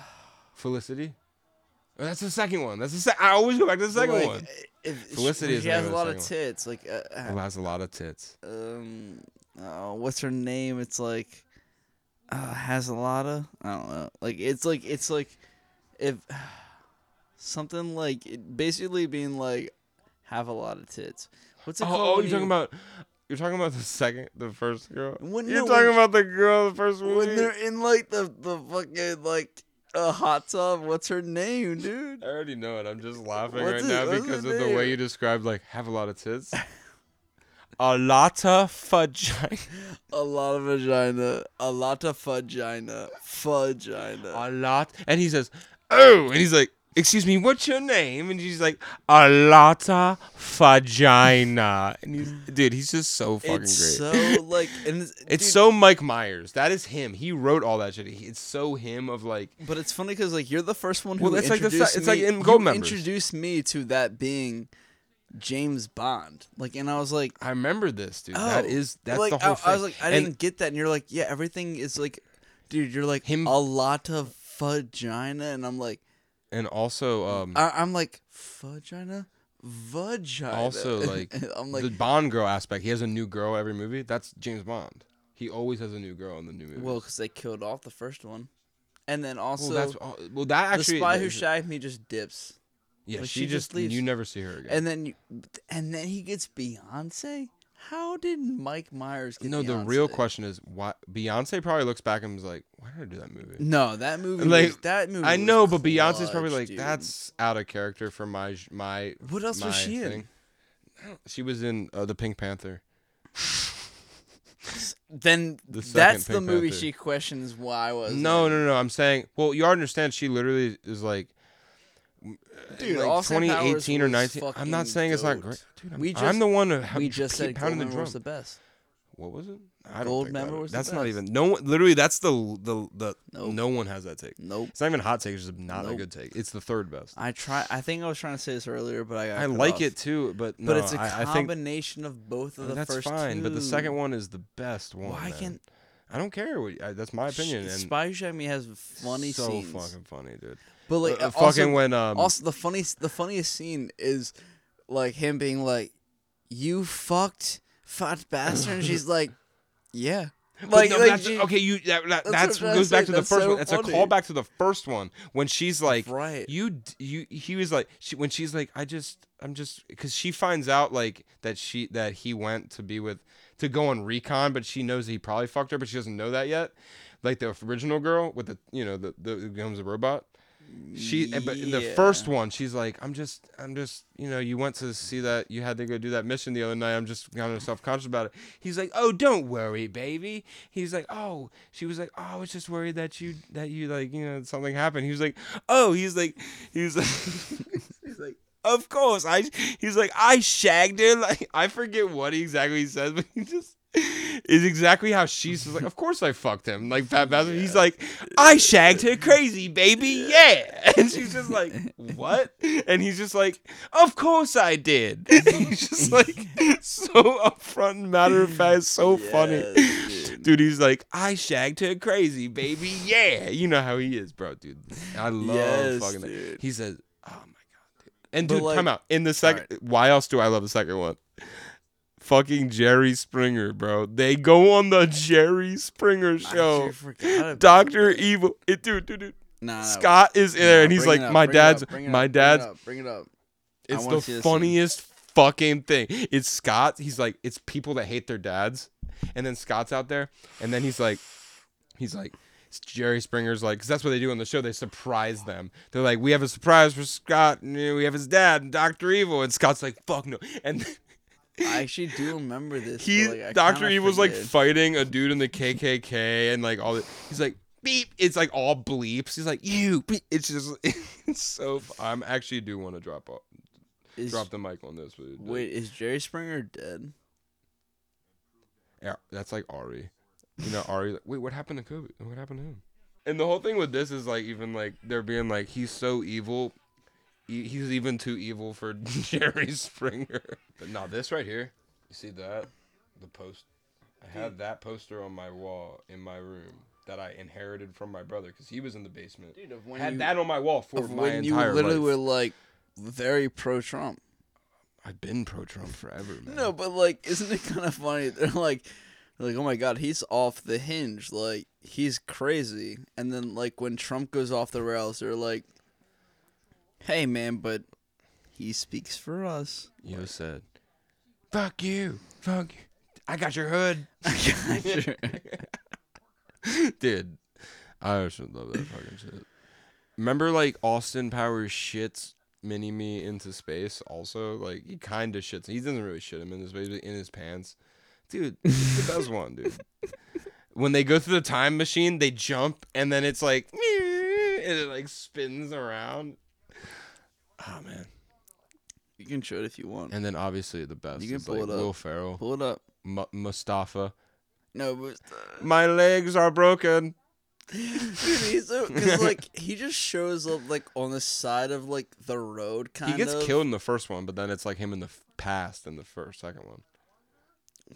S1: Felicity? Oh, that's the second one. That's the se- I always go back to the second
S2: like, eh,
S1: one.
S2: if she-
S1: Felicity is
S2: she
S1: the
S2: has
S1: name
S2: a
S1: of the
S2: lot of
S1: second
S2: tits. Like, uh,
S1: Well,
S2: uh,
S1: has a lot of tits.
S2: um, oh, what's her name? It's like uh, has a lot of. I don't know. Like it's like it's like if something like it basically being like have a lot of tits. What's it
S1: Oh,
S2: called?
S1: oh,
S2: when
S1: you're talking
S2: you-
S1: about you're talking about the second, the first girl.
S2: When-
S1: you're
S2: no,
S1: talking
S2: when-
S1: about the girl, in the first movie.
S2: when they're in like the the fucking like a hot tub. What's her name, dude?
S1: I already know it. I'm just laughing
S2: What's
S1: right
S2: it-
S1: now
S2: what's
S1: because
S2: the
S1: of the
S2: name?
S1: way you described like have a lot of tits. a lot of vagina.
S2: A lot of vagina. A lot of fudgina. Fudgina.
S1: a lot. And he says, Oh, and he's like, Excuse me, what's your name? And she's like, A lotta vagina. And he's, dude, he's just so fucking
S2: It's
S1: great.
S2: so like, and it's,
S1: it's
S2: dude,
S1: so Mike Myers. That is him. He wrote all that shit. He- It's so him of like,
S2: But it's funny because like you're the first one who
S1: Well, that's like the
S2: introduced
S1: si- it's
S2: me,
S1: like in
S2: you
S1: Goldmembers.
S2: introduced me to that being James Bond. Like, and I was like,
S1: I remember this, dude.
S2: oh,
S1: that is that's
S2: like,
S1: the whole
S2: I,
S1: thing.
S2: I was like, I
S1: And
S2: didn't get that, and you're like, yeah, everything is like, dude, you're like
S1: Him-
S2: a lot of vagina, and I'm like,
S1: and also um
S2: I, I'm like vagina, vagina.
S1: also like,
S2: I'm like,
S1: the Bond girl aspect. He has a new girl every movie. That's James Bond. He always has a new girl in the new movie.
S2: well, because they killed off the first one, and then
S1: well,
S2: also
S1: that's all- well that
S2: the
S1: actually
S2: spy who shagged me just dips.
S1: Yeah,
S2: like,
S1: she,
S2: she just
S1: just
S2: leaves.
S1: you never see her again.
S2: And then, you, and then he gets Beyonce. How did Mike Myers get?
S1: No, the
S2: Beyonce?
S1: real question is why Beyonce probably looks back and is like, why did I do that movie?
S2: No, that movie.
S1: Like,
S2: was, that movie.
S1: I
S2: was
S1: know, but Beyonce's probably
S2: clutch,
S1: like,
S2: dude.
S1: that's out of character for my j- my.
S2: What else
S1: my
S2: was she in?
S1: She was in uh, the Pink Panther.
S2: Then
S1: The
S2: that's
S1: second
S2: the
S1: Pink
S2: movie
S1: Panther.
S2: she questions why I was.
S1: No,
S2: in.
S1: no, no. I'm saying, well, you understand. She literally is like,
S2: dude,
S1: like
S2: Austin
S1: 2018 or
S2: Powers was
S1: 19. I'm not
S2: fucking
S1: saying it's not
S2: goat.
S1: great, dude. I'm,
S2: We
S1: I'm
S2: just-
S1: the one who
S2: We just said
S1: pounding the
S2: Goldmember
S1: drum.
S2: was the best.
S1: what was it? I
S2: Gold
S1: think that
S2: member
S1: it-
S2: was the
S1: That's not
S2: best.
S1: even no one. Literally, that's the the the
S2: Nope.
S1: no one has that take.
S2: Nope.
S1: It's not even a hot take. It's just not a
S2: Nope.
S1: good take. It's the third best.
S2: I try. I think I was trying to say this earlier, but I got
S1: I
S2: cut
S1: like
S2: off.
S1: it too, but no,
S2: But it's a
S1: I- I think Uh,
S2: combination of both of the
S1: that's
S2: first
S1: fine.
S2: two.
S1: But the second one is the best one.
S2: Why
S1: man.
S2: can't
S1: I don't care. What, I, that's my opinion.
S2: Sh-
S1: and
S2: Spy Who Shagged Me has funny
S1: so
S2: scenes.
S1: fucking funny, dude.
S2: But like
S1: Uh,
S2: uh,
S1: fucking
S2: also,
S1: when um
S2: also the funniest the funniest scene is like him being like, "You fucked fat bastard," and she's like, "Yeah." Like,
S1: no,
S2: like,
S1: that's,
S2: you-
S1: okay, you that, that
S2: what
S1: that's,
S2: I'm trying to
S1: goes back
S2: say.
S1: to the
S2: That's
S1: first
S2: so
S1: one. That's a
S2: funny.
S1: callback to the first one when she's like,
S2: right.
S1: you d- you he was like she, when she's like I just I'm just because she finds out like that she that he went to be with to go on recon but she knows he probably fucked her but she doesn't know that yet like the original girl with the you know the the who becomes a robot she and but in the
S2: Yeah.
S1: first one she's like I'm just I'm just you know you went to see that you had to go do that mission the other night I'm just kind of self conscious about it he's like oh don't worry baby he's like oh she was like oh I was just worried that you that you like you know something happened he was like oh he's like he's like he's like of course i he's like i shagged her like i forget what he exactly he says but he just is exactly how she's just like of course i fucked him like pat Baz- he's like i shagged her crazy baby yeah and she's just like what and he's just like of course i did he's just like so upfront and matter of fact so funny
S2: Yes, dude.
S1: Dude, he's like, I shagged her crazy, baby. Yeah. You know how he is, bro, dude. I love
S2: Yes,
S1: fucking that.
S2: dude.
S1: He says, Oh my god, dude. And
S2: But,
S1: dude,
S2: like-
S1: come out. In the second why else do I love the second one? Fucking Jerry Springer, bro. They go on the Jerry Springer
S2: I
S1: show.
S2: actually forgot about
S1: Doctor Evil. It, dude, dude, dude.
S2: Nah, nah,
S1: Scott is in
S2: nah,
S1: there and he's
S2: bring
S1: like,
S2: it up,
S1: My
S2: bring it
S1: dad's
S2: up, bring it up,
S1: my
S2: bring it
S1: dad's
S2: up, Bring it up. I
S1: it's
S2: wanna
S1: the
S2: see this scene.
S1: funniest fucking thing. It's Scott. He's like, it's people that hate their dads, and then Scott's out there, and then he's like, he's like, Jerry Springer's like, because that's what they do on the show. They surprise them. They're like, we have a surprise for Scott. and We have his dad, Doctor Evil, and Scott's like, fuck no, and.
S2: I actually do remember this.
S1: He
S2: but, like, I
S1: Doctor
S2: kinda
S1: Evil's like
S2: forget.
S1: fighting a dude in the KKK and like all the he's like beep. It's like all bleeps. He's like you. Beep. It's just it's so. fu- I'm actually do want to drop off,
S2: Is-
S1: drop the mic on this. but it-
S2: Wait, is Jerry Springer dead?
S1: Yeah, that's like Ari. You know, Ari. Like, Wait, what happened to Kobe? What happened to him? And the whole thing with this is like, even like they're being like, he's so evil. E- He's even too evil for Jerry Springer. But now this right here, you see that? The post. I have that poster on my wall in my room that I inherited from my brother because he was in the basement.
S2: Dude, of when
S1: I had that on my wall for
S2: of
S1: my
S2: when you
S1: entire
S2: literally
S1: life.
S2: were like very pro Trump.
S1: I've been pro Trump forever, man.
S2: No, but like, isn't it kind of funny? They're like, they're like, oh my god, he's off the hinge. Like he's crazy. And then like when Trump goes off the rails, they're like, hey man, but he speaks for us.
S1: you said, "Fuck you, fuck you." I got your hood. Dude, I should love that fucking shit. Remember, like Austin Powers shits mini me into space. Also, like he kind of shits. He doesn't really shit him into space, but in his pants, dude. It's the best one, dude. When they go through the time machine, they jump, and then it's like, and it like spins around. Oh man!
S2: you can show it if you want.
S1: And then obviously the best
S2: You can
S1: is
S2: pull
S1: like
S2: it up.
S1: Will Ferrell,
S2: Pull it up.
S1: Mu Mustafa.
S2: No, but
S1: My legs are broken.
S2: dude, he's so because like he just shows up like on the side of like the road. Kind
S1: he gets
S2: of.
S1: killed in the first one, but then it's like him in the f- past in the first second one.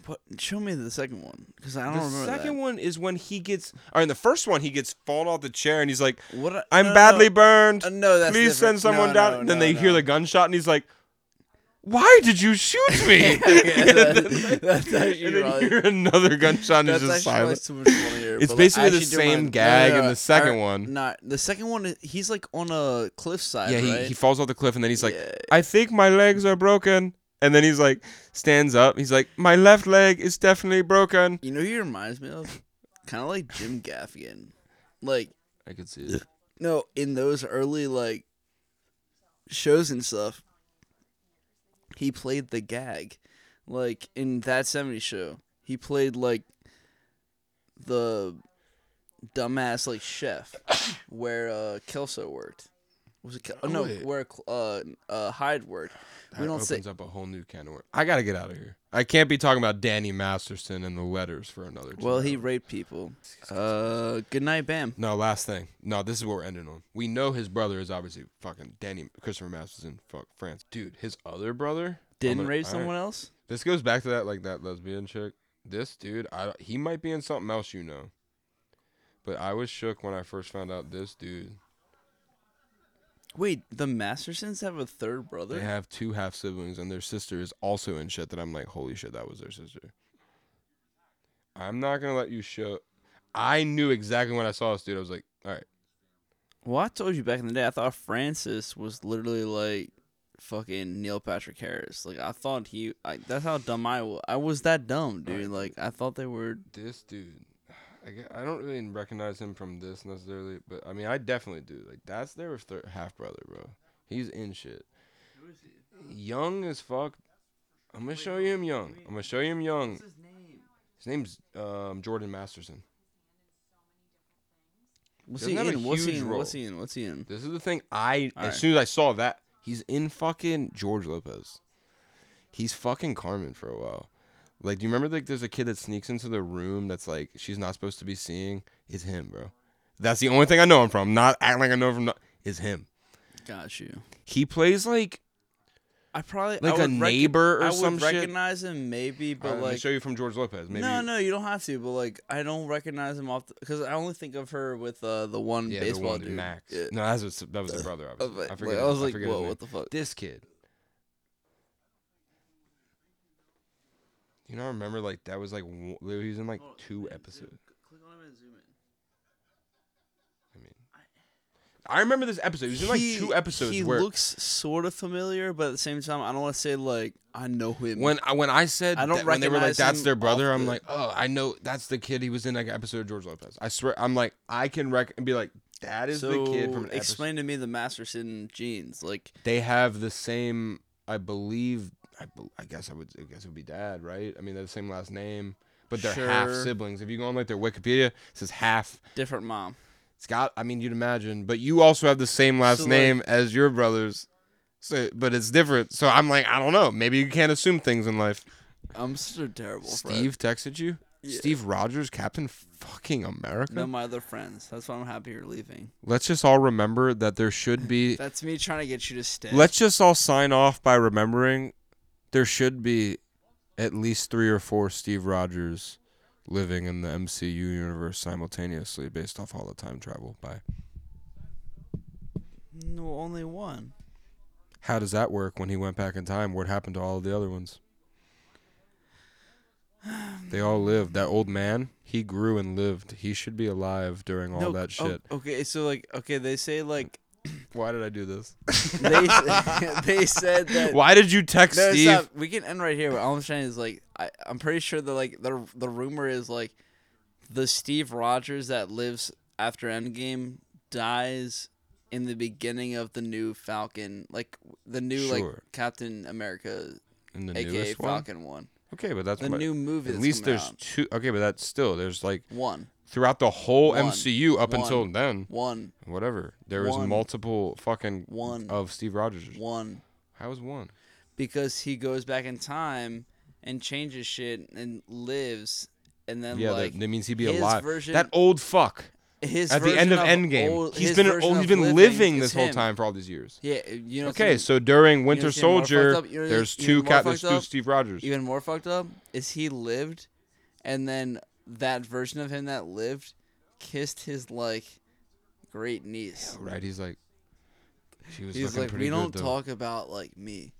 S2: What? Show me the second one because I don't
S1: The
S2: remember
S1: second
S2: that.
S1: one is when he gets. Or in the first one, he gets fallen off the chair and he's like,
S2: What? I,
S1: "I'm
S2: no, no,
S1: badly
S2: no.
S1: burned.
S2: Uh, no, that's
S1: Please
S2: different.
S1: send someone
S2: No,
S1: down."
S2: no,
S1: And then
S2: no,
S1: they hear
S2: no.
S1: the gunshot and he's like, "Why did you shoot me?"
S2: Yeah,
S1: and then,
S2: that's- that's actually
S1: and then
S2: right.
S1: you hear another gunshot and
S2: That's
S1: he's just
S2: actually
S1: silent.
S2: so much funnier.
S1: It's
S2: but, like,
S1: basically
S2: I
S1: the
S2: actually do
S1: same
S2: mind-
S1: gag in the second
S2: I-
S1: one.
S2: Not the second one. is- He's like on a cliffside.
S1: Yeah, he,
S2: right?
S1: he falls off the cliff and then he's like,
S2: Yeah.
S1: I think my legs are broken. And then he's like, stands up. He's like, my left leg is definitely broken.
S2: You know, who he reminds me of kind of like Jim Gaffigan. Like
S1: I could see it.
S2: no, in those early like shows and stuff, he played the gag. Like in that '70s show, he played like the dumbass like chef where uh Kelso worked. Was it Kel- oh, no
S1: Wait.
S2: where uh uh Hyde worked? we don't
S1: opens
S2: say
S1: up a whole new can of worms. I gotta get out of here. I can't be talking about Danny Masterson and the letters for another. two
S2: well he
S1: hours.
S2: raped people. Uh, good night, Bam.
S1: No, last thing. No, this is what we're ending on. We know his brother is obviously fucking Danny Christopher Masterson. Fuck France, dude. His other brother
S2: Didn't
S1: gonna-
S2: rape
S1: all right.
S2: someone else.
S1: This goes back to that like that lesbian chick. This dude, I he might be in something else, you know. But I was shook when I first found out this dude.
S2: Wait, the Mastersons have a third brother.
S1: They have two half siblings, and their sister is also in shit that I'm like, holy shit, that was their sister. I'm not gonna let you show. I knew exactly when I saw this dude. I was like, all right,
S2: Well, I told you back in the day, I thought Francis was literally like fucking Neil Patrick Harris. Like I thought he, I, that's how dumb I was. I was that dumb, dude. Like I thought they were.
S1: this dude. I, gue- I don't really recognize him from this necessarily, but I mean, I definitely do. Like that's their thir- half brother, bro. He's in shit. Young as fuck. I'm gonna show you him young. I'm gonna show you him young.
S2: his name?
S1: His name's um, Jordan Masterson.
S2: What's
S1: Doesn't
S2: he
S1: have a
S2: in? What's he
S1: huge
S2: in?
S1: role.
S2: What's he in? What's he in?
S1: This is the thing. I
S2: All
S1: as
S2: right.
S1: soon as I saw that, he's in fucking George Lopez. He's fucking Carmen for a while. Like, do you remember like there's a kid that sneaks into the room that's like she's not supposed to be seeing? It's him, bro. That's the only thing I know him from. Not acting like I know him from. Not, is him.
S2: Got you.
S1: He plays like
S2: I probably I
S1: like a
S2: would recog-
S1: neighbor
S2: I
S1: or
S2: would
S1: some shit.
S2: recognize him maybe, but
S1: Alright, let me
S2: like
S1: show you from George Lopez. Maybe
S2: no,
S1: you-
S2: no, you don't have to. But like, I don't recognize him off because I only think of her with uh, the one
S1: yeah,
S2: baseball
S1: the one,
S2: dude,
S1: Max.
S2: Yeah.
S1: No, that's what's, that was their brother.
S2: I
S1: Obviously.
S2: was like,
S1: I forget.
S2: I
S1: his-
S2: was like,
S1: forget his
S2: whoa,
S1: name.
S2: what the fuck?
S1: this kid. You know, I remember like that was like one- he was in like two episodes.
S2: Click on him and zoom in.
S1: I mean, I remember this episode. He was in like two episodes
S2: He
S1: where
S2: looks sort of familiar, but at the same time, I don't want to say like I know him.
S1: when I when I said
S2: I don't
S1: that, when they were like
S2: recognize
S1: that's
S2: him
S1: their
S2: off
S1: brother, I'm
S2: the-
S1: like oh I know that's the kid he was in like episode of George Lopez. I swear I'm like I can rec and be like that is
S2: so
S1: the kid from an episode.
S2: explain to me the Masterson genes, like
S1: they have the same i believe i, bel I guess i would i guess it would be dad right i mean they're the same last name but they're half
S2: Sure.
S1: siblings if you go on like their wikipedia it says half
S2: different mom.
S1: it's got i mean you'd imagine but you also have the same last
S2: So, like-
S1: name as your brothers so but it's different so i'm like i don't know maybe you can't assume things in life
S2: I'm such a terrible friend.
S1: steve texted you
S2: Yeah.
S1: steve rogers captain fucking america
S2: No, my other friends. That's why I'm happy you're leaving.
S1: let's just all remember that there should be
S2: That's me trying to get you to stay.
S1: Let's just all sign off by remembering there should be at least three or four Steve Rogers living in the MCU universe simultaneously based off all the time travel. By
S2: no, only one.
S1: how does that work when he went back in time? What happened to all of the other ones? They all lived. That old man, he grew and lived. He should be alive during all
S2: no, oh.
S1: that
S2: o-
S1: shit.
S2: okay, so like, okay, they say like
S1: Why did I do this?
S2: they they said that.
S1: Why did you text
S2: No,
S1: Steve?
S2: stop. We can end right here. But all I'm saying is like, I, I'm pretty sure that like the the rumor is like the Steve Rogers that lives after Endgame dies in the beginning of the new Falcon, like the new like
S1: Sure.
S2: Captain America,
S1: In the
S2: aka
S1: newest one.
S2: Falcon one,
S1: Okay, but that's
S2: the
S1: my-
S2: new movie.
S1: At
S2: that's
S1: least
S2: coming
S1: there's
S2: out.
S1: two. Okay, but that's still there's like
S2: one,
S1: throughout the whole
S2: One.
S1: MCU up
S2: One.
S1: until then.
S2: one,
S1: Whatever. There was
S2: One.
S1: multiple fucking
S2: One.
S1: of Steve Rogers.
S2: one,
S1: How was one?
S2: because he goes back in time and changes shit and lives. And then
S1: yeah,
S2: like
S1: that, that means he'd be
S2: his
S1: alive.
S2: version-
S1: that old fuck
S2: his
S1: at the end
S2: version
S1: of, Endgame.
S2: old-
S1: he's
S2: his
S1: been an
S2: version
S1: old, he's
S2: of
S1: been living,
S2: is
S1: this whole
S2: him.
S1: time for all these years.
S2: Yeah, uh, you know. what's
S1: okay,
S2: even-
S1: so during Winter
S2: what's even more fucked
S1: Soldier,
S2: up? You know what's
S1: there's
S2: even
S1: two
S2: more
S1: cat,
S2: fucked
S1: there's two
S2: up?
S1: Steve Rogers.
S2: even more fucked up is he lived, and then that version of him that lived kissed his like great niece.
S1: right? He's like, she was
S2: He's
S1: looking
S2: like,
S1: pretty
S2: we
S1: good,
S2: don't
S1: though."
S2: talk about like me.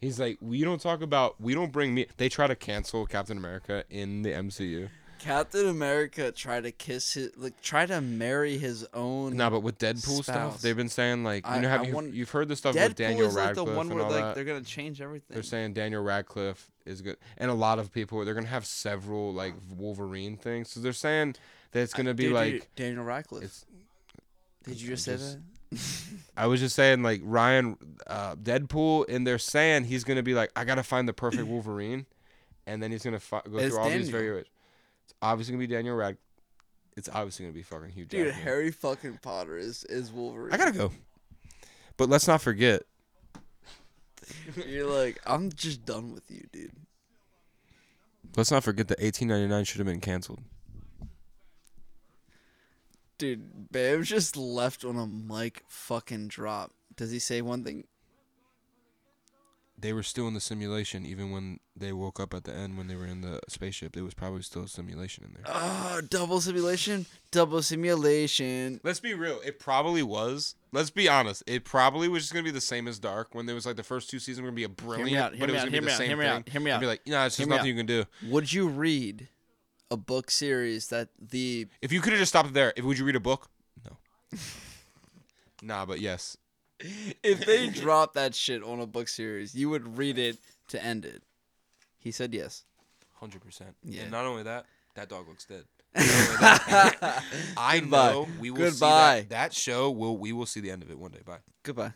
S1: He's like, we don't talk about, we don't bring me. They try to cancel Captain America in the MCU.
S2: Captain America tried to kiss his like try to marry his own.
S1: No, but with Deadpool
S2: spouse.
S1: stuff, they've been saying like you
S2: I-
S1: know
S2: I
S1: have you
S2: want-
S1: you've heard the stuff
S2: Deadpool
S1: with Daniel
S2: is like
S1: Radcliffe
S2: the one
S1: and
S2: where
S1: all
S2: like
S1: that.
S2: they're
S1: They're,
S2: gonna change everything.
S1: saying Daniel Radcliffe is good, and a lot of people they're gonna have several like Wolverine things. So they're saying that it's gonna be
S2: Dude,
S1: like
S2: dude, Daniel Radcliffe.
S1: it's-
S2: Did you just
S1: I
S2: say
S1: just-
S2: that?
S1: I was just saying like Ryan uh, Deadpool, and they're saying he's gonna be like I gotta find the perfect Wolverine, and then he's gonna fi- go
S2: It's
S1: through all these
S2: Daniel.
S1: various. It's obviously gonna be Daniel Rad. It's obviously gonna be fucking huge.
S2: Dude, Harry fucking Potter is is Wolverine.
S1: I gotta go, but let's not forget
S2: You're like, I'm just done with you, dude.
S1: Let's not forget that 1899 should have been canceled.
S2: Dude, Bam just left on a mic fucking drop. Does he say one thing?
S1: They were still in the simulation even when they woke up at the end when they were in the spaceship. It was probably still a simulation in there.
S2: Ah, double simulation, double simulation.
S1: Let's be real. It probably was. Let's be honest. It probably was just gonna be the same as Dark when there was like the first two seasons were gonna be a brilliant,
S2: out, hear
S1: but it
S2: me
S1: was
S2: out,
S1: gonna
S2: hear
S1: be
S2: me
S1: the
S2: out,
S1: same
S2: hear me
S1: thing.
S2: out, hear me
S1: It'd
S2: out.
S1: Be like, nah, it's
S2: Hear
S1: just
S2: me
S1: nothing
S2: out.
S1: you can do.
S2: Would you read a book series that the
S1: If you could have just stopped there, if would you read a book? No. nah, but yes.
S2: if they drop that shit on a book series, you would read it to end it. He said yes.
S1: Hundred percent.
S2: Yeah.
S1: And not only that, that dog looks dead.
S2: Goodbye.
S1: I know we will see
S2: Goodbye.
S1: that, that show will we will see the end of it one day. Bye.
S2: Goodbye.